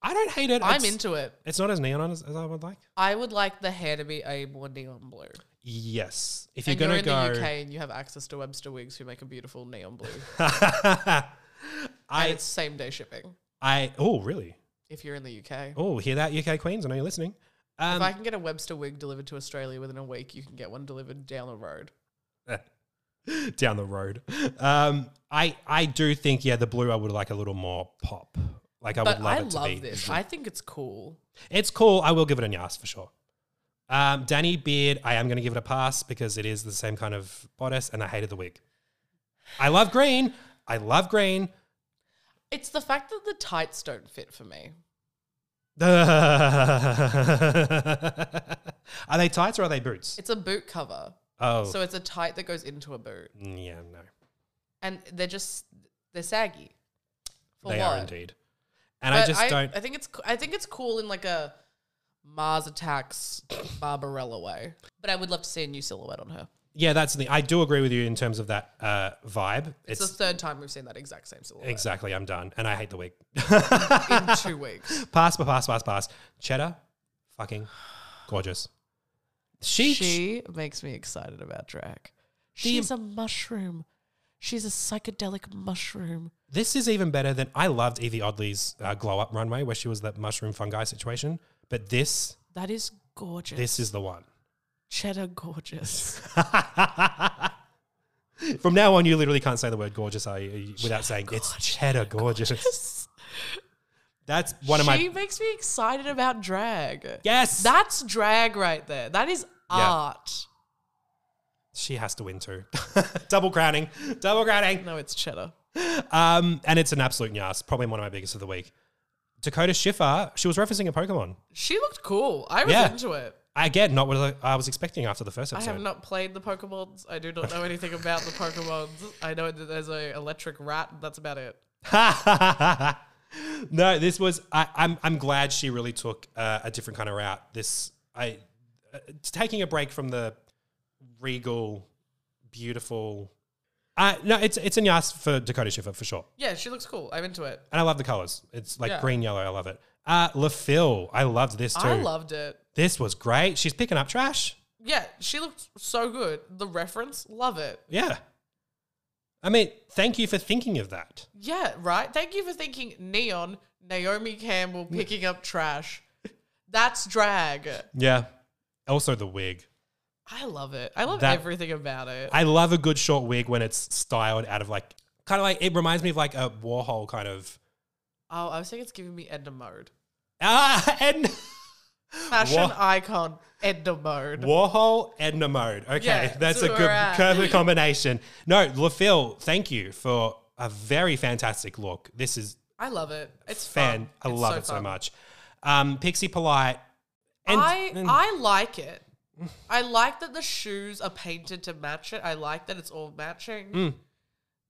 Speaker 1: I don't hate it.
Speaker 2: I'm
Speaker 1: It's-
Speaker 2: into it.
Speaker 1: It's not as neon as, as I would like.
Speaker 2: I would like the hair to be a more neon blue.
Speaker 1: Yes, if you're
Speaker 2: And
Speaker 1: gonna
Speaker 2: you're in
Speaker 1: go.
Speaker 2: the UK and you have access to Webster wigs who make a beautiful neon blue. and
Speaker 1: I
Speaker 2: it's same day shipping
Speaker 1: I oh really
Speaker 2: if you're in the UK.
Speaker 1: oh hear that UK queens I know you're listening.
Speaker 2: if
Speaker 1: Um,
Speaker 2: I can get a Webster wig delivered to Australia within a week, you can get one delivered down the road.
Speaker 1: down the road. Um, I I do think yeah, the blue I would like a little more pop. Like I
Speaker 2: but
Speaker 1: would love
Speaker 2: I
Speaker 1: it to
Speaker 2: love
Speaker 1: be.
Speaker 2: this. I think it's cool.
Speaker 1: It's cool. I will give it a yes for sure. Um, Danny Beard, I am going to give it a pass because it is the same kind of bodice, and I hated the wig. I love green. I love green.
Speaker 2: It's the fact that the tights don't fit for me.
Speaker 1: are they tights or are they boots?
Speaker 2: It's a boot cover.
Speaker 1: Oh,
Speaker 2: So it's a tight that goes into a boot.
Speaker 1: yeah, no,
Speaker 2: And they're just they're saggy. For
Speaker 1: they
Speaker 2: what?
Speaker 1: are indeed. And I
Speaker 2: But
Speaker 1: just don't.
Speaker 2: I think it's co- I think it's cool in like a Mars attacks Barbarella way. But I would love to see a new silhouette on her.
Speaker 1: yeah, that's the thing. I do agree with you in terms of that uh, vibe.
Speaker 2: It's,
Speaker 1: It's,
Speaker 2: the third time we've seen that exact same silhouette
Speaker 1: exactly. I'm done, and I hate the wig.
Speaker 2: in two weeks.
Speaker 1: pass, but pass, pass, pass. Cheddar, fucking gorgeous. She,
Speaker 2: She makes me excited about drag. She's a mushroom. She's a psychedelic mushroom.
Speaker 1: this is even better than I loved Evie Oddly's uh, glow up runway where she was that mushroom fungi situation. But this,
Speaker 2: That is gorgeous.
Speaker 1: this is the one.
Speaker 2: cheddar gorgeous.
Speaker 1: From now on, you literally can't say the word gorgeous are you, without saying it's cheddar gorgeous. That's one of
Speaker 2: she
Speaker 1: my
Speaker 2: makes me excited about drag.
Speaker 1: yes.
Speaker 2: That's drag right there. That is art.
Speaker 1: She has to win too. double crowning, double crowning.
Speaker 2: No, it's cheddar.
Speaker 1: Um, and it's an absolute nyas. Probably one of my biggest of the week. Dakota Schiffer, she was referencing a Pokemon.
Speaker 2: She looked cool. I was
Speaker 1: Yeah.
Speaker 2: into it.
Speaker 1: Again, not what I- I was expecting after the first
Speaker 2: I
Speaker 1: episode.
Speaker 2: have not played the Pokemons. I do not know anything about the Pokemons. I know that there's a electric rat. That's about it.
Speaker 1: no, this was. I, I'm I'm glad she really took uh, a different kind of route. This I uh, taking a break from the regal, beautiful. Uh, no, it's it's a yes for Dakota Schiffer for sure,
Speaker 2: Yeah, she looks cool. I'm into it.
Speaker 1: and I love the colors. It's like
Speaker 2: Yeah.
Speaker 1: green, yellow. I love it. Uh, LaPhil, I loved this too.
Speaker 2: I loved it.
Speaker 1: this was great. She's picking up trash.
Speaker 2: Yeah, she looked so good. The reference, love it.
Speaker 1: Yeah, I mean, thank you for thinking of that.
Speaker 2: Yeah, right. Thank you for thinking neon Naomi Campbell picking up trash. That's drag.
Speaker 1: Yeah. Also, the wig.
Speaker 2: I love it. I love
Speaker 1: That-
Speaker 2: everything about it.
Speaker 1: I love a good short wig when it's styled out of like kind of like it reminds me of like a Warhol kind of
Speaker 2: oh, I was thinking it's giving me Edna mode.
Speaker 1: ah and
Speaker 2: Fashion
Speaker 1: Wha-
Speaker 2: icon Edna mode.
Speaker 1: Warhol Edna mode. Okay,
Speaker 2: Yeah, that's
Speaker 1: that's a
Speaker 2: where
Speaker 1: good
Speaker 2: we're uh, at.
Speaker 1: perfect combination. No, LaPhil, thank you for a very fantastic look. This is
Speaker 2: I love it. It's
Speaker 1: fan.
Speaker 2: fun.
Speaker 1: I
Speaker 2: It's
Speaker 1: love it so
Speaker 2: fun.
Speaker 1: much. Um, Pixie Polite. And,
Speaker 2: I
Speaker 1: and-
Speaker 2: I like it. I like that the shoes are painted to match it. I like that it's all matching.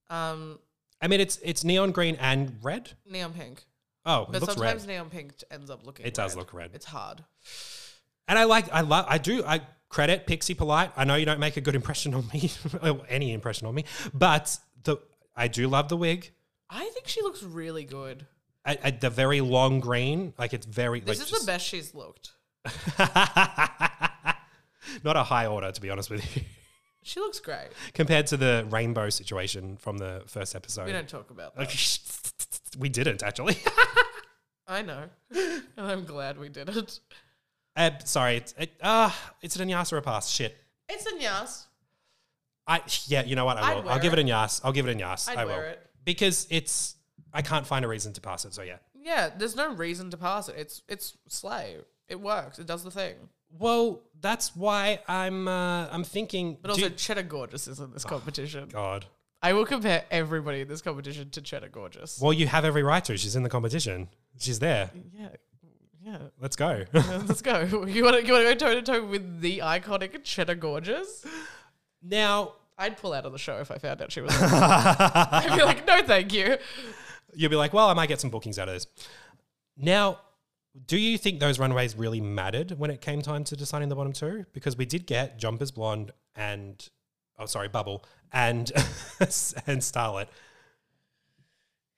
Speaker 1: Hmm.
Speaker 2: Um,
Speaker 1: I mean, it's it's neon green and red.
Speaker 2: neon pink,
Speaker 1: Oh, it
Speaker 2: but
Speaker 1: looks red.
Speaker 2: sometimes neon pink t- ends up looking.
Speaker 1: It does
Speaker 2: red.
Speaker 1: look red.
Speaker 2: It's hard.
Speaker 1: And I like, I love, I do, I credit Pixie Polite. I know you don't make a good impression on me, or any impression on me, but the I do love the wig.
Speaker 2: I think she looks really good.
Speaker 1: I, I, the very long green, like it's very.
Speaker 2: This
Speaker 1: like
Speaker 2: is the best she's looked.
Speaker 1: best. not a high order, to be honest with you,
Speaker 2: She looks great.
Speaker 1: compared to the rainbow situation from the first episode.
Speaker 2: We don't talk about that.
Speaker 1: Like, we didn't actually.
Speaker 2: I know, and I'm glad we did it.
Speaker 1: uh, sorry, it's it, uh, it's an Anyas or a pass. Shit.
Speaker 2: It's a yes.
Speaker 1: I yeah, you know what? I
Speaker 2: I'd
Speaker 1: will.
Speaker 2: wear
Speaker 1: I'll give it,
Speaker 2: it.
Speaker 1: a yes. I'll give it a yes.
Speaker 2: I'd
Speaker 1: I will
Speaker 2: wear it.
Speaker 1: because it's. I can't find a reason to pass it. So yeah.
Speaker 2: Yeah, there's no reason to pass it. It's it's slay. It works. It does the thing.
Speaker 1: Well, that's why I'm. Uh, I'm thinking.
Speaker 2: But also,
Speaker 1: do- Oh,
Speaker 2: Cheddar Gorgeous is in this competition.
Speaker 1: God.
Speaker 2: I will compare everybody in this competition to Cheddar Gorgeous.
Speaker 1: Well, you have every right to. She's in the competition. She's there.
Speaker 2: Yeah. Yeah.
Speaker 1: Let's go.
Speaker 2: Let's go. You want to you wanna go toe to toe with the iconic Cheddar Gorgeous?
Speaker 1: now
Speaker 2: I'd pull out of the show if I found out she was. on. I'd be like, no, thank you.
Speaker 1: you'll be like, well, I might get some bookings out of this. Now, do you think those runways really mattered when it came time to deciding the bottom two? Because we did get Jumpers Blonde and oh, sorry, Bubble and and Starlet.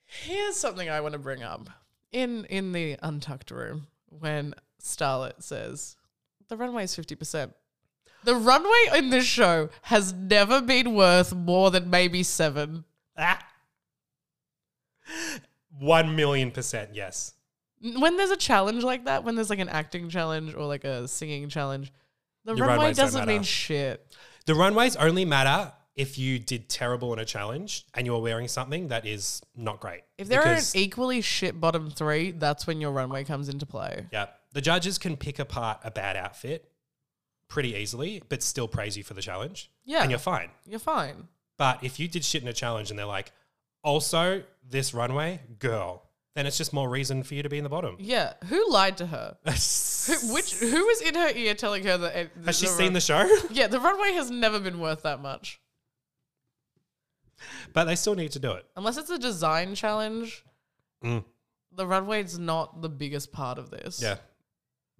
Speaker 2: Here's something I want to bring up in in the untucked room when Starlet says the runway is fifty percent. The runway in this show has never been worth more than maybe seven.
Speaker 1: Ah. One million percent, yes.
Speaker 2: when there's a challenge like that, when there's like an acting challenge or like a singing challenge, the
Speaker 1: Your
Speaker 2: runway
Speaker 1: runways don't
Speaker 2: doesn't mean
Speaker 1: matter.
Speaker 2: shit.
Speaker 1: The runways only matter if you did terrible in a challenge and you're wearing something that is not great.
Speaker 2: If there e- are an
Speaker 1: Because-
Speaker 2: equally shit bottom three, that's when your runway comes into play.
Speaker 1: Yeah. The judges can pick apart a bad outfit pretty easily, but still praise you for the challenge.
Speaker 2: Yeah.
Speaker 1: And you're fine.
Speaker 2: You're fine.
Speaker 1: But if you did shit in a challenge and they're like, also this runway, girl, then it's just more reason for you to be in the bottom.
Speaker 2: Yeah. Who lied to her?
Speaker 1: Has
Speaker 2: Who, which who was in her ear telling her that? Has
Speaker 1: she seen the show?
Speaker 2: Yeah, the runway has never been worth that much,
Speaker 1: but they still need to do it.
Speaker 2: unless it's a design challenge.
Speaker 1: Mm.
Speaker 2: The runway is not the biggest part of this.
Speaker 1: Yeah.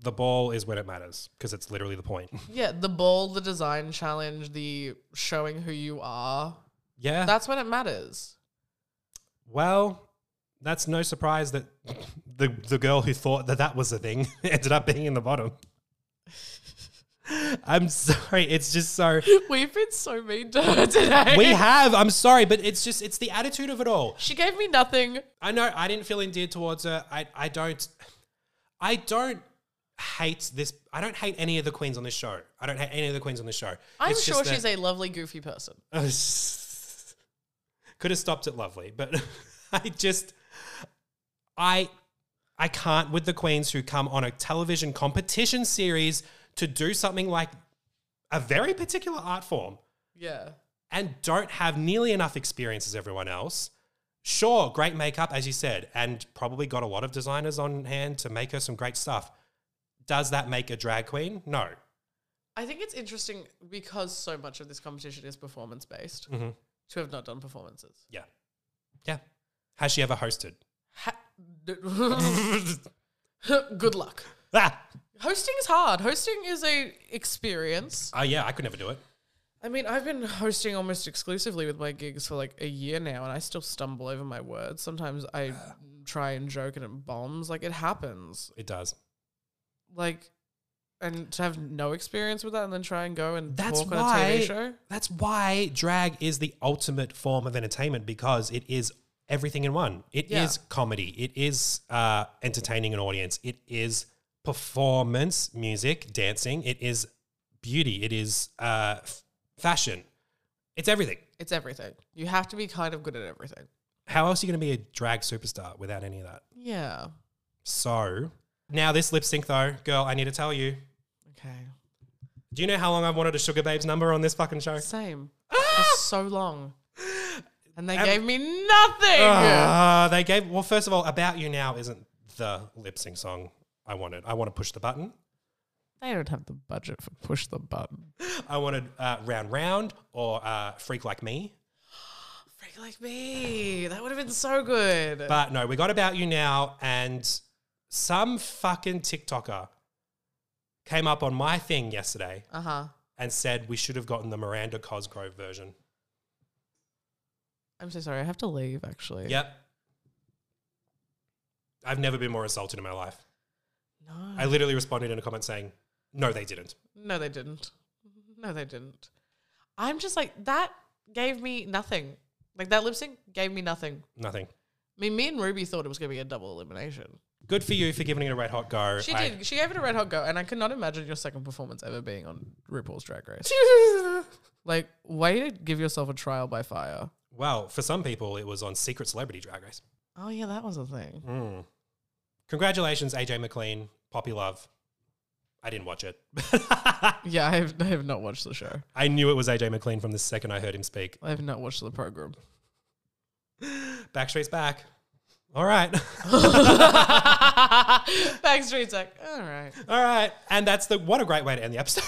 Speaker 1: The ball is when it matters because it's literally the point.
Speaker 2: Yeah. The ball, the design challenge, the showing who you are.
Speaker 1: yeah.
Speaker 2: That's when it matters.
Speaker 1: well, that's no surprise that the, the girl who thought that that was the thing ended up being in the bottom. I'm sorry. It's just so.
Speaker 2: We've been so mean to her today.
Speaker 1: We have. I'm sorry, but it's just it's the attitude of it all.
Speaker 2: she gave me nothing.
Speaker 1: I know I didn't feel endeared towards her. I I don't I don't hate this. I don't hate any of the queens on this show. I don't hate any of the queens on this show.
Speaker 2: I'm
Speaker 1: It's
Speaker 2: sure
Speaker 1: just
Speaker 2: she's
Speaker 1: that-
Speaker 2: a lovely, goofy person.
Speaker 1: could have stopped it lovely, but I just I I can't with the queens who come on a television competition series to do something like a very particular art form.
Speaker 2: Yeah.
Speaker 1: and don't have nearly enough experience as everyone else. Sure, great makeup, as you said, and probably got a lot of designers on hand to make her some great stuff. Does that make a drag queen? No.
Speaker 2: I think it's interesting because so much of this competition is performance based
Speaker 1: Mhm.
Speaker 2: to have not done performances.
Speaker 1: Yeah. Yeah. Has she ever hosted?
Speaker 2: Ha- Good luck.
Speaker 1: Ah!
Speaker 2: Hosting is hard. Hosting is a experience.
Speaker 1: Oh, yeah, I could never do it.
Speaker 2: I mean, I've been hosting almost exclusively with my gigs for like a year now, and I still stumble over my words. Sometimes I try and joke and it bombs. Like it happens.
Speaker 1: It does.
Speaker 2: Like, and to have no experience with that, and then try and go and
Speaker 1: That's
Speaker 2: talk on a
Speaker 1: why.
Speaker 2: TV show.
Speaker 1: That's why drag is the ultimate form of entertainment because it is everything in one. It is
Speaker 2: Yeah.
Speaker 1: comedy. It is uh, entertaining an audience. It is performance, music, dancing. It is beauty. It is uh, f- fashion. It's everything.
Speaker 2: It's everything. You have to be kind of good at everything.
Speaker 1: How else are you going to be a drag superstar without any of that?
Speaker 2: Yeah.
Speaker 1: So now this lip sync though, girl, I need to tell you.
Speaker 2: Okay.
Speaker 1: Do you know how long I've wanted a Sugar Babes number on this fucking show?
Speaker 2: Same. For so long. And they gave me nothing.
Speaker 1: Ah, they gave well. First of all, "About You Now" isn't the lip sync song I wanted. I want to push the button.
Speaker 2: they don't have the budget for push the button.
Speaker 1: I wanted uh, "Round Round" or uh, "Freak Like Me."
Speaker 2: Freak like me. That would have been so good.
Speaker 1: But no, we got "About You Now," and some fucking TikToker came up on my thing yesterday
Speaker 2: uh huh.
Speaker 1: and said we should have gotten the Miranda Cosgrove version.
Speaker 2: I'm so sorry. I have to leave actually.
Speaker 1: Yep. I've never been more insulted in my life.
Speaker 2: No.
Speaker 1: I literally responded in a comment saying, "No, they didn't."
Speaker 2: no, they didn't. No, they didn't. I'm just like, that gave me nothing. Like that lip sync gave me nothing.
Speaker 1: Nothing.
Speaker 2: I mean, me and Ruby thought it was going to be a double elimination.
Speaker 1: Good for you for giving it a red hot go.
Speaker 2: She
Speaker 1: I-
Speaker 2: did. She gave it a red hot go, and I could not imagine your second performance ever being on RuPaul's Drag Race. like, way to give yourself a trial by fire.
Speaker 1: Well, for some people, it was on Secret Celebrity Drag Race.
Speaker 2: Oh yeah, that was a thing.
Speaker 1: Congratulations, AJ McLean, Poppy Love. I didn't watch it.
Speaker 2: Yeah, I have, I have not watched the show.
Speaker 1: I knew it was AJ McLean from the second I heard him speak.
Speaker 2: I have not watched the program.
Speaker 1: Backstreet's back. All right.
Speaker 2: Backstreet's like, all right.
Speaker 1: All right. And that's the what a great way to end the episode.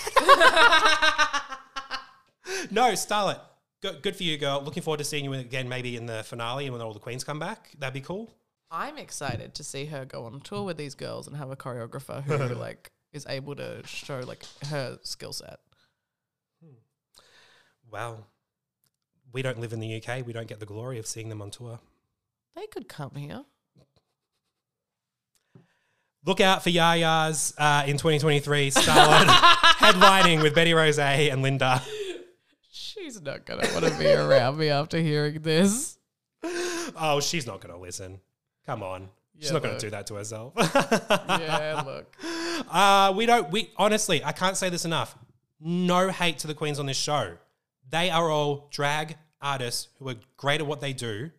Speaker 1: no, Starlet. Good, good for you, girl. Looking forward to seeing you again, maybe in the finale and when all the queens come back. That'd be cool.
Speaker 2: I'm excited to see her go on tour with these girls and have a choreographer who like is able to show like her skill set.
Speaker 1: Well, we don't live in the UK. We don't get the glory of seeing them on tour.
Speaker 2: They could come here.
Speaker 1: Look out for Yaya's uh, in 2023, Starlord headlining with Betty Rose and Linda.
Speaker 2: She's not gonna want to be around me after hearing this.
Speaker 1: Oh, she's not going to listen. Come on. she's
Speaker 2: Yeah,
Speaker 1: not going
Speaker 2: look.
Speaker 1: to do that to herself.
Speaker 2: Yeah, look.
Speaker 1: uh, we don't, we honestly, I can't say this enough. No hate to the queens on this show. They are all drag artists who are great at what they do.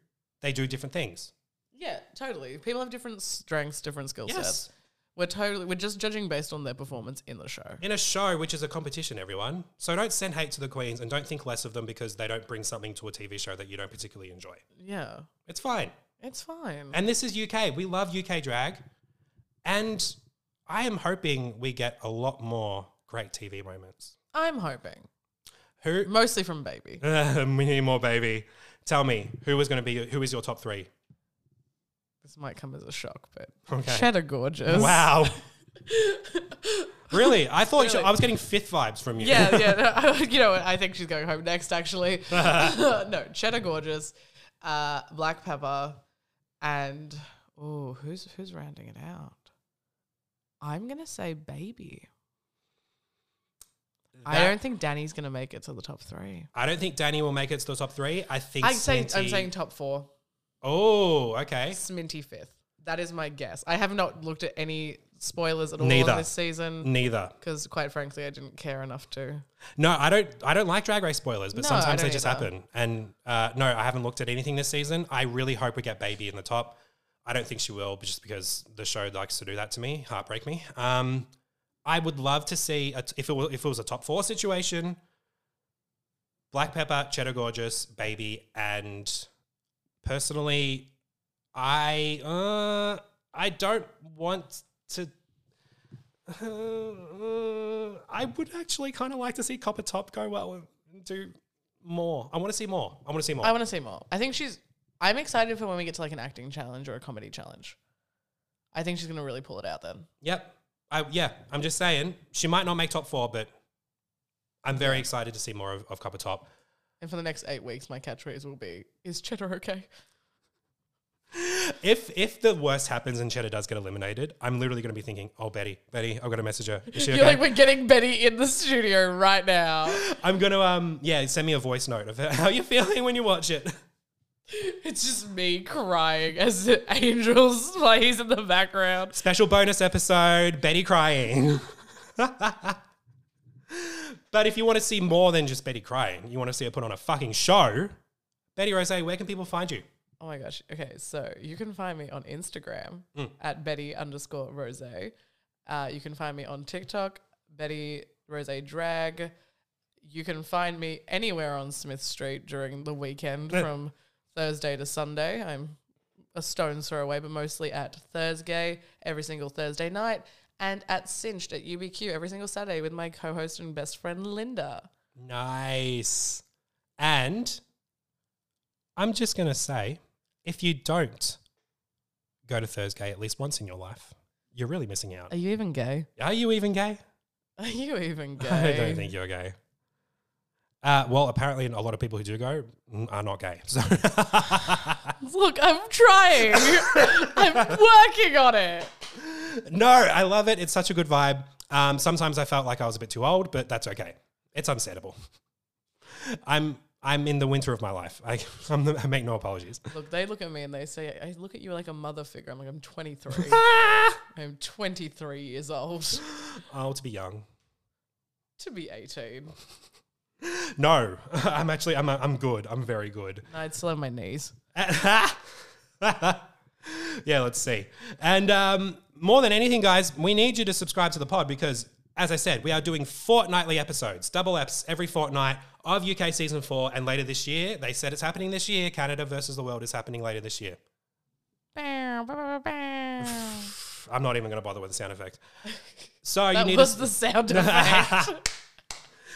Speaker 1: They do different things.
Speaker 2: Yeah, totally. People have different strengths, different skill
Speaker 1: Yes.
Speaker 2: sets. We're totally we're just judging based on their performance in the show.
Speaker 1: In a show, which is a competition, everyone. So don't send hate to the queens and don't think less of them because they don't bring something to a TV show that you don't particularly enjoy.
Speaker 2: Yeah.
Speaker 1: It's fine.
Speaker 2: It's fine.
Speaker 1: And this is UK. We love UK drag. And I am hoping we get a lot more great TV moments.
Speaker 2: I'm hoping.
Speaker 1: Who?
Speaker 2: Mostly from baby.
Speaker 1: we need more, baby. Tell me, who was going to be, who is your top three?
Speaker 2: This might come as a shock, but
Speaker 1: Okay.
Speaker 2: Cheddar Gorgeous.
Speaker 1: Wow. really? I thought you-
Speaker 2: Really?
Speaker 1: I was getting fifth vibes from you.
Speaker 2: Yeah, yeah. no, you know what? I think she's going home next, actually. no, Cheddar Gorgeous, uh, Black Pepper, and oh, who's who's rounding it out? I'm gonna say baby. I
Speaker 1: That-
Speaker 2: don't think Danny's gonna make it to the top three.
Speaker 1: I don't think Danny will make it to the top three. I think.
Speaker 2: I'm saying I'm
Speaker 1: Sminty-
Speaker 2: saying top four.
Speaker 1: Oh, okay.
Speaker 2: Sminty fifth. That is my guess. I have not looked at any spoilers at all
Speaker 1: Neither.
Speaker 2: on this season
Speaker 1: Neither.
Speaker 2: because, quite frankly, I didn't care enough to.
Speaker 1: No, I don't. I don't like drag race spoilers, but
Speaker 2: No, I
Speaker 1: sometimes they
Speaker 2: don't
Speaker 1: just
Speaker 2: either.
Speaker 1: happen. And uh, no, I haven't looked at anything this season. I really hope we get Baby in the top. I don't think she will, but just because the show likes to do that to me, heartbreak me. Um, I would love to see a t- if it was, if it was a top four situation. black pepper, cheddar gorgeous, baby, and personally, I uh, I don't want to. Uh, I would actually kind of like to see Copper Top go well and do more. I want to see more. I want to see more.
Speaker 2: I want to see more. I think she's. I'm excited for when we get to like an acting challenge or a comedy challenge. I think she's gonna really pull it out then.
Speaker 1: Yep. I, yeah, I'm just saying she might not make top four, but I'm very excited to see more of, of Copper Top.
Speaker 2: And for the next eight weeks, my catchphrase will be, "Is cheddar okay?"
Speaker 1: If if the worst happens and Cheddar does get eliminated, I'm literally going to be thinking, "Oh, Betty, Betty, I've got to message her. Is she
Speaker 2: You're
Speaker 1: okay?"
Speaker 2: like, we're getting Betty in the studio right now.
Speaker 1: I'm going to um yeah, send me a voice note of how you're feeling when you watch it.
Speaker 2: It's just me crying as the angels plays in the background.
Speaker 1: Special bonus episode, Betty crying. but if you want to see more than just Betty crying, you want to see her put on a fucking show. Betty Rose, where can people find you?
Speaker 2: Oh my gosh. Okay, so you can find me on Instagram
Speaker 1: Mm.
Speaker 2: at Betty underscore Rose. Uh, you can find me on TikTok, Betty Rose Drag. You can find me anywhere on Smith Street during the weekend from Thursday to Sunday. I'm a stone's throw away, but mostly at Thursday, every single Thursday night, and at Cinched at UBQ every single Saturday with my co host and best friend Linda.
Speaker 1: Nice. And I'm just going to say if you don't go to Thursday at least once in your life, you're really missing out.
Speaker 2: Are you even gay?
Speaker 1: Are you even gay?
Speaker 2: Are you even gay?
Speaker 1: I don't think you're gay. Uh, well, apparently, a lot of people who do go mm, are not gay. So
Speaker 2: Look, I'm trying. I'm working on it.
Speaker 1: no, I love it. It's such a good vibe. Um, sometimes I felt like I was a bit too old, but that's okay. It's unsettable. I'm I'm in the winter of my life. I I'm the, I make no apologies.
Speaker 2: Look, they look at me and they say, I look at you like a mother figure. I'm like, I'm 23. I'm 23 years old
Speaker 1: Oh, to be young.
Speaker 2: to be 18. And
Speaker 1: No, I'm actually I'm I'm good. I'm very good.
Speaker 2: I'd still have my knees.
Speaker 1: yeah, let's see. And um, more than anything, guys, we need you to subscribe to the pod because, as I said, we are doing fortnightly episodes, double eps every fortnight of UK season four. And later this year, they said it's happening this year. Canada versus the world is happening later this year. I'm not even going to bother with the sound effect. So you
Speaker 2: That
Speaker 1: need
Speaker 2: was
Speaker 1: to,
Speaker 2: the sound effect.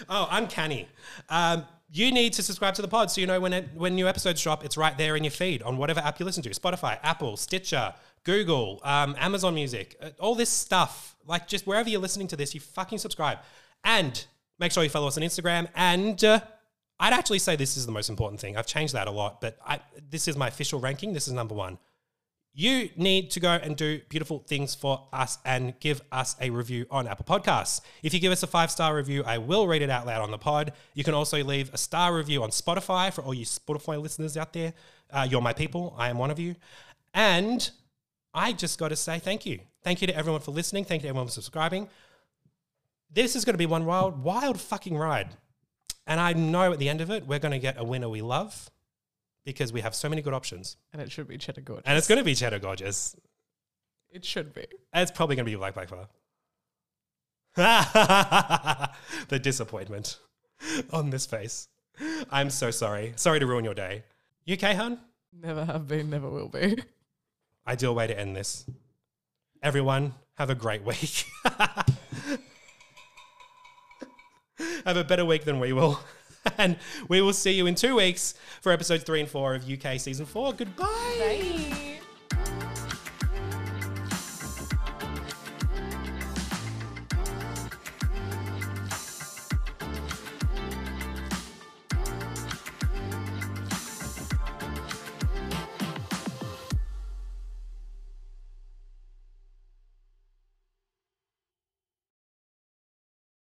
Speaker 1: oh, uncanny. Um, you need to subscribe to the pod so you know when it, when new episodes drop. It's right there in your feed on whatever app you listen to: Spotify, Apple, Stitcher, Google, um, Amazon Music, uh, all this stuff. Like just wherever you're listening to this, you fucking subscribe and make sure you follow us on Instagram. And uh, I'd actually say this is the most important thing. I've changed that a lot, but I, this is my official ranking. This is number one. You need to go and do beautiful things for us and give us a review on Apple Podcasts. If you give us a five star review, I will read it out loud on the pod. You can also leave a star review on Spotify for all you Spotify listeners out there. Uh, you're my people. I am one of you. And I just got to say thank you. Thank you to everyone for listening. Thank you to everyone for subscribing. This is going to be one wild, wild fucking ride. And I know at the end of it, we're going to get a winner we love because we have so many good options.
Speaker 2: and it should be cheddar gorgeous.
Speaker 1: And it's going to be Cheddar Gorgeous.
Speaker 2: it should be.
Speaker 1: It's probably going to be Black Panther. the disappointment on this face. I'm so sorry. Sorry to ruin your day. UK, hun?
Speaker 2: Never have been, never will be.
Speaker 1: Ideal way to end this. Everyone, have a great week. have a better week than we will. And we will see you in two weeks for episodes three and four of UK season four. Goodbye.
Speaker 2: Bye.